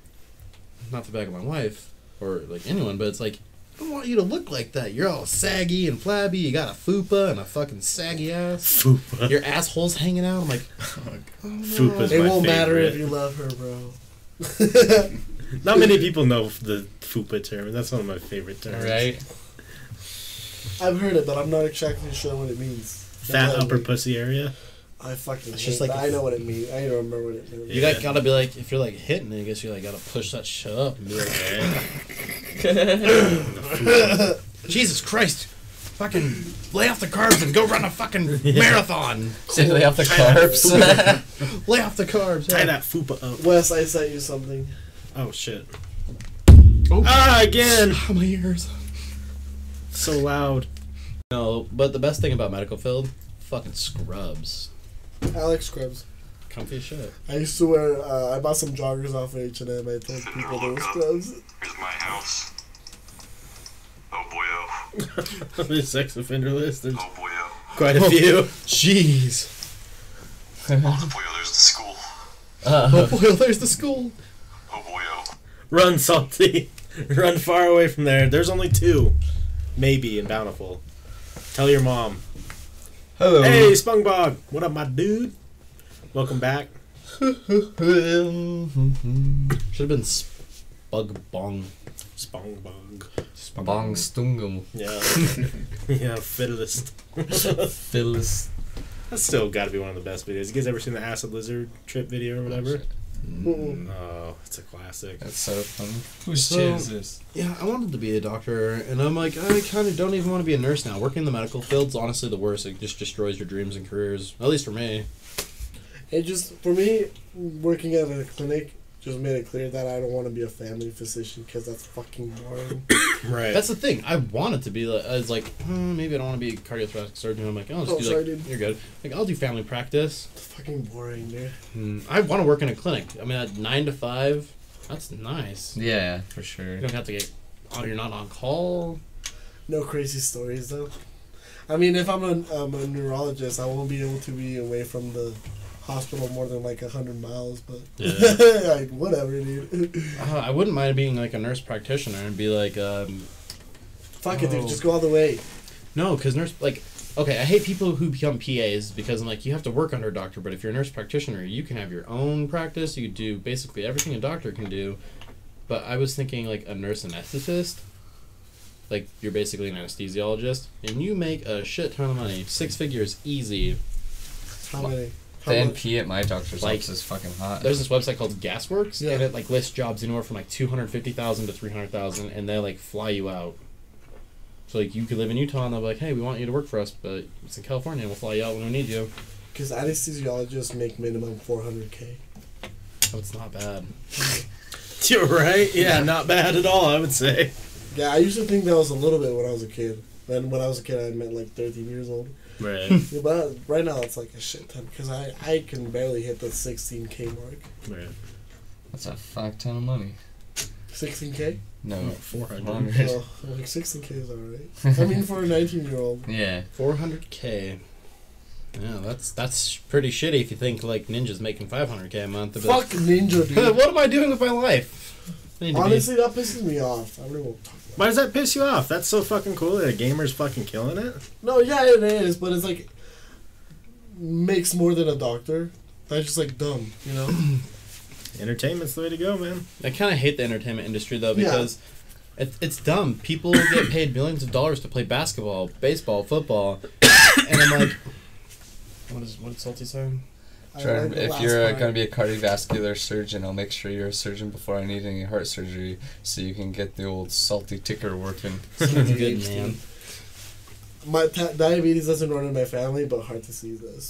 Speaker 5: not the back of my wife or like anyone, but it's like, I don't want you to look like that. You're all saggy and flabby. You got a fupa and a fucking saggy ass.
Speaker 4: Fupa.
Speaker 5: Your asshole's hanging out. I'm like,
Speaker 4: Fupa's
Speaker 2: it
Speaker 4: my
Speaker 2: won't matter if you
Speaker 4: favorite.
Speaker 2: love her, bro.
Speaker 4: Not many people know the fupa term, and that's one of my favorite terms.
Speaker 3: Right?
Speaker 2: I've heard it, but I'm not exactly sure what it means.
Speaker 4: Fat
Speaker 2: That's
Speaker 4: upper
Speaker 2: what it
Speaker 4: pussy area.
Speaker 2: means. I fucking
Speaker 5: It's
Speaker 2: hate
Speaker 5: just
Speaker 2: just
Speaker 5: like
Speaker 2: I
Speaker 5: if-
Speaker 2: know what it means. I don't remember what it means.
Speaker 5: you got gotta be like, if you're like hitting, I guess you like gotta push that shit up and be like, Jesus Christ, fucking lay off the carbs and go run a fucking marathon.
Speaker 3: Simply off the carbs.
Speaker 5: Lay off the carbs.
Speaker 4: Tie
Speaker 5: yeah.
Speaker 4: that fupa up.
Speaker 2: Wes, I sent you something.
Speaker 4: Oh shit.
Speaker 5: Oh.
Speaker 4: Ah, again.
Speaker 5: Ah, my ears.
Speaker 4: So loud.
Speaker 5: No, but the best thing about medical field, fucking scrubs.
Speaker 2: Alex Scrubs.
Speaker 5: Comfy as shit.
Speaker 2: I used to wear. Uh, I bought some joggers off of H and M. I told people they were scrubs.
Speaker 7: Here's my house. Oh boy, oh.
Speaker 4: the sex offender list. There's
Speaker 7: Oh boy, oh.
Speaker 4: quite a few.
Speaker 5: Jeez.
Speaker 7: Oh boy, oh, there's the school.
Speaker 5: Oh boy, there's the school.
Speaker 7: Oh boy, oh.
Speaker 4: Run, salty. Run far away from there. There's only two, maybe in Bountiful. Tell your mom.
Speaker 3: Hello.
Speaker 4: Hey, SpongeBob. What up, my dude? Welcome back.
Speaker 5: Should have been Spug Bong.
Speaker 4: SpongeBob.
Speaker 3: Bong Stungum.
Speaker 4: Yeah. yeah, fiddlest.
Speaker 3: Phyllis.
Speaker 4: That's still got to be one of the best videos. You guys ever seen the acid lizard trip video or whatever? Oh, it's a classic.
Speaker 3: That's so funny. Whose
Speaker 5: So-
Speaker 3: chair is this?
Speaker 5: Yeah, I wanted to be a doctor, and I'm like, I kind of don't even want to be a nurse now. Working in the medical field's honestly the worst. It just destroys your dreams and careers. At least for me.
Speaker 2: It just for me working at a clinic just made it clear that I don't want to be a family physician because that's fucking boring.
Speaker 4: Right.
Speaker 5: That's the thing. I wanted to be like, I was like, hmm, maybe I don't want to be a cardiothoracic surgeon. I'm like, I'll just
Speaker 2: Oh,
Speaker 5: do
Speaker 2: sorry,
Speaker 5: like,
Speaker 2: dude.
Speaker 5: you're good. Like, I'll do family practice.
Speaker 2: it's fucking boring, dude.
Speaker 5: Hmm, I want to work in a clinic. I mean, at nine to five, that's nice.
Speaker 3: Yeah, for sure.
Speaker 5: You don't have to get, oh, you're not on call.
Speaker 2: No crazy stories though. I mean, if I'm a, I'm a neurologist, I won't be able to be away from the hospital more than like hundred miles. But like whatever, dude.
Speaker 5: Uh, I wouldn't mind being like a nurse practitioner and be like, um,
Speaker 2: Fuck it, dude.
Speaker 5: Oh.
Speaker 2: Just go all the way.
Speaker 5: no, because nurse, like, okay, I hate people who become PAs because I'm like, you have to work under a doctor, but if you're a nurse practitioner, you can have your own practice. You do basically everything a doctor can do. But I was thinking like a nurse anesthetist. Like, you're basically an anesthesiologist, and you make a shit ton of money. Six figures, easy.
Speaker 2: How many? How
Speaker 3: The
Speaker 2: much?
Speaker 3: NP at my doctor's
Speaker 5: Like,
Speaker 3: office is fucking hot.
Speaker 5: There's this website called Gasworks,
Speaker 2: Yeah.
Speaker 5: and it like lists jobs anywhere from like two hundred fifty thousand to three hundred thousand, and they like fly you out. So like you could live in Utah, and they'll be like, "Hey, we want you to work for us, but it's in California, and we'll fly you out when we need you."
Speaker 2: Because anesthesiologists make minimum four hundred k.
Speaker 5: So Oh, it's not bad.
Speaker 4: You're right. Yeah, not bad at all. I would say.
Speaker 2: Yeah, I used to think that was a little bit when I was a kid. Then when I was a kid, I meant like thirteen years old.
Speaker 4: Right.
Speaker 2: Yeah, but right now it's like a shit ton because I I can barely hit the sixteen k mark.
Speaker 4: right.
Speaker 3: That's a fuck ton of money.
Speaker 2: Sixteen k.
Speaker 3: No,
Speaker 4: Oh, Four hundred.
Speaker 3: 100.
Speaker 2: Well, like sixteen k is alright. I mean, for a nineteen year old.
Speaker 3: Yeah.
Speaker 5: Four hundred k. Yeah, that's that's pretty shitty if you think like Ninja's making five hundred k a month. They'll be
Speaker 2: Fuck Ninja,
Speaker 5: Like,
Speaker 2: dude.
Speaker 5: what am I doing with my life? I need to be-
Speaker 2: Honestly, that pisses me off. I really won't talk about
Speaker 4: Why does that piss you off? That's so fucking cool that a gamer's fucking killing it.
Speaker 2: it. No, yeah, it is, but it's like makes more than a doctor. That's just like dumb, you know.
Speaker 4: Entertainment's the way to go, man.
Speaker 5: I kind of hate the entertainment industry though
Speaker 2: Yeah.
Speaker 5: because it, it's dumb. People get paid millions of dollars to play basketball, baseball, football, and I'm like, what is what did Salty say?
Speaker 2: I
Speaker 3: Sure.
Speaker 2: like the
Speaker 3: If
Speaker 2: last
Speaker 3: you're uh,
Speaker 2: part.
Speaker 3: going to be a cardiovascular surgeon, I'll make sure you're a surgeon before I need any heart surgery so you can get the old salty ticker working.
Speaker 5: Sounds good, man.
Speaker 2: my ta- diabetes doesn't run in my family, but heart disease does.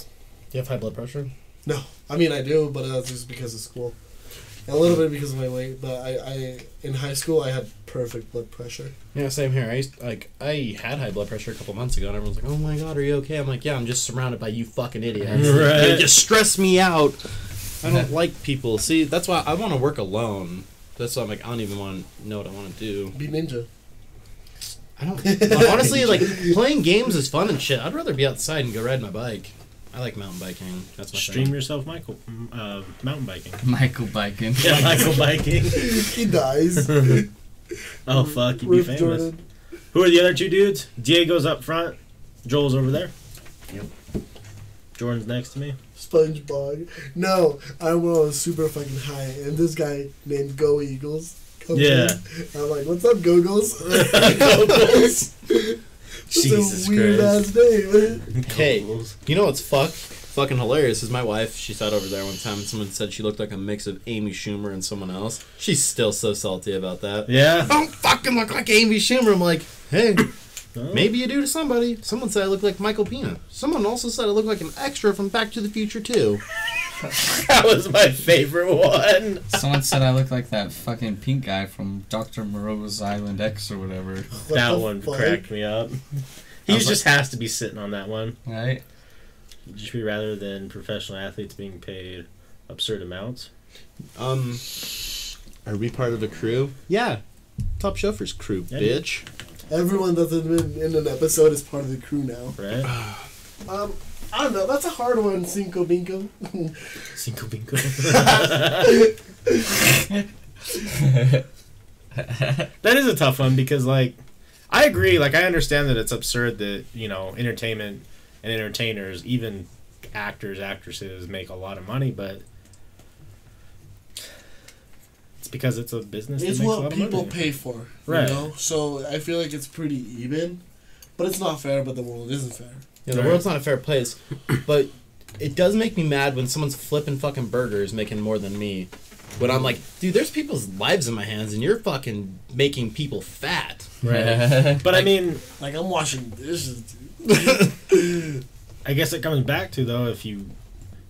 Speaker 5: Do you have high blood pressure?
Speaker 2: No, I mean I do, but that's just because of school, and a little bit because of my weight. But I, I in high school I had perfect blood pressure.
Speaker 5: Yeah, same here. I used like I had high blood pressure a couple months ago, and everyone's like, "Oh my god, are you okay?" I'm like, "Yeah, I'm just surrounded by you fucking idiots.
Speaker 4: Right.
Speaker 5: They just stress me out. I don't like people. See, that's why I want to work alone. That's why I'm like, I don't even want to know what I want to do.
Speaker 2: Be ninja.
Speaker 5: I don't. honestly, like playing games is fun and shit. I'd rather be outside and go ride my bike. I like mountain biking. That's my
Speaker 4: Stream
Speaker 5: thing.
Speaker 4: yourself, Michael. mm, Uh, mountain biking.
Speaker 3: Michael Bikin.
Speaker 4: Yeah, Michael biking.
Speaker 2: he dies.
Speaker 4: Oh fuck, you'd be
Speaker 2: With
Speaker 4: famous.
Speaker 2: Jordan.
Speaker 4: Who are the other two dudes? Diego's up front. Joel's over there.
Speaker 6: Yep.
Speaker 4: Jordan's next to me.
Speaker 2: SpongeBob. No, I was super fucking high, and this guy named Go Eagles. Comes
Speaker 4: Yeah.
Speaker 2: in. I'm like, what's up, Googles?
Speaker 4: Googles.
Speaker 2: It's a weird ass name.
Speaker 5: Hey, you know what's fuck fucking hilarious is my wife. She sat over there one time and someone said she looked like a mix of Amy Schumer and someone else. She's still so salty about that.
Speaker 4: Yeah.
Speaker 5: I don't fucking look like Amy Schumer. I'm like, hey, maybe you do to somebody. Someone said I look like Michael Pena. Someone also said I look like an extra from Back to the Future too.
Speaker 4: That was my favorite one.
Speaker 3: Someone said I look like that fucking pink guy from Dr. Moreau's Island X or whatever.
Speaker 2: What
Speaker 4: that
Speaker 2: the
Speaker 4: one
Speaker 2: fuck?
Speaker 4: cracked me up. He
Speaker 3: I was
Speaker 4: just has to be sitting on that one.
Speaker 3: Right?
Speaker 4: Just be rather than professional athletes being paid absurd amounts.
Speaker 5: Um, are we part of a crew? Yeah, Top Shelfer's crew,
Speaker 4: Yeah.
Speaker 5: bitch.
Speaker 2: Everyone that's in, in an episode is part of the crew now.
Speaker 4: Right?
Speaker 2: Um, I don't know. That's a hard one, Cinco Bingo.
Speaker 4: Cinco bingo. that is a tough one because like I agree, like I understand that it's absurd that, you know, entertainment and entertainers, even actors, actresses make a lot of money, but it's because it's a business. that
Speaker 2: it's
Speaker 4: makes a
Speaker 2: what
Speaker 4: lot of money.
Speaker 2: people pay for,
Speaker 4: Right.
Speaker 2: you know. So I feel like it's pretty even, but it's not fair. But the world isn't fair.
Speaker 5: Yeah, the
Speaker 4: Right.
Speaker 5: world's not a fair place, but it does make me mad when someone's flipping fucking burgers making more than me. When I'm like, dude, there's people's lives in my hands, and you're fucking making people fat.
Speaker 4: Right. but I mean,
Speaker 2: Like I'm washing dishes. Dude.
Speaker 4: I guess it comes back to though if you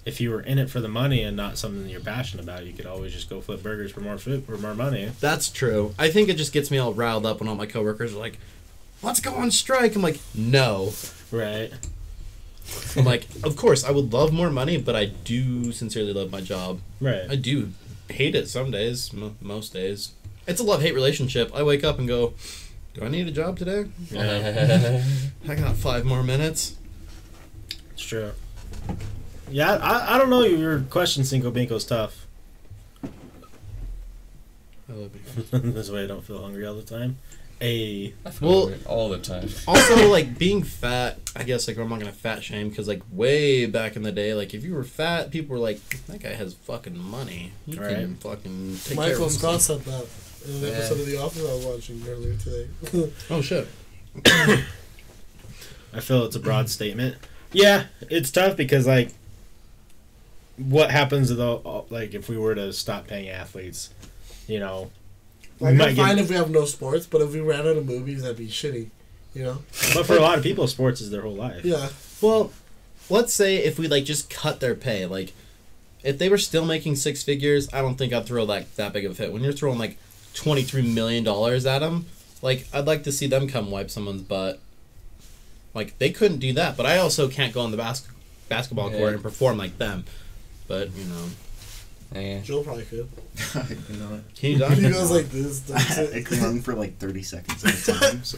Speaker 4: if you were in it for the money and not something that you're passionate about, you could always just go flip burgers for more food for more money.
Speaker 5: That's true. I think it just gets me all riled up when all my coworkers are like, "Let's go on strike." I'm like, "No."
Speaker 4: Right.
Speaker 5: I'm like, "Of course, I would love more money, but I do sincerely love my job. I
Speaker 4: Right.
Speaker 5: do hate it some days, mo most days. It's a love hate relationship. I wake up and go, "Do I need a job today? I got five more minutes."
Speaker 4: It's true. Yeah, I, I don't know. Your question, Cinco Binko's tough.
Speaker 5: I love you.
Speaker 4: That's why I don't feel hungry all the time. A
Speaker 3: I feel
Speaker 5: Well-
Speaker 3: weird all the time.
Speaker 5: also like being fat i guess like i'm not gonna fat shame because like way back in the day like if you were fat people were like that guy has fucking money you can
Speaker 4: Right.
Speaker 5: fucking take care
Speaker 2: Michael
Speaker 5: of
Speaker 2: Scott
Speaker 5: himself."
Speaker 2: said that in an
Speaker 3: Yeah.
Speaker 2: episode of The Office I was watching earlier today.
Speaker 5: oh shit
Speaker 4: I feel it's a broad statement. Yeah, it's tough because like, what happens to the like if we were to stop paying athletes, you know, we
Speaker 2: like,
Speaker 4: might
Speaker 2: I'm
Speaker 4: get.
Speaker 2: fine if we have no sports, but if we ran out of movies, that'd be shitty. You know?
Speaker 4: But for a lot of people, sports is their whole life.
Speaker 2: Yeah.
Speaker 5: well let's say if we like just cut their pay like if they were still making six figures i don't think i'd throw like that big of a fit when you're throwing like 23 million dollars at them like i'd like to see them come wipe someone's butt like they couldn't do that but i also can't go on the bas- basketball
Speaker 3: Yeah.
Speaker 5: court and perform like them but you know
Speaker 3: Yeah.
Speaker 2: Joe probably could.
Speaker 6: I could not.
Speaker 5: Can you
Speaker 2: He
Speaker 5: document?
Speaker 2: goes like this. That's
Speaker 6: I
Speaker 2: it.
Speaker 6: could run for like 30 seconds at a time. So.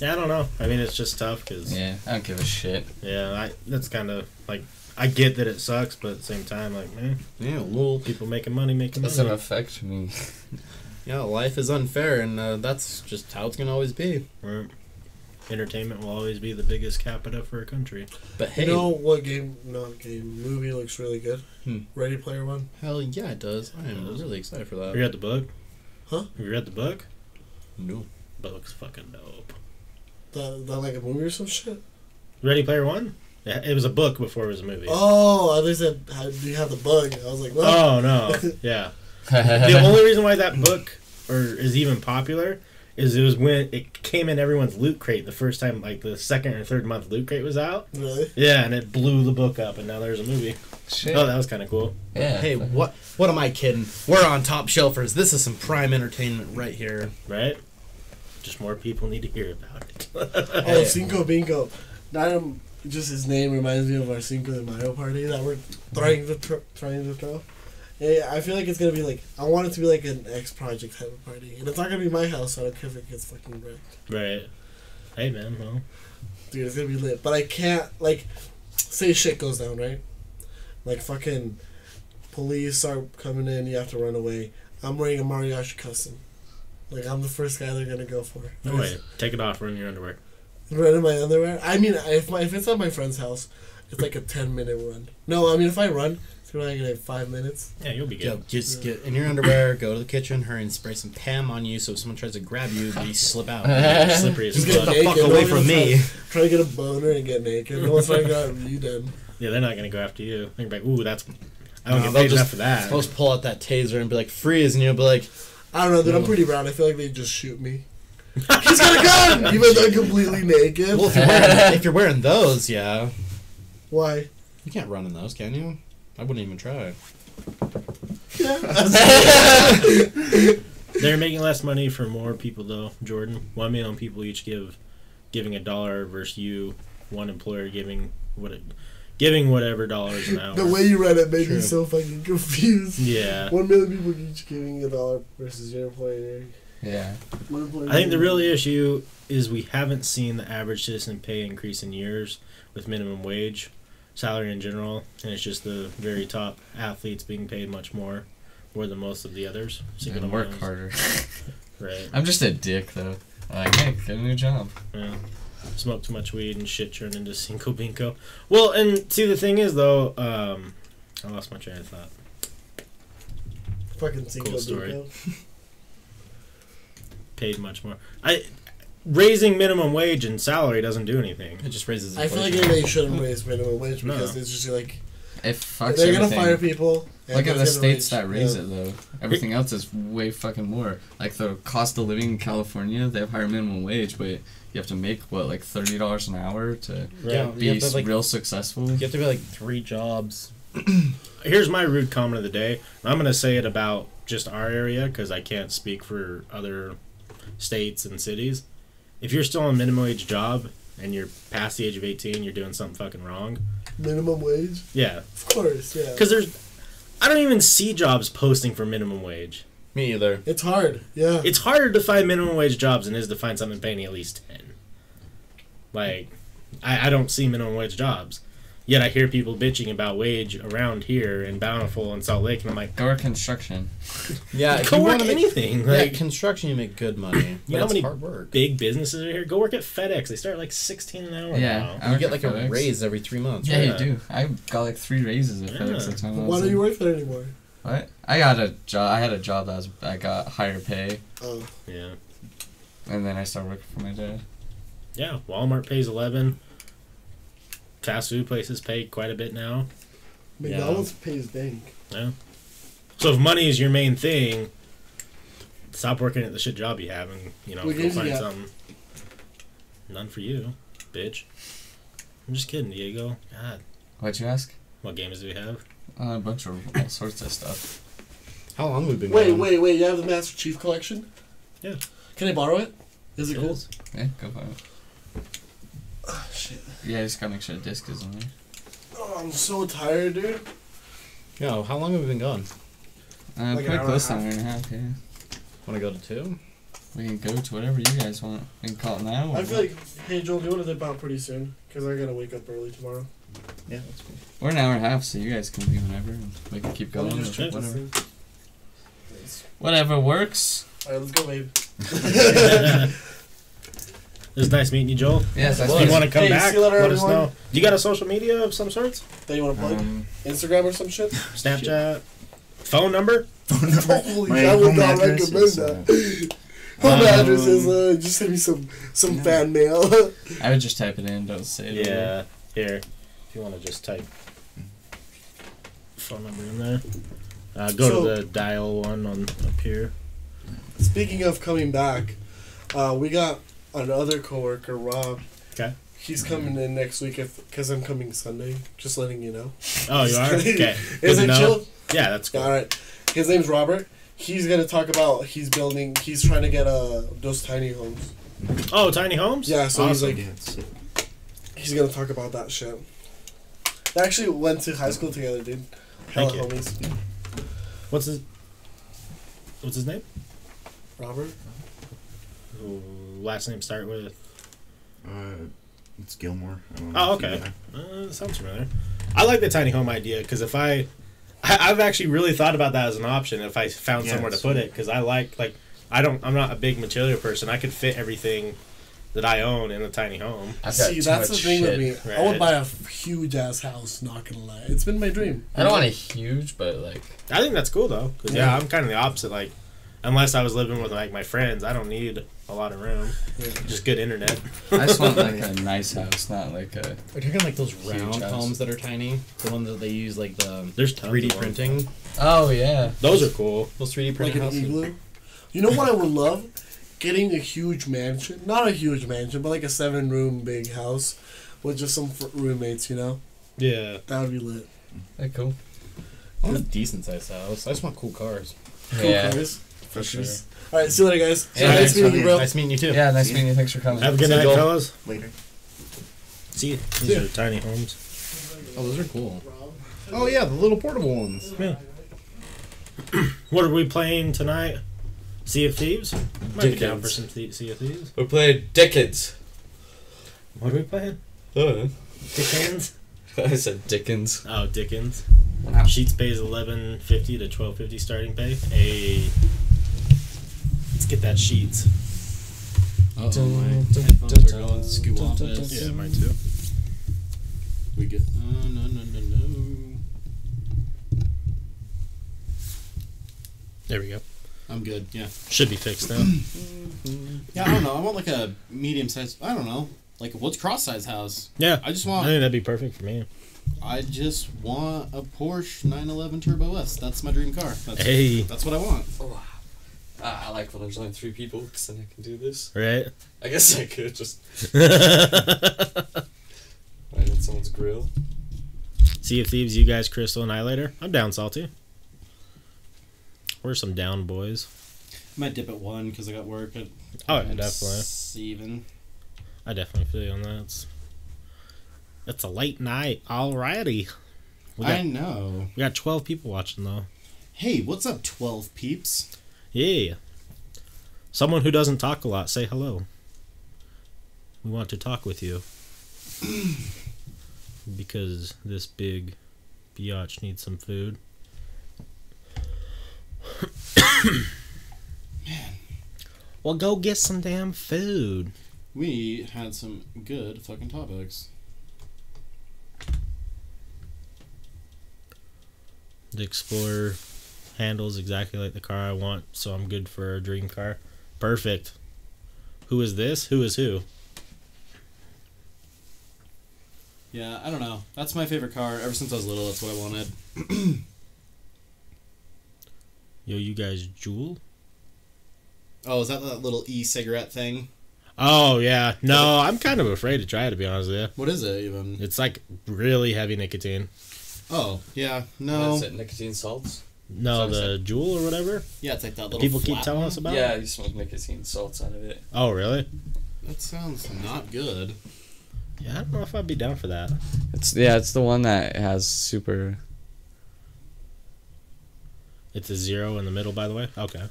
Speaker 4: Yeah, I don't know. I mean, it's just tough because yeah,
Speaker 3: Yeah, I don't give a shit.
Speaker 4: I, that's kind of like I get that it sucks, but at the same time, like man,
Speaker 5: yeah, well,
Speaker 4: people making money, making money.
Speaker 3: Doesn't affect me.
Speaker 5: yeah, life is unfair, and uh, that's just how it's gonna always be.
Speaker 4: Right. Entertainment will always be the biggest capita for a country.
Speaker 5: But hey,
Speaker 2: You know what game, not game, movie looks really good?
Speaker 5: Hmm.
Speaker 2: Ready Player One?
Speaker 5: hell yeah, it does. I am really excited for
Speaker 4: Have you
Speaker 5: that.
Speaker 4: read the book?
Speaker 2: Huh?
Speaker 4: Have you read the book?
Speaker 5: No,
Speaker 4: Book's fucking dope.
Speaker 2: That, that like a movie or some shit?
Speaker 4: Ready Player One? Yeah, it was a book before it was a movie.
Speaker 2: Oh, I said, how, do you have the bug? I was like, well,
Speaker 4: Oh, no. Yeah. The only reason why that book or is even popular is it was when it came in everyone's loot crate the first time like the second or third month loot crate was out.
Speaker 2: really?
Speaker 4: Yeah, and it blew the book up and now there's a movie.
Speaker 3: shit.
Speaker 4: Oh, that was kind of cool.
Speaker 3: yeah.
Speaker 5: hey,
Speaker 3: fuck.
Speaker 5: what? What am I kidding? We're on top shelfers. This is some prime entertainment right here.
Speaker 4: Right? Just more people need to hear about it.
Speaker 2: Oh, Cinco Bingo. Not um, just his name reminds me of our Cinco de Mayo party that we're trying to tr- trying to throw. Yeah, I feel like it's gonna be like I want it to be like an X project type of party, and it's not gonna be my house. So I don't care if it gets fucking wrecked,
Speaker 4: Right. Hey man, well,
Speaker 2: dude. It's gonna be lit, but I can't like say shit goes down right, like fucking police are coming in. You have to run away. I'm wearing a mariachi costume. Like I'm the first guy they're gonna go for.
Speaker 4: no way. Take it off, ruin your underwear.
Speaker 2: Run in my underwear. I mean, if my if it's at my friend's house, it's like a ten minute run. No, I mean if I run, it's probably like five minutes.
Speaker 4: Yeah, you'll be
Speaker 5: Yo,
Speaker 4: good.
Speaker 5: just get in your underwear, go to the kitchen, hurry and spray some Pam on you. So if someone tries to grab you, they slip out.
Speaker 4: Slippery as
Speaker 2: Just
Speaker 5: Get
Speaker 2: get
Speaker 4: fuck.
Speaker 5: the fuck
Speaker 2: naked.
Speaker 5: away
Speaker 2: No
Speaker 5: from
Speaker 2: one's
Speaker 5: me.
Speaker 2: Try to get a boner and get naked. No one's trying to get you done.
Speaker 4: Yeah, they're not gonna go after you. They're gonna be like, ooh, that's I don't
Speaker 5: No,
Speaker 4: get
Speaker 5: they'll
Speaker 4: paid
Speaker 5: just-
Speaker 4: enough for that.
Speaker 5: I'll just pull out that taser and be like, freeze, and you'll be like,
Speaker 2: I don't know, dude. I'm pretty brown. I feel like they just shoot me. He's got a gun, even though I'm completely naked.
Speaker 5: well, if you're wearing, if you're wearing those, yeah,
Speaker 2: Why?
Speaker 5: you can't run in those, can you? I wouldn't even try.
Speaker 4: They're making less money for more people though, Jordan. One million people each give giving a dollar versus you, one employer giving what it, giving whatever dollars an hour.
Speaker 2: The way you read it made me
Speaker 5: True.
Speaker 2: so fucking confused.
Speaker 4: yeah.
Speaker 2: One million people each giving a dollar versus your employer.
Speaker 3: Yeah.
Speaker 4: I think the real issue is we haven't seen the average citizen pay increase in years with minimum wage, salary in general, and it's just the very top athletes being paid much more more than most of the others. Single
Speaker 3: And work
Speaker 4: moms,
Speaker 3: harder.
Speaker 4: Right.
Speaker 3: I'm just a dick though. Like, hey, get a new job.
Speaker 4: Yeah. Smoke too much weed and shit turn into Cinco Binko. Well, and see, the thing is, though, um, I lost my train of thought.
Speaker 2: Fucking Cinco
Speaker 4: Cool story.
Speaker 2: Duco.
Speaker 4: Paid much more. I Raising minimum wage and salary doesn't do anything.
Speaker 5: It just raises.
Speaker 2: I feel like
Speaker 5: inflation.
Speaker 2: they shouldn't raise minimum wage
Speaker 4: No.
Speaker 2: because it's just like
Speaker 3: it fucks
Speaker 2: They're gonna
Speaker 3: everything.
Speaker 2: fire people. and
Speaker 3: Look at
Speaker 2: it's
Speaker 3: the
Speaker 2: gonna
Speaker 3: states
Speaker 2: reach-
Speaker 3: that raise
Speaker 2: yeah.
Speaker 3: it though. Everything else is way fucking more. Like the cost of living in California, they have higher minimum wage, but you have to make what like thirty dollars an hour to
Speaker 5: Yeah,
Speaker 3: be
Speaker 5: you have to,
Speaker 3: s-
Speaker 5: like-
Speaker 3: real successful.
Speaker 5: You have to be like three jobs.
Speaker 4: Here's my rude comment of the day. and I'm going to say it about just our area because I can't speak for other states and cities. If you're still on minimum wage job and you're past the age of 18, you're doing something fucking wrong.
Speaker 2: Minimum wage,
Speaker 4: Yeah,
Speaker 2: of course. Yeah.
Speaker 4: because there's I don't even see jobs posting for minimum wage.
Speaker 5: Me either.
Speaker 2: It's hard. Yeah.
Speaker 4: It's harder to find minimum wage jobs than it is to find something paying at least ten. Like, I, I don't see minimum wage jobs. Yet I hear people bitching about wage around here in Bountiful and Salt Lake, and I'm like,
Speaker 3: Go to construction.
Speaker 5: Yeah,
Speaker 4: go work
Speaker 5: wanna
Speaker 4: anything.
Speaker 5: yeah,
Speaker 4: Like,
Speaker 5: construction, you make good money.
Speaker 4: You know
Speaker 5: but
Speaker 4: how
Speaker 5: it's
Speaker 4: many
Speaker 5: hard work.
Speaker 4: big businesses are here. Go work at FedEx. They start at like sixteen an hour.
Speaker 3: Yeah,
Speaker 4: now.
Speaker 3: I
Speaker 5: You
Speaker 3: work
Speaker 5: get
Speaker 3: at
Speaker 5: like a
Speaker 3: FedEx.
Speaker 5: raise every three months.
Speaker 3: Yeah,
Speaker 5: right?
Speaker 4: Yeah.
Speaker 3: you do. I got like three raises at FedEx
Speaker 4: Yeah.
Speaker 3: the time. I
Speaker 2: Why
Speaker 3: was
Speaker 2: don't you
Speaker 3: in-
Speaker 2: work there anymore?
Speaker 3: What? I got a job. I had a job that was I got higher pay,
Speaker 2: Oh,
Speaker 4: yeah,
Speaker 3: and then I started working for my dad.
Speaker 4: yeah. Walmart pays eleven. Fast food places pay quite a bit now.
Speaker 2: McDonald's pays bank.
Speaker 4: So if money is your main thing, stop working at the shit job you have, and you know
Speaker 2: What
Speaker 4: go
Speaker 2: gives you
Speaker 4: find
Speaker 2: that?
Speaker 4: something. None for you, bitch. I'm just kidding, Diego. God,
Speaker 3: What'd you ask?
Speaker 4: what games do we have?
Speaker 3: Uh, a bunch of all sorts of stuff.
Speaker 5: How long we've been?
Speaker 2: Wait,
Speaker 5: going?
Speaker 2: wait, wait! You have the Master Chief collection?
Speaker 4: Yeah.
Speaker 2: Can I borrow it? Is it
Speaker 4: It
Speaker 2: cool?
Speaker 4: is.
Speaker 3: Yeah, Eh, go for it.
Speaker 2: Oh, Shit.
Speaker 3: Yeah, just gotta make sure the disc is in there.
Speaker 2: Oh, I'm so tired, dude.
Speaker 5: No, how long have we been gone?
Speaker 3: Uh,
Speaker 2: Like an
Speaker 3: pretty
Speaker 2: hour
Speaker 3: close to
Speaker 2: and a
Speaker 3: an hour and a half, yeah.
Speaker 5: Want to go to two?
Speaker 3: We can go to whatever you guys want. We can call it now. or
Speaker 2: I feel like, hey Joel, do you want to dip out pretty soon? Cause I gotta wake up early tomorrow.
Speaker 5: Yeah, that's cool.
Speaker 3: we're an hour and a half, so you guys can be whenever. and We can keep
Speaker 2: Let
Speaker 3: going.
Speaker 2: me
Speaker 3: or
Speaker 2: just check this
Speaker 3: whatever.
Speaker 2: thing.
Speaker 3: whatever works.
Speaker 2: Alright, let's go, babe.
Speaker 4: It was nice meeting you, Joel.
Speaker 3: Yes, I
Speaker 4: If you
Speaker 3: suppose.
Speaker 4: want to come
Speaker 2: Hey,
Speaker 4: back,
Speaker 2: see you later,
Speaker 4: let us
Speaker 2: everyone.
Speaker 4: know. You got a social media of some sorts?
Speaker 2: That you want to plug?
Speaker 6: Um,
Speaker 2: Instagram or some shit?
Speaker 4: Snapchat, phone number.
Speaker 6: phone number.
Speaker 2: Holy
Speaker 6: My
Speaker 2: shit, I would
Speaker 6: home
Speaker 2: not
Speaker 6: address
Speaker 2: recommend
Speaker 6: is, uh, um,
Speaker 2: that. Home address is uh, just send me some some
Speaker 6: No.
Speaker 2: fan mail.
Speaker 3: I would just type it in. Don't say it.
Speaker 4: Yeah, here. If you want to just type phone number in there, uh, go
Speaker 2: So-
Speaker 4: to the dial one on up here.
Speaker 2: Speaking of coming back, uh, we got another coworker, Rob.
Speaker 4: 'Kay.
Speaker 2: He's coming in next week if because I'm coming Sunday. Just letting you know.
Speaker 4: Oh, you are okay. Good
Speaker 2: Is
Speaker 4: to
Speaker 2: it
Speaker 4: know.
Speaker 2: chill?
Speaker 4: Yeah, that's
Speaker 2: Yeah,
Speaker 4: cool.
Speaker 2: all right. His name's Robert. He's gonna talk about he's building. He's trying to get uh those tiny homes.
Speaker 4: Oh, tiny homes.
Speaker 2: Yeah, so he's
Speaker 4: Awesome.
Speaker 2: like
Speaker 6: yeah, it's-
Speaker 2: he's gonna talk about that shit. They actually went to high school together, dude. Hella
Speaker 4: Thank you.
Speaker 2: homies.
Speaker 4: what's his what's his name?
Speaker 2: Robert.
Speaker 4: Last name start with.
Speaker 6: uh, it's Gilmore. I don't
Speaker 4: Oh,
Speaker 6: if you
Speaker 4: okay.
Speaker 6: know.
Speaker 4: Uh, sounds familiar. I like the tiny home idea because if I, I, I've actually really thought about that as an option. If I found
Speaker 6: Yeah,
Speaker 4: somewhere to
Speaker 6: so-
Speaker 4: put it, because I like like I don't I'm not a big material person. I could fit everything that I own in a tiny home.
Speaker 3: I've got
Speaker 2: See,
Speaker 3: too
Speaker 2: that's the
Speaker 3: much
Speaker 2: thing
Speaker 3: shit.
Speaker 2: with me. I
Speaker 4: right?
Speaker 2: would buy a f- huge ass house. Not gonna lie, it's been my dream.
Speaker 3: I don't want it huge, but like
Speaker 4: I think that's cool though. 'cause, yeah,
Speaker 2: Yeah.
Speaker 4: I'm kind of the opposite. Like, unless I was living with like my friends, I don't need a lot of room.
Speaker 2: Yeah.
Speaker 4: Just good internet.
Speaker 3: I just want like a nice house, not like a.
Speaker 5: Are you talking like those round
Speaker 3: house.
Speaker 5: homes that are tiny? The ones that they use like the
Speaker 4: There's tons
Speaker 5: three D
Speaker 4: of them.
Speaker 5: printing.
Speaker 3: Oh yeah.
Speaker 4: Those are cool.
Speaker 5: Those three D
Speaker 2: like
Speaker 5: printing
Speaker 2: an
Speaker 5: houses.
Speaker 2: igloo. You know what I would love? Getting a huge mansion. Not a huge mansion, but like a seven room big house with just some fr- roommates. You know,
Speaker 4: Yeah.
Speaker 2: that would be lit.
Speaker 3: That cool.
Speaker 5: I want a decent sized house. I just want cool cars.
Speaker 2: Cool
Speaker 3: yeah.
Speaker 2: cars.
Speaker 6: For sure.
Speaker 2: All right, see you later, guys.
Speaker 3: Yeah,
Speaker 2: nice
Speaker 3: thanks,
Speaker 2: meeting you,
Speaker 6: buddy.
Speaker 2: bro.
Speaker 5: Nice meeting you too.
Speaker 3: Yeah. Nice
Speaker 6: See ya.
Speaker 3: meeting you. Thanks for coming.
Speaker 4: Have a good
Speaker 5: See you,
Speaker 4: night,
Speaker 5: Joel.
Speaker 4: fellas.
Speaker 6: Later.
Speaker 4: See, you. these
Speaker 2: Yeah.
Speaker 4: are tiny homes.
Speaker 5: Oh, those are cool. Oh yeah, the little portable ones.
Speaker 4: What are we playing tonight? Sea of Thieves. Might be down
Speaker 5: Dickens.
Speaker 4: for some Thie- Sea of Thieves.
Speaker 5: We played Dickens.
Speaker 4: What are we playing?
Speaker 3: Oh,
Speaker 5: Uh,
Speaker 4: Dickens.
Speaker 5: I said Dickens.
Speaker 4: Oh, Dickens.
Speaker 3: Wow.
Speaker 4: Sheets pays eleven fifty to twelve fifty starting pay. Hey, let's get that Sheets.
Speaker 5: Oh my headphones are going skewampus.
Speaker 4: Yeah, mine too.
Speaker 5: We get. Oh no no no no.
Speaker 4: There we go.
Speaker 5: I'm good. Yeah.
Speaker 4: Should be fixed now.
Speaker 5: Yeah, I don't know. I want like a medium sized. I don't know. Like, what's cross size house?
Speaker 4: Yeah.
Speaker 5: I just
Speaker 4: I
Speaker 5: want
Speaker 4: think that'd be perfect for me.
Speaker 5: I just want a Porsche 911 Turbo S. That's my dream car. That's,
Speaker 4: Hey,
Speaker 5: that's what I want.
Speaker 3: Ah, I like when there's only three people because then I can do this.
Speaker 4: right?
Speaker 3: I guess I could just right on someone's grill.
Speaker 4: See if Thieves, you guys, Crystal, and Highlighter. I'm down, Salty. We're some down boys.
Speaker 5: Might dip at one because I got work at
Speaker 4: Oh, yeah,
Speaker 5: at
Speaker 4: definitely.
Speaker 5: seven.
Speaker 4: I definitely feel you on that. It's, it's a late night. Alrighty. We got,
Speaker 5: I know.
Speaker 4: we got 12 people watching, though.
Speaker 5: Hey, what's up, twelve peeps?
Speaker 4: Yeah. Someone who doesn't talk a lot, say hello. We want to talk with you. because this big biatch needs some food. Man. Well, go get some damn food.
Speaker 5: We had some good fucking topics.
Speaker 4: The Explorer handles exactly like the car I want, so I'm good for a dream car. Perfect. Who is this? Who is who?
Speaker 5: Yeah, I don't know. That's my favorite car. Ever since I was little, that's what I wanted.
Speaker 4: Yo, you guys, Jewel?
Speaker 5: Oh, is that that little e-cigarette thing?
Speaker 4: Oh yeah, no, I'm kind of afraid to try it to be honest with
Speaker 5: What is it even?
Speaker 4: you. It's like really heavy nicotine.
Speaker 5: Oh, yeah,
Speaker 3: That's
Speaker 5: no,
Speaker 3: it, nicotine salts.
Speaker 4: No,
Speaker 3: So
Speaker 4: the jewel or whatever.
Speaker 5: yeah, it's like that little.
Speaker 4: People keep
Speaker 5: flat
Speaker 4: telling
Speaker 5: one.
Speaker 4: us about.
Speaker 3: Yeah, you smoke nicotine salts out of it.
Speaker 4: Oh really?
Speaker 5: That sounds not good.
Speaker 4: Yeah, I don't know if I'd be down for that.
Speaker 3: It's yeah, it's the one that has super.
Speaker 4: It's a zero in the middle, by the way. Okay.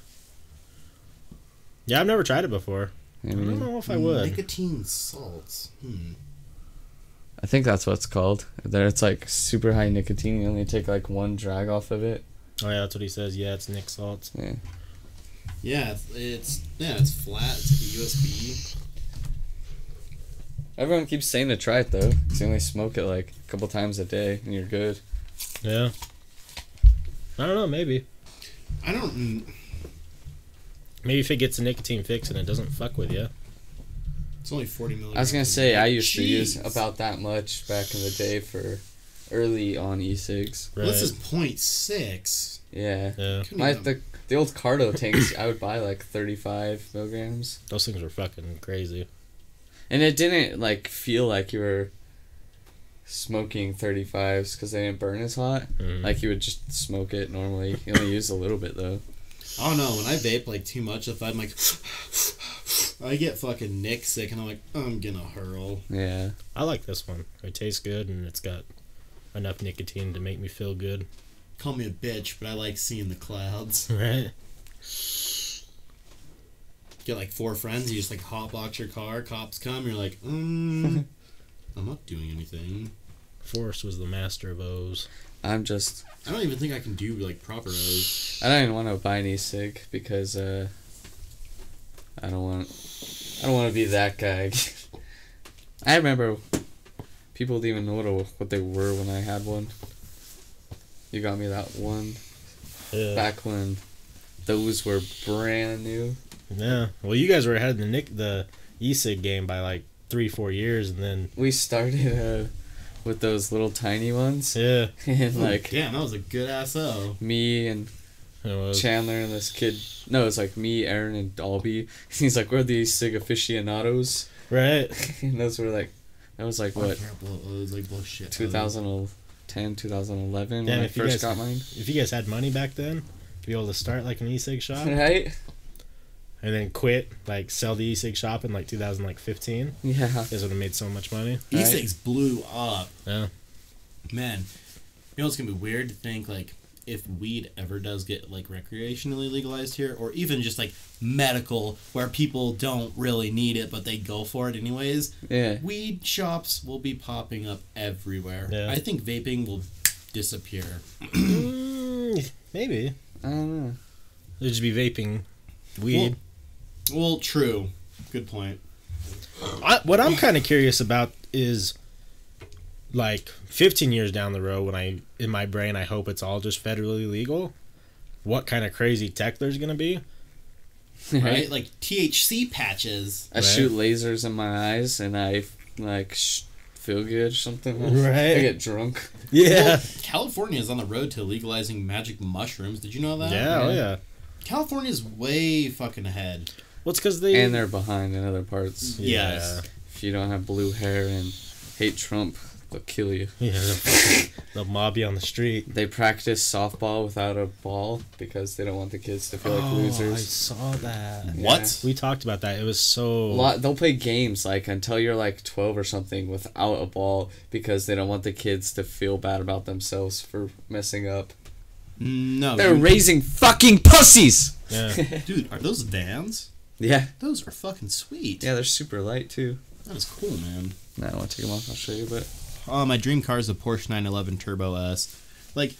Speaker 4: Yeah, I've never tried it before.
Speaker 3: I
Speaker 4: I don't
Speaker 3: mean,
Speaker 4: know if I
Speaker 5: Mm-hmm.
Speaker 4: would.
Speaker 5: Nicotine salts. Hmm.
Speaker 3: I think that's what it's called. There, it's like super high nicotine. You only take like one drag off of it.
Speaker 4: Oh yeah, that's what he says. Yeah, it's Nick salts.
Speaker 3: Yeah.
Speaker 5: Yeah, it's, it's yeah, it's flat. It's like a USB.
Speaker 3: Everyone keeps saying to try it though. 'cause you only smoke it like a couple times a day, and you're good.
Speaker 4: Yeah. I don't know. Maybe.
Speaker 5: I don't.
Speaker 4: Maybe if it gets a nicotine fix and it doesn't fuck with you.
Speaker 5: It's only forty milligrams.
Speaker 3: I was gonna say I used to use
Speaker 5: Jeez.
Speaker 3: about that much back in the day for early on e-cigs.
Speaker 4: Right.
Speaker 5: Well, this is point six.
Speaker 3: Yeah.
Speaker 4: yeah.
Speaker 5: Couldn't
Speaker 3: My
Speaker 5: even-
Speaker 3: the the old Cardo tanks I would buy like thirty five milligrams,
Speaker 4: Those things are fucking crazy.
Speaker 3: and it didn't like feel like you were smoking thirty fives because they didn't burn as hot.
Speaker 4: Mhm.
Speaker 3: Like you would just smoke it normally. You only use a little bit though.
Speaker 5: I don't know. Oh, When I vape like too much, if I'm like, I get fucking nick sick, and I'm like, I'm gonna hurl.
Speaker 3: Yeah.
Speaker 4: I like this one. It tastes good and it's got enough nicotine to make me feel good.
Speaker 5: Call me a bitch, but I like seeing the clouds.
Speaker 4: Right?
Speaker 5: Get like four friends, you just like hotbox your car. Cops come, you're like, mm, I'm not doing anything.
Speaker 4: Forrest was the master of O's.
Speaker 3: I'm just.
Speaker 5: I don't even think I can do like proper O's.
Speaker 3: I don't even want to buy an e-cig because uh, I don't want. I don't want to be that guy. I remember people didn't even know what, a- what they were when I had one. You got me that one
Speaker 4: Yeah.
Speaker 3: back when those were brand new.
Speaker 4: Yeah. Well, you guys were ahead of the Nick the e-cig game by like three, four years, and then
Speaker 3: We started uh, with those little tiny ones,
Speaker 4: yeah,
Speaker 3: and like
Speaker 5: Damn, that was a good ass O.
Speaker 3: me and
Speaker 4: it was
Speaker 3: Chandler and this kid. No, it's like me, Aaron, and Dalby. He's like, we're the cig aficionados.
Speaker 4: right.
Speaker 3: and those were like, that was like
Speaker 5: I
Speaker 3: what,
Speaker 5: can't blow O's like bullshit.
Speaker 3: 2010, 2011
Speaker 4: Damn,
Speaker 3: when I
Speaker 4: if you
Speaker 3: first
Speaker 4: guys-
Speaker 3: got mine.
Speaker 4: If you guys had money back then to be able to start like an e-cig shop and
Speaker 3: Right?
Speaker 4: then quit, like sell the e-cig shop in like 2015, you
Speaker 3: Yeah.
Speaker 4: guys would have made so much money.
Speaker 5: These
Speaker 3: Right.
Speaker 5: things blew up.
Speaker 4: Yeah.
Speaker 5: Man, you know it's gonna be weird to think like if weed ever does get like recreationally legalized here, or even just like medical, where people don't really need it but they go for it anyways.
Speaker 3: Yeah.
Speaker 5: Weed shops will be popping up everywhere.
Speaker 4: Yeah.
Speaker 5: I think vaping will disappear.
Speaker 4: Mm, maybe
Speaker 3: I don't know.
Speaker 4: it'd just be vaping weed.
Speaker 5: Well, true. Good point.
Speaker 4: I, what I'm kind of curious about is like 15 years down the road when I in my brain I hope it's all just federally legal what kind of crazy tech there's going to be
Speaker 5: right? Like THC patches.
Speaker 3: I shoot lasers in my eyes and I like sh- feel good or something.
Speaker 4: Right.
Speaker 3: I get drunk.
Speaker 4: Yeah.
Speaker 5: California is on the road to legalizing magic mushrooms. Did you know that?
Speaker 4: yeah. Oh yeah.
Speaker 5: California's way fucking ahead.
Speaker 4: What's because they
Speaker 3: And they're behind in other parts.
Speaker 5: Yes.
Speaker 3: If you don't have blue hair and hate Trump, they'll kill you.
Speaker 4: Yeah, they'll, fucking- they'll mob you on the street.
Speaker 3: They practice softball without a ball because they don't want the kids to feel like
Speaker 4: Oh, I
Speaker 3: losers.
Speaker 4: saw that.
Speaker 5: What?
Speaker 4: We talked about that. It was so.
Speaker 3: A lot, they'll play games like until you're like 12 or something without a ball because they don't want the kids to feel bad about themselves for messing up.
Speaker 5: No.
Speaker 3: They're
Speaker 5: dude.
Speaker 3: raising fucking pussies!
Speaker 4: Yeah.
Speaker 5: dude, are those vans?
Speaker 3: Yeah.
Speaker 5: Those are fucking sweet.
Speaker 3: Yeah, they're super light too.
Speaker 5: That is cool, man.
Speaker 3: No, I want to take them off. I'll show you, but
Speaker 5: Oh, my dream car is a Porsche 911 Turbo S. Like,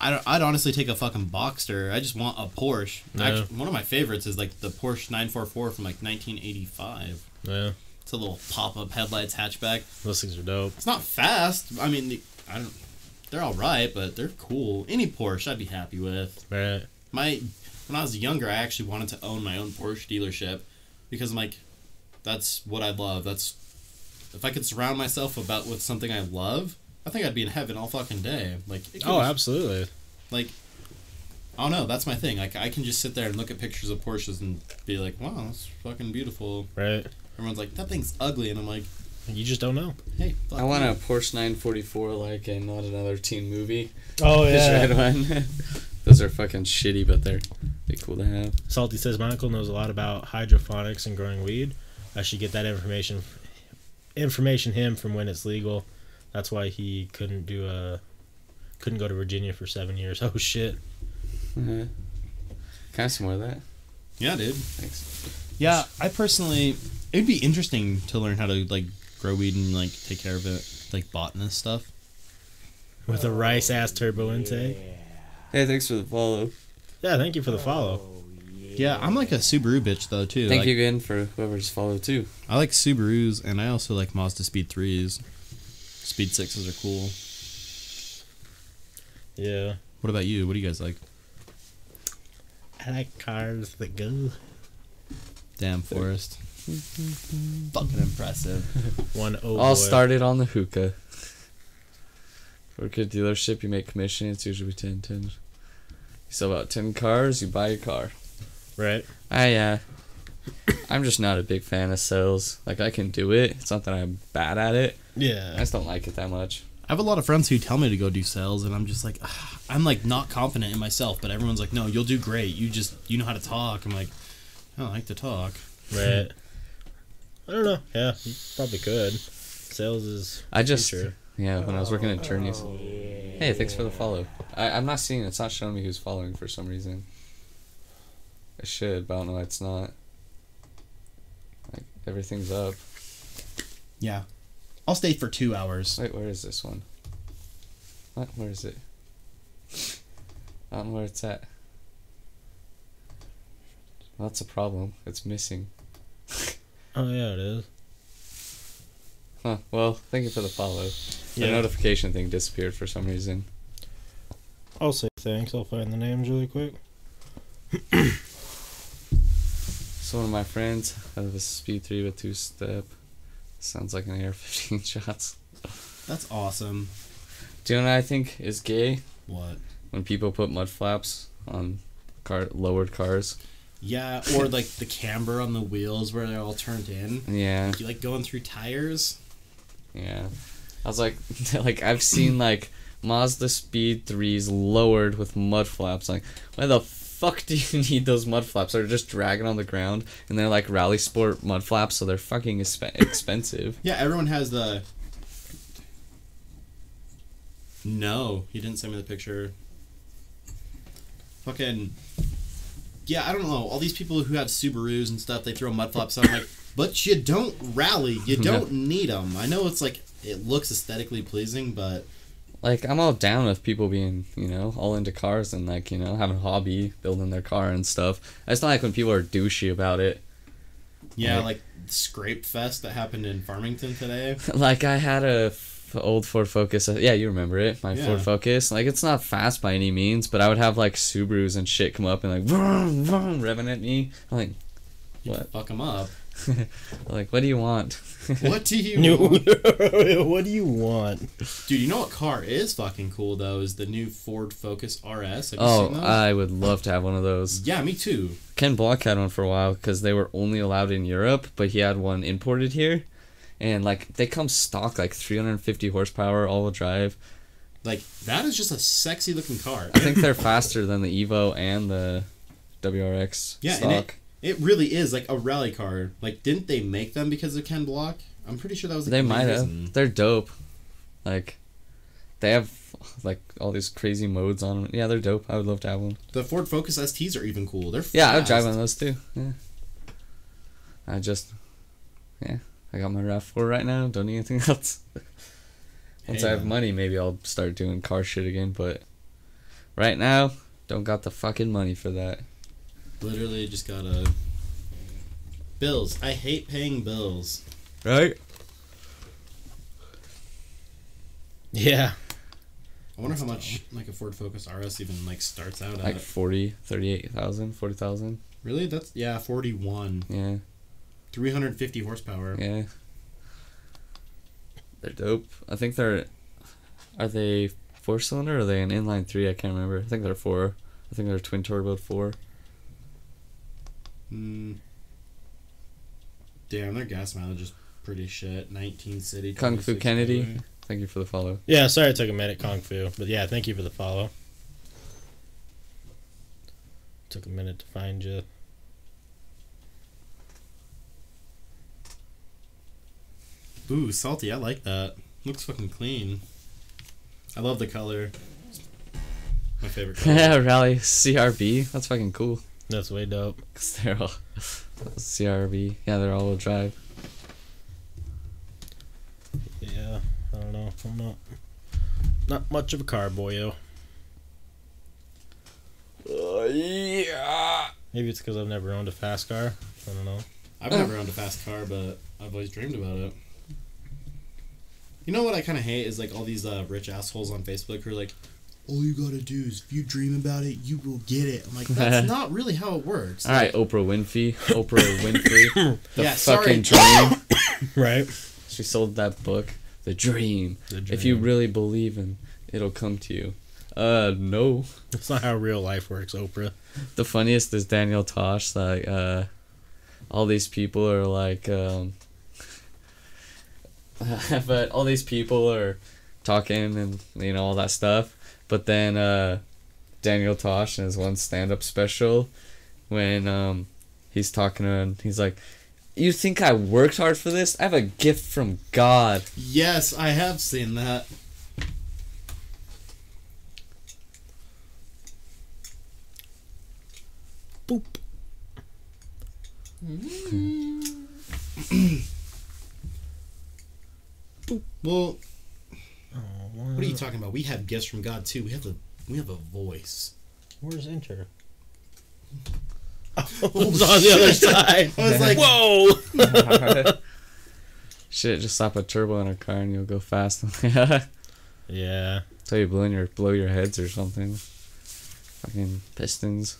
Speaker 5: I don't, I'd honestly take a fucking Boxster. I just want a Porsche.
Speaker 4: Yeah.
Speaker 5: Actually, one of my favorites is like the Porsche 944 from like 1985.
Speaker 4: yeah.
Speaker 5: It's a little pop-up headlights hatchback.
Speaker 4: Those things are dope.
Speaker 5: It's not fast. I mean, the, I don't. They're all right, but they're cool. Any Porsche, I'd be happy with.
Speaker 4: Right.
Speaker 5: My when I was younger, I actually wanted to own my own Porsche dealership because I'm like, that's what I love. That's if I could surround myself about with something I love, I think I'd be in heaven all fucking day. Like, it could
Speaker 4: Oh,
Speaker 5: just-
Speaker 4: absolutely.
Speaker 5: like I don't know. That's my thing. Like, I can just sit there and look at pictures of Porsches and be like, wow, that's fucking beautiful.
Speaker 4: Right.
Speaker 5: Everyone's like, that thing's ugly, and I'm like,
Speaker 4: You just don't know.
Speaker 5: hey, fuck
Speaker 3: I want
Speaker 5: you."
Speaker 3: a Porsche 944 like and not another teen movie.
Speaker 4: Oh
Speaker 3: This red one. Those are fucking shitty, but they're they cool to have.
Speaker 4: Salty says my uncle knows a lot about hydroponics and growing weed. I should get that information information him from when it's legal. That's why he couldn't do a couldn't go to Virginia for seven years. Oh shit.
Speaker 3: Uh, can I have some more of that?
Speaker 5: yeah, dude.
Speaker 3: Thanks.
Speaker 5: Yeah, I personally, it'd be interesting to learn how to like grow weed and like take care of it, like botanist stuff.
Speaker 4: With a rice ass turbo intake.
Speaker 3: Hey, thanks for the follow.
Speaker 4: Yeah, thank you for the follow.
Speaker 5: Yeah, I'm like a Subaru bitch though too.
Speaker 3: Thank
Speaker 5: like,
Speaker 3: you again for whoever's followed too.
Speaker 5: I like Subarus and I also like Mazda Speed Threes. Speed Sixes are cool.
Speaker 4: Yeah.
Speaker 5: What about you? What do you guys like?
Speaker 4: I like cars that go.
Speaker 5: Damn Forest. Fucking impressive.
Speaker 4: One oh
Speaker 3: All
Speaker 4: boy.
Speaker 3: started on the hookah. Work at a dealership, you make commission. It's usually 10, 10. You sell about 10 cars, you buy a car.
Speaker 4: Right.
Speaker 3: I uh I'm just not a big fan of sales. Like I can do it. It's not that I'm bad at it. I
Speaker 4: Yeah.
Speaker 3: just don't like it that much.
Speaker 5: I have a lot of friends who tell me to go do sales, and I'm just like, "Ah," I'm like not confident in myself. But everyone's like, no, you'll do great. You just you know how to talk. I'm like, I don't like to talk.
Speaker 4: Right. I don't know. Yeah, you probably could. Sales is
Speaker 3: I just
Speaker 4: Future.
Speaker 3: yeah. When I was working at attorneys. Hey, thanks for the follow. I, I'm not seeing. it. It's not showing me who's following for some reason. It should, but I don't know. why It's not. Like everything's up.
Speaker 5: Yeah, I'll stay for two hours.
Speaker 3: Wait, where is this one? What? Where is it? I don't know where it's at. Well, that's a problem. It's missing.
Speaker 4: Oh yeah, it is.
Speaker 3: Huh. Well, thank you for the follow.
Speaker 4: Yeah.
Speaker 3: The notification thing disappeared for some reason.
Speaker 4: I'll say thanks. I'll find the names really quick.
Speaker 3: So one of my friends has a speed three with two step. Sounds like an AR fifteen shots.
Speaker 5: That's awesome.
Speaker 3: Do you know what I think is gay?
Speaker 5: What?
Speaker 3: When people put mud flaps on car lowered cars.
Speaker 5: Yeah, or like the camber on the wheels where they're all turned in.
Speaker 3: Yeah.
Speaker 5: You like going through tires?
Speaker 3: Yeah. I was like like I've seen like Mazda Speed 3s lowered with mud flaps. Like, why the fuck do you need those mud flaps? They're just dragging on the ground and they're like rally sport mud flaps, so they're fucking exp- expensive.
Speaker 5: Yeah, everyone has the. No, he didn't send me the picture. Fucking. Yeah, I don't know. All these people who have Subarus and stuff, they throw mud flaps on. Like, but you don't rally. You don't 'em. need them. I know it's like it looks aesthetically pleasing, but
Speaker 3: Like I'm all down with people being, you know, all into cars and like, you know, having a hobby, building their car and stuff. It's not like when people are douchey about it.
Speaker 5: yeah,
Speaker 3: Right.
Speaker 5: like the scrape fest that happened in Farmington today.
Speaker 3: like I had a f- f- old Ford Focus. Uh, Yeah, you remember it. My
Speaker 5: Yeah.
Speaker 3: Ford Focus. Like it's not fast by any means, but I would have like Subarus and shit come up and like vroom, vroom, revving at me. I'm like, What?
Speaker 5: Fuck them up.
Speaker 3: like what do you want?
Speaker 5: What do you
Speaker 4: New-
Speaker 5: want?
Speaker 4: what do you want?
Speaker 5: Dude, you know what car is fucking cool though is the new Ford Focus RS. Have you
Speaker 3: oh,
Speaker 5: seen those?
Speaker 3: I would love to have one of those.
Speaker 5: yeah, me too.
Speaker 3: Ken Block had one for a while because they were only allowed in Europe, but he had one imported here, and like they come stock like 350 horsepower all-wheel drive.
Speaker 5: Like that is just a sexy looking car.
Speaker 3: I think they're faster than the Evo and the WRX
Speaker 5: Yeah,
Speaker 3: stock.
Speaker 5: and it, it really is like a rally car. Like, didn't they make them because of Ken Block? I'm pretty sure that was. Like,
Speaker 3: They
Speaker 5: the main
Speaker 3: might
Speaker 5: reason.
Speaker 3: have. They're dope. Like, they have like all these crazy modes on them. Yeah, they're dope. I would love to have one.
Speaker 5: The Ford Focus STs are even cool. They're
Speaker 3: Yeah, I would
Speaker 5: fast.
Speaker 3: drive one of those too. Yeah. I just, yeah, I got my Rav4 right now. Don't need anything else. Once
Speaker 5: Hey,
Speaker 3: I have
Speaker 5: man.
Speaker 3: money, maybe I'll start doing car shit again. But right now, don't got the fucking money for that.
Speaker 5: Literally, just gotta. Bills. I hate paying bills.
Speaker 3: Right?
Speaker 4: Yeah.
Speaker 5: I wonder how much like a Ford Focus RS even like starts out
Speaker 3: Like
Speaker 5: at.
Speaker 3: 40, 38,000, 40,000.
Speaker 5: Really? That's yeah, 41,
Speaker 3: Yeah,
Speaker 5: 350 horsepower.
Speaker 3: yeah. They're dope. I think they're, are they four cylinder or are they an inline three? I can't remember. I think they're four. I think they're twin turbo four.
Speaker 5: Mm. Damn, their gas mileage is pretty shit. 19 city.
Speaker 3: Kung Fu
Speaker 5: 26
Speaker 3: Kennedy.
Speaker 5: highway.
Speaker 3: Thank you for the follow.
Speaker 4: Yeah, sorry I took a minute, Kung Fu. But yeah, thank you for the follow. Took a minute to find you.
Speaker 5: Ooh, salty. I like that. Looks fucking clean. I love the color. My favorite color.
Speaker 3: Yeah, rally CRB. That's fucking cool.
Speaker 4: That's way dope.
Speaker 3: Cause they're all CRB. Yeah, they're all wheel drive.
Speaker 4: Yeah, I don't know. I'm not not much of a car boyo.
Speaker 3: Oh, yeah.
Speaker 4: Maybe it's because I've never owned a fast car. I don't know.
Speaker 5: I've
Speaker 3: Oh.
Speaker 5: never owned a fast car, but I've always dreamed about it. You know what I kind of hate is like all these uh, rich assholes on Facebook who are like, all you gotta do is if you dream about it, you will get it. I'm like, that's not really how it works.
Speaker 3: All right, Oprah Winfrey. Oprah Winfrey. The
Speaker 5: Yeah,
Speaker 3: fucking
Speaker 5: sorry.
Speaker 3: dream.
Speaker 4: Right.
Speaker 3: She sold that book, The Dream.
Speaker 4: The
Speaker 3: If you
Speaker 4: dream.
Speaker 3: really believe in, it'll come to you. Uh, no.
Speaker 4: That's not how real life works, Oprah.
Speaker 3: the funniest is Daniel Tosh. Like, uh, all these people are like, um, but all these people are talking and you know all that stuff. But then uh, Daniel Tosh in his one stand-up special, when um, he's talking and he's like, "You think I worked hard for this? I have a gift from God."
Speaker 5: Yes, I have seen that.
Speaker 4: Boop. Mm.
Speaker 5: Well,
Speaker 4: Oh,
Speaker 5: what are you talking about? We have gifts from God too. We have a we have a voice.
Speaker 4: Where's Enter? Oh, it was on the other side.
Speaker 5: I was like,
Speaker 4: Whoa!
Speaker 3: Shit, just slap a turbo in a car and you'll go fast.
Speaker 4: Yeah.
Speaker 3: Tell you blow in your blow your heads or something. Fucking pistons.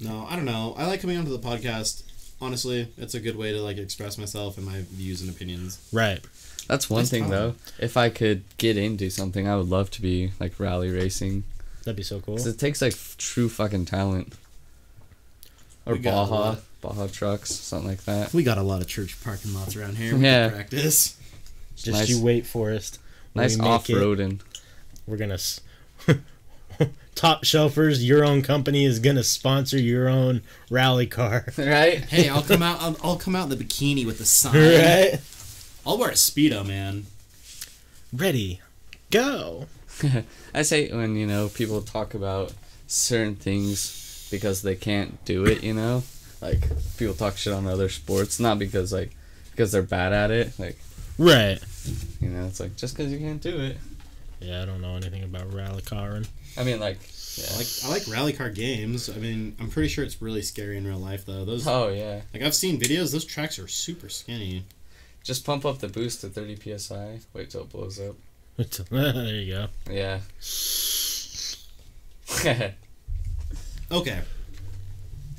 Speaker 5: No, I don't know. I like coming onto the podcast. Honestly, it's a good way to like express myself and my views and opinions.
Speaker 4: Right.
Speaker 3: That's one
Speaker 5: That's
Speaker 3: thing
Speaker 5: fine.
Speaker 3: though. If I could get into something, I would love to be like rally racing.
Speaker 4: That'd be so cool.
Speaker 3: 'Cause it takes like f- true fucking talent. Or
Speaker 5: We got a
Speaker 3: Baja,
Speaker 5: lot.
Speaker 3: Baja trucks, something like that.
Speaker 5: We got a lot of church parking lots around here. We
Speaker 3: Yeah.
Speaker 5: can practice.
Speaker 4: Just
Speaker 3: nice-
Speaker 4: you wait, Forrest. When
Speaker 3: Nice
Speaker 4: we make
Speaker 3: off
Speaker 4: it,
Speaker 3: roading.
Speaker 4: We're gonna. S- Top shelfers, your own company is gonna sponsor your own rally car.
Speaker 3: Right?
Speaker 5: Hey, I'll come out. I'll, I'll come out in the bikini with the sign.
Speaker 4: right.
Speaker 5: I'll wear a speedo, man.
Speaker 4: Ready. Go.
Speaker 3: I say when, you know, people talk about certain things because they can't do it, you know? Like people talk shit on other sports, not because like because they're bad at it. Like,
Speaker 4: Right.
Speaker 3: you know, it's like just because you can't do it.
Speaker 4: Yeah, I don't know anything about rally carring.
Speaker 3: I mean, like,
Speaker 5: I
Speaker 3: yeah.
Speaker 5: like I like rally car games. I mean, I'm pretty sure it's really scary in real life though. Those
Speaker 3: oh yeah,
Speaker 5: like I've seen videos. Those tracks are super skinny.
Speaker 3: Just pump up the boost to 30 psi. Wait till it blows up.
Speaker 4: there you go.
Speaker 3: Yeah.
Speaker 5: Okay.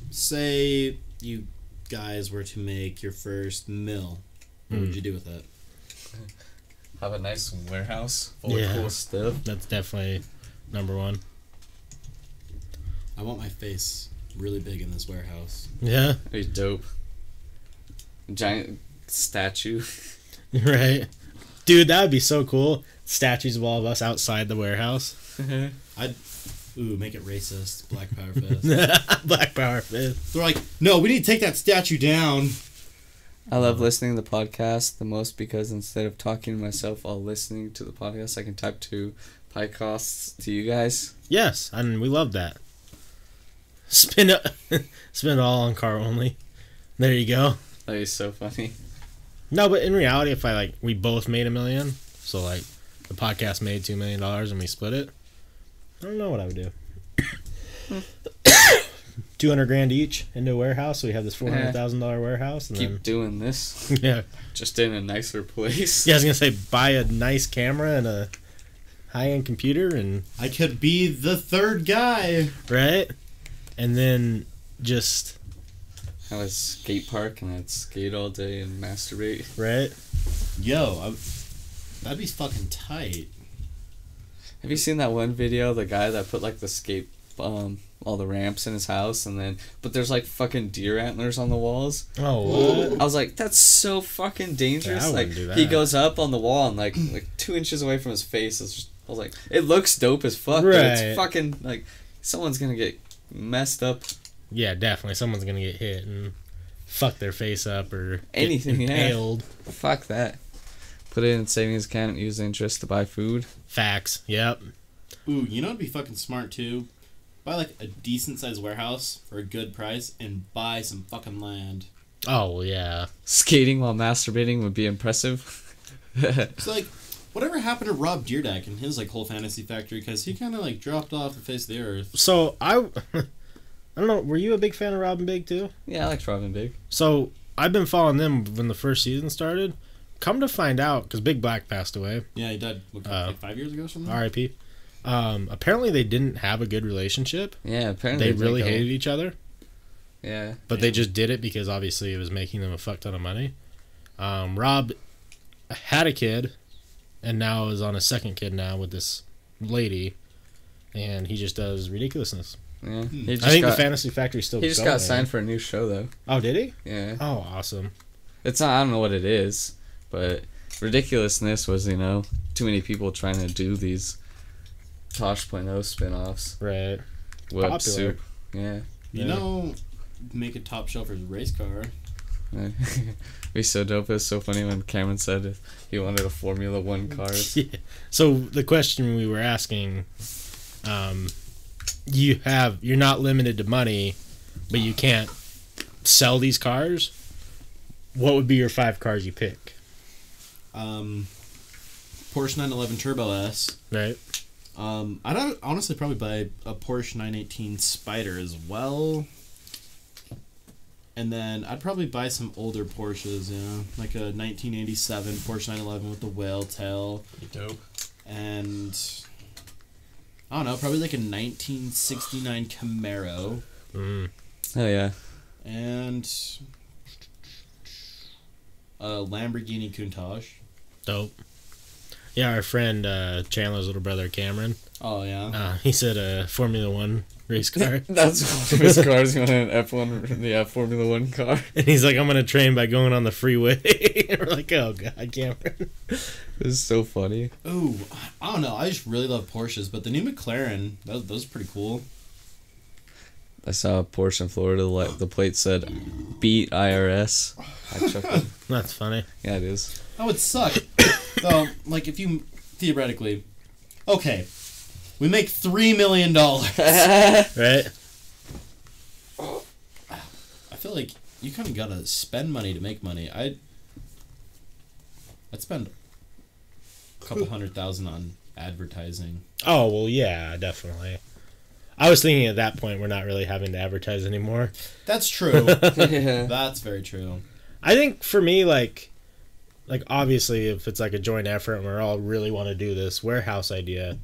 Speaker 5: Say you guys were to make your first mill. What would you do with it?
Speaker 3: Have a nice warehouse full
Speaker 4: Yeah.
Speaker 3: of cool stuff.
Speaker 4: That's definitely number one.
Speaker 5: I want my face really big in this warehouse.
Speaker 4: Yeah.
Speaker 3: It'd be dope. Giant statue.
Speaker 4: Right. Dude, that would be so cool. Statues of all of us outside the warehouse.
Speaker 5: I'd ooh make it racist. Black Power Fest.
Speaker 4: Black Power Fifth.
Speaker 5: They're like, no, we need to take that statue down.
Speaker 3: I love listening to the podcast the most because instead of talking to myself while listening to the podcast, I can type to podcasts to you guys.
Speaker 4: Yes, and we love that. Spin it, spin it all on car only. There you go.
Speaker 3: That is so funny.
Speaker 4: No, but in reality, if I like, we both made a million. So like, the podcast made two million dollars and we split it. I don't know what I would do. Two hundred grand each into a warehouse. So we have this four hundred thousand dollar warehouse, and
Speaker 3: Keep doing this,
Speaker 4: then yeah,
Speaker 3: just in a nicer place.
Speaker 4: yeah. I was gonna say buy a nice camera and a high end computer, and
Speaker 5: I could be the third guy.
Speaker 4: right, and then just
Speaker 3: Have a skate park and I'd skate all day and masturbate.
Speaker 4: right.
Speaker 5: Yo, I, that'd be fucking tight.
Speaker 3: Have you seen that one video? The guy that put like the skate, um, all the ramps in his house, and then but there's like fucking deer antlers on the walls.
Speaker 4: Oh, what?
Speaker 3: I was like, that's so fucking dangerous.
Speaker 4: Yeah, I
Speaker 3: like
Speaker 4: wouldn't do that.
Speaker 3: he goes up on the wall and like like two inches away from his face is just, I was like, it looks dope as fuck, but
Speaker 4: Right.
Speaker 3: it's fucking like someone's gonna get messed up.
Speaker 4: Yeah, definitely. Someone's gonna get hit and fuck their face up or get
Speaker 3: Anything, yeah.
Speaker 4: impaled.
Speaker 3: Fuck that. Put it in savings account, use interest to buy food.
Speaker 4: Facts. Yep.
Speaker 5: Ooh, you know it'd be fucking smart too. Buy like a decent sized warehouse for a good price and buy some fucking land.
Speaker 4: Oh yeah.
Speaker 3: Skating while masturbating would be impressive.
Speaker 5: It's like, whatever happened to Rob Deerdack and his like whole fantasy factory? Because he kind of like dropped off the face of the earth.
Speaker 4: So I, I don't know. Were you a big fan of Robin Big too?
Speaker 3: yeah, I like Robin Big.
Speaker 4: So I've been following them when the first season started. Come to find out, because Big Black passed away,
Speaker 5: Yeah, he died what,
Speaker 4: Uh,
Speaker 5: like five years ago or
Speaker 3: Mm-hmm.
Speaker 5: something.
Speaker 4: R.I.P. Um, apparently, they didn't have a good relationship.
Speaker 3: Yeah, apparently
Speaker 4: They really
Speaker 3: go-
Speaker 4: hated each other,
Speaker 3: Yeah,
Speaker 4: but they just did it because obviously it was making them a fuck ton of money. Um, Rob had a kid, and now is on a second kid now with this lady, and he just does ridiculousness.
Speaker 3: yeah. He just
Speaker 4: I think
Speaker 3: got,
Speaker 4: the Fantasy Factory still.
Speaker 3: he just
Speaker 4: going.
Speaker 3: got signed for a new show though.
Speaker 4: Oh, did he?
Speaker 3: Yeah.
Speaker 4: Oh, awesome.
Speaker 3: It's not, I don't know what it is, but ridiculousness was, you know, too many people trying to do these Tosh.0 spin offs.
Speaker 4: Right.
Speaker 3: Web
Speaker 4: Popular.
Speaker 3: soup. Yeah.
Speaker 5: You know, make a top shelfer's race car.
Speaker 3: be so dope. It was so funny when Cameron said he wanted a Formula One car.
Speaker 4: So the question we were asking, um, you have you're not limited to money, but you can't sell these cars. What would be your five cars you pick?
Speaker 5: Um, Porsche 911 Turbo S.
Speaker 4: Right.
Speaker 5: Um, I'd hon- honestly probably buy a Porsche 918 Spider as well. And then I'd probably buy some older Porsches, you know, like a 1987 Porsche 911 with the whale tail.
Speaker 3: dope.
Speaker 5: And I don't know, probably like a 1969 Camaro.
Speaker 3: Oh, yeah.
Speaker 5: And a Lamborghini Countach.
Speaker 4: Dope. Yeah, our friend uh, Chandler's little brother Cameron.
Speaker 5: Oh, yeah.
Speaker 4: Uh, he said a Formula One race car,
Speaker 3: That's one of his cars. He wanted an F1, yeah, Formula One car.
Speaker 4: and he's like, "I'm gonna train by going on the freeway." and we're like, "Oh God, Cameron."
Speaker 3: It was so funny.
Speaker 5: Oh, I don't know. I just really love Porsches, but the new McLaren, those, those are pretty cool.
Speaker 3: I saw a Porsche in Florida. Like the plate said, "Beat IRS." I chuckled.
Speaker 4: That's funny.
Speaker 3: yeah, it is.
Speaker 5: That would suck. Though, like if you theoretically, okay, we make three million dollars.
Speaker 4: Right.
Speaker 5: I feel like you kind of gotta spend money to make money. I, I'd spend a couple hundred thousand on advertising.
Speaker 4: Oh well, yeah, definitely. I was thinking at that point we're not really having to advertise anymore.
Speaker 5: That's true.
Speaker 3: yeah.
Speaker 5: That's very true.
Speaker 4: I think for me, like like obviously if it's like a joint effort and we're all really want to do this warehouse idea,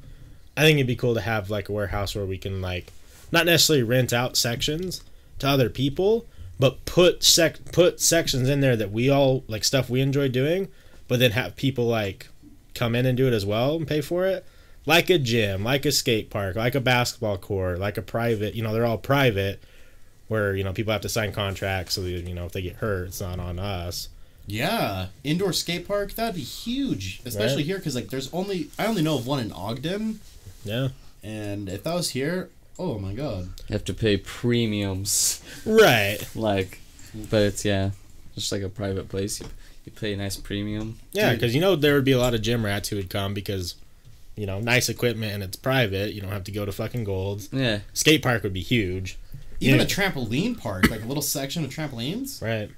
Speaker 4: I think it'd be cool to have like a warehouse where we can like not necessarily rent out sections to other people, but put sec put sections in there that we all like stuff we enjoy doing, but then have people like come in and do it as well and pay for it. Like a gym, like a skate park, like a basketball court, like a private, you know, they're all private where, you know, people have to sign contracts so that, you know, if they get hurt, it's not on us.
Speaker 5: Yeah, indoor skate park that'd be huge, especially
Speaker 4: Right.
Speaker 5: here because like there's only I only know of one in Ogden,
Speaker 4: Yeah.
Speaker 5: and if that was here, oh my god,
Speaker 3: You have to pay premiums,
Speaker 4: Right.
Speaker 3: like, but it's yeah, just like a private place. You, you pay a nice premium.
Speaker 4: Yeah, because you know there would be a lot of gym rats who would come because, you know, nice equipment and it's private. You don't have to go to fucking Gold's.
Speaker 3: Yeah,
Speaker 4: Skate park would be huge,
Speaker 5: even
Speaker 4: Yeah.
Speaker 5: a trampoline park, like a little section of trampolines,
Speaker 4: right?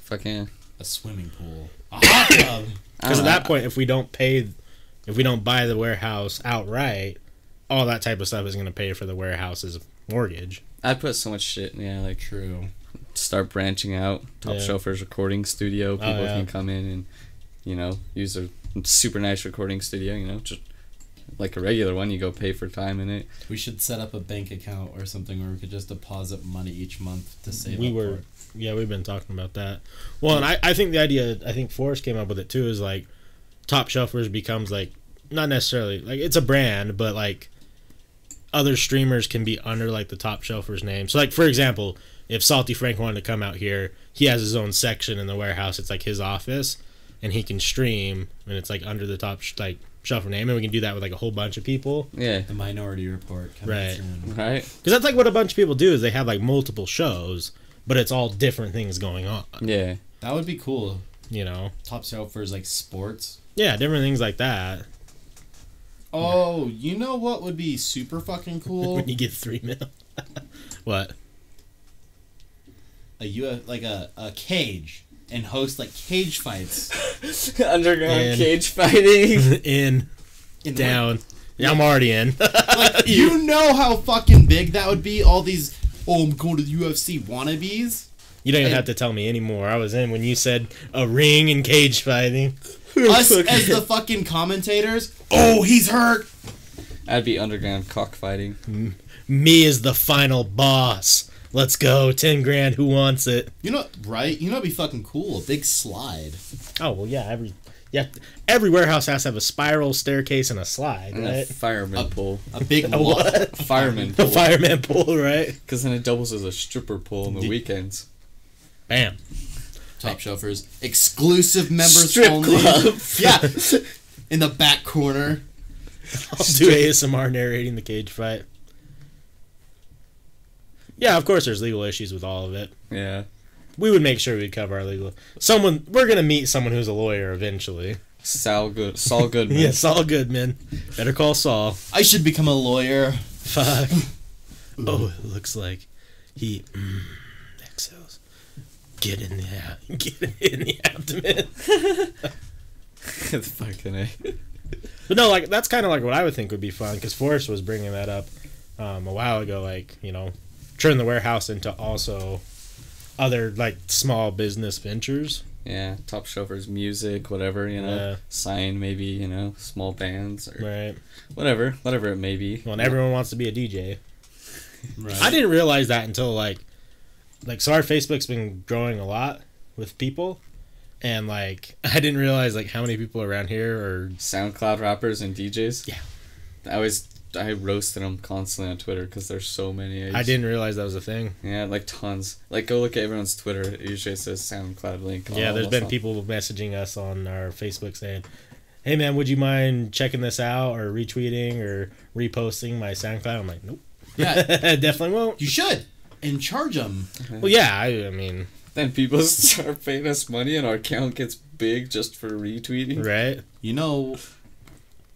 Speaker 3: fucking.
Speaker 5: a swimming pool, a hot tub.
Speaker 4: Because at that point, if we don't pay, if we don't buy the warehouse outright, all that type of stuff is going to pay for the warehouse's mortgage.
Speaker 3: I put so much shit. Yeah, like
Speaker 5: True.
Speaker 3: start branching out. Top
Speaker 4: Yeah. Oh,
Speaker 3: Shelfers recording studio. People
Speaker 4: yeah.
Speaker 3: can come in and, you know, use a super nice recording studio. You know, just like a regular one, you go pay for time in it.
Speaker 5: We should set up a bank account or something where we could just deposit money each month to save.
Speaker 4: we
Speaker 5: up
Speaker 4: were
Speaker 5: for it.
Speaker 4: yeah we've been talking about that well and I, I think the idea i think forrest came up with it too is like top shelfers becomes like not necessarily like it's a brand but like other streamers can be under like the top shelfers name so like for example if salty frank wanted to come out here he has his own section in the warehouse it's like his office and he can stream and it's like under the top sh- like shelfer name and we can do that with like a whole bunch of people
Speaker 3: Yeah,
Speaker 5: the Minority Report coming
Speaker 4: Right.
Speaker 5: soon.
Speaker 3: right.
Speaker 4: because that's like what a bunch of people do is they have like multiple shows but it's all different things going on
Speaker 3: Yeah,
Speaker 5: That would be cool.
Speaker 4: you know
Speaker 5: Top shelfers like sports.
Speaker 4: Yeah, different things like that.
Speaker 5: Oh, you know what would be super fucking cool?
Speaker 4: When you get three mil. what?
Speaker 5: a U like a, a cage and host like cage fights
Speaker 3: underground
Speaker 4: And-
Speaker 3: cage fighting.
Speaker 4: in,
Speaker 5: in the
Speaker 4: down. Yeah, I'm already in.
Speaker 5: like, you know how fucking big that would be all these oh i'm going to the ufc wannabes
Speaker 4: you don't even
Speaker 5: And-
Speaker 4: have to tell me anymore. I was in when you said a ring and cage fighting.
Speaker 5: us as the fucking commentators oh he's hurt
Speaker 3: I'd be underground cockfighting.
Speaker 4: Me is the final boss. Let's go. Ten grand. Who wants it?
Speaker 5: you know right you know it'd be fucking cool a big slide
Speaker 4: Oh well, yeah. Every yeah, every warehouse has to have a spiral staircase and a slide,
Speaker 3: And a
Speaker 4: right?
Speaker 3: fireman pool.
Speaker 5: a big lo-
Speaker 3: Fireman
Speaker 4: The
Speaker 3: pool.
Speaker 4: fireman pool, right?
Speaker 3: Because then it doubles as a stripper pool on the weekends.
Speaker 4: Bam.
Speaker 5: top shelfers exclusive members
Speaker 3: Strip
Speaker 5: only
Speaker 3: club.
Speaker 5: yeah in the back corner
Speaker 4: I'll do ASMR narrating the cage fight. Yeah, of course. There's legal issues with all of it.
Speaker 3: Yeah.
Speaker 4: we would make sure we cover our legal. Someone we're gonna meet someone who's a lawyer eventually.
Speaker 3: Sal Good. Saul Goodman.
Speaker 4: Yeah, Saul Goodman. Better call Saul.
Speaker 5: i should become a lawyer
Speaker 4: Fuck. oh, it looks like he mm, exhales. Get in the ab- get in the abdomen.
Speaker 3: Fucking A.
Speaker 4: But no, like that's kind of like what I would think would be fun because Forrest was bringing that up um, a while ago. Like you know, turn the warehouse into also other like small business ventures.
Speaker 3: Yeah. Top shelfers, music, whatever, you know.
Speaker 4: Yeah.
Speaker 3: Sign, maybe, you know. Small bands or
Speaker 4: Right.
Speaker 3: whatever. Whatever it may be.
Speaker 4: Well, and everyone wants to be a DJ.
Speaker 5: right
Speaker 4: I didn't realize that until like, like so our Facebook's been growing a lot with people, and like I didn't realize like how many people around here are
Speaker 3: SoundCloud rappers and DJs.
Speaker 4: Yeah.
Speaker 3: I always. I roasted them constantly on Twitter because there's so many.
Speaker 4: I
Speaker 3: just-
Speaker 4: didn't realize that was a thing.
Speaker 3: Yeah, like tons. Like, go look at everyone's Twitter. It usually says SoundCloud link. on
Speaker 4: yeah,
Speaker 3: all
Speaker 4: there's
Speaker 3: of
Speaker 4: been
Speaker 3: them.
Speaker 4: people messaging us on our Facebook saying, "Hey man, would you mind checking this out or retweeting or reposting my SoundCloud?" I'm like, "Nope,
Speaker 5: yeah
Speaker 4: definitely won't."
Speaker 5: You should. And charge them.
Speaker 4: Well, yeah, I, I mean,
Speaker 3: Then people start paying us money and our account gets big just for retweeting.
Speaker 4: right?
Speaker 5: You know,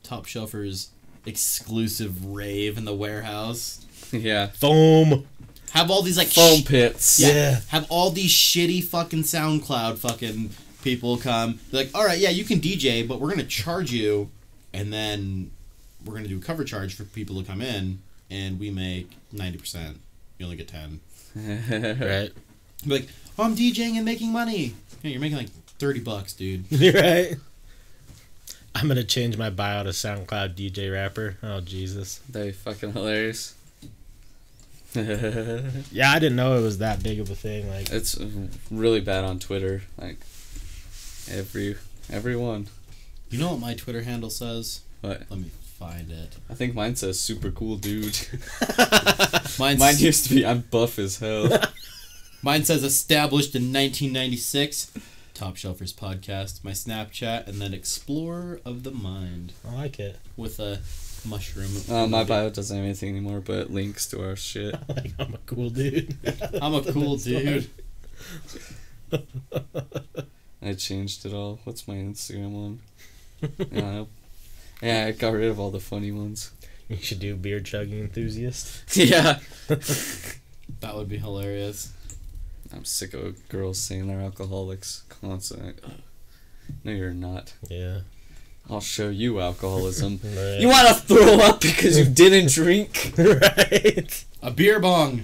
Speaker 5: Top Shelfer's exclusive rave in the warehouse.
Speaker 3: Yeah.
Speaker 4: Foam.
Speaker 5: Have all these like
Speaker 3: Foam
Speaker 5: sh-
Speaker 3: pits.
Speaker 5: yeah,
Speaker 4: Yeah.
Speaker 5: Have all these shitty fucking SoundCloud fucking people come. They're like, all right, yeah, you can DJ, but we're gonna charge you, and then we're gonna do a cover charge for people to come in, and we make ninety percent. You only get ten.
Speaker 4: Right.
Speaker 5: Be like, oh, I'm DJing and making money. Yeah, you're making like thirty bucks, dude.
Speaker 4: right. I'm gonna change my bio to SoundCloud DJ rapper. Oh Jesus.
Speaker 3: They fucking hilarious. it's
Speaker 4: Yeah, I didn't know it was that big of a thing. Like,
Speaker 3: really bad on Twitter. Like every everyone.
Speaker 5: You know what my Twitter handle says?
Speaker 3: But
Speaker 5: Let me find it.
Speaker 3: I think mine says super cool dude.
Speaker 5: Mine's,
Speaker 3: mine
Speaker 5: mine,
Speaker 3: used to be I'm buff as hell.
Speaker 5: says established in 1996. Top Shelfers podcast, my Snapchat, and then Explorer of the Mind
Speaker 4: I like it.
Speaker 5: with a mushroom.
Speaker 3: Uh, my bio doesn't have anything anymore, but links to our shit.
Speaker 4: Like, I'm a cool dude.
Speaker 5: I'm a cool dude.
Speaker 3: I changed it all. What's my Instagram one? yeah, I- yeah, I got rid of all the funny ones.
Speaker 4: You should do beer chugging enthusiast.
Speaker 3: yeah.
Speaker 5: That would be hilarious.
Speaker 3: I'm sick of girls saying they're alcoholics constantly. No, you're not.
Speaker 4: Yeah.
Speaker 3: I'll show you alcoholism.
Speaker 4: Right.
Speaker 3: you want to throw up because you didn't drink?
Speaker 4: right.
Speaker 5: A beer bong.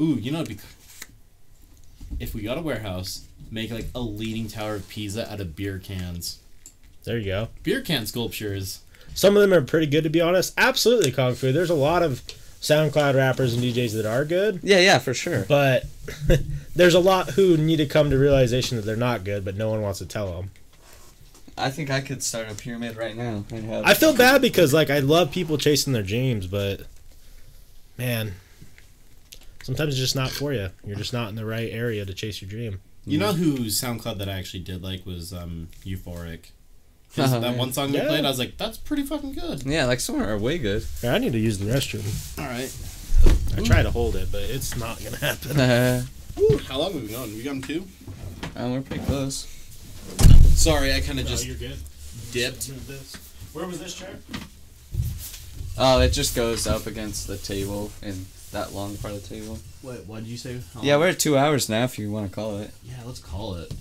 Speaker 5: Ooh, you know it'd be. If we got a warehouse, make like a leaning tower of Pisa out of beer cans.
Speaker 4: There you go.
Speaker 5: Beer can sculptures.
Speaker 4: Some of them are pretty good, to be honest. Absolutely, Kung Fu. There's a lot of SoundCloud rappers and DJs that are good,
Speaker 3: Yeah, yeah, for sure.
Speaker 4: but there's a lot who need to come to realization that they're not good, but no one wants to tell them.
Speaker 3: I think I could start a pyramid right now. I'd have
Speaker 4: I feel bad because, like, I love people chasing their dreams, but man, sometimes it's just not for you. You're just not in the right area to chase your dream.
Speaker 5: You know who SoundCloud that I actually did like was um, Euphoric. 'Cause
Speaker 3: Oh,
Speaker 5: that
Speaker 3: yeah.
Speaker 5: one song
Speaker 4: Yeah.
Speaker 5: we played, I was like, that's pretty fucking good.
Speaker 3: Yeah, like some are way good.
Speaker 4: Here, I need to use the restroom.
Speaker 5: All right.
Speaker 4: I try to hold it, but it's not gonna happen.
Speaker 3: Uh,
Speaker 5: Woo, how long have we gone? We gone two?
Speaker 3: we're pretty close.
Speaker 5: Sorry, I kind of just
Speaker 4: good.
Speaker 5: dipped.
Speaker 4: Where was this chair?
Speaker 3: Oh, it just goes up against the table in that long part of the table.
Speaker 5: Wait, what did you say? How
Speaker 3: Yeah,
Speaker 5: long?
Speaker 3: we're at two hours now, if you want to call it.
Speaker 5: Yeah, let's call it.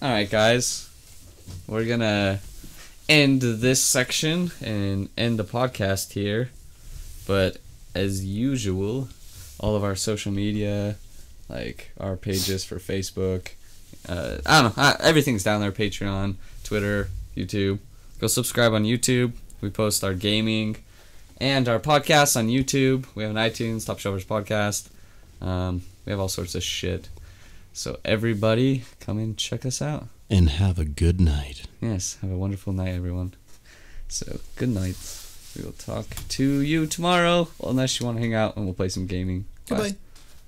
Speaker 3: All right, guys, we're gonna end this section and end the podcast here. But as usual, all of our social media, like our pages for Facebook, uh, I don't know, uh, everything's down there. Patreon, Twitter, YouTube. Go subscribe on YouTube. We post our gaming and our podcasts on YouTube. We have an iTunes Top Shelvers podcast. Um, we have all sorts of shit. So everybody, come and check us out.
Speaker 5: And have a good night.
Speaker 3: Yes, have a wonderful night, everyone. So good night. We will talk to you tomorrow, unless you want to hang out and we'll play some gaming. Bye.
Speaker 5: Goodbye.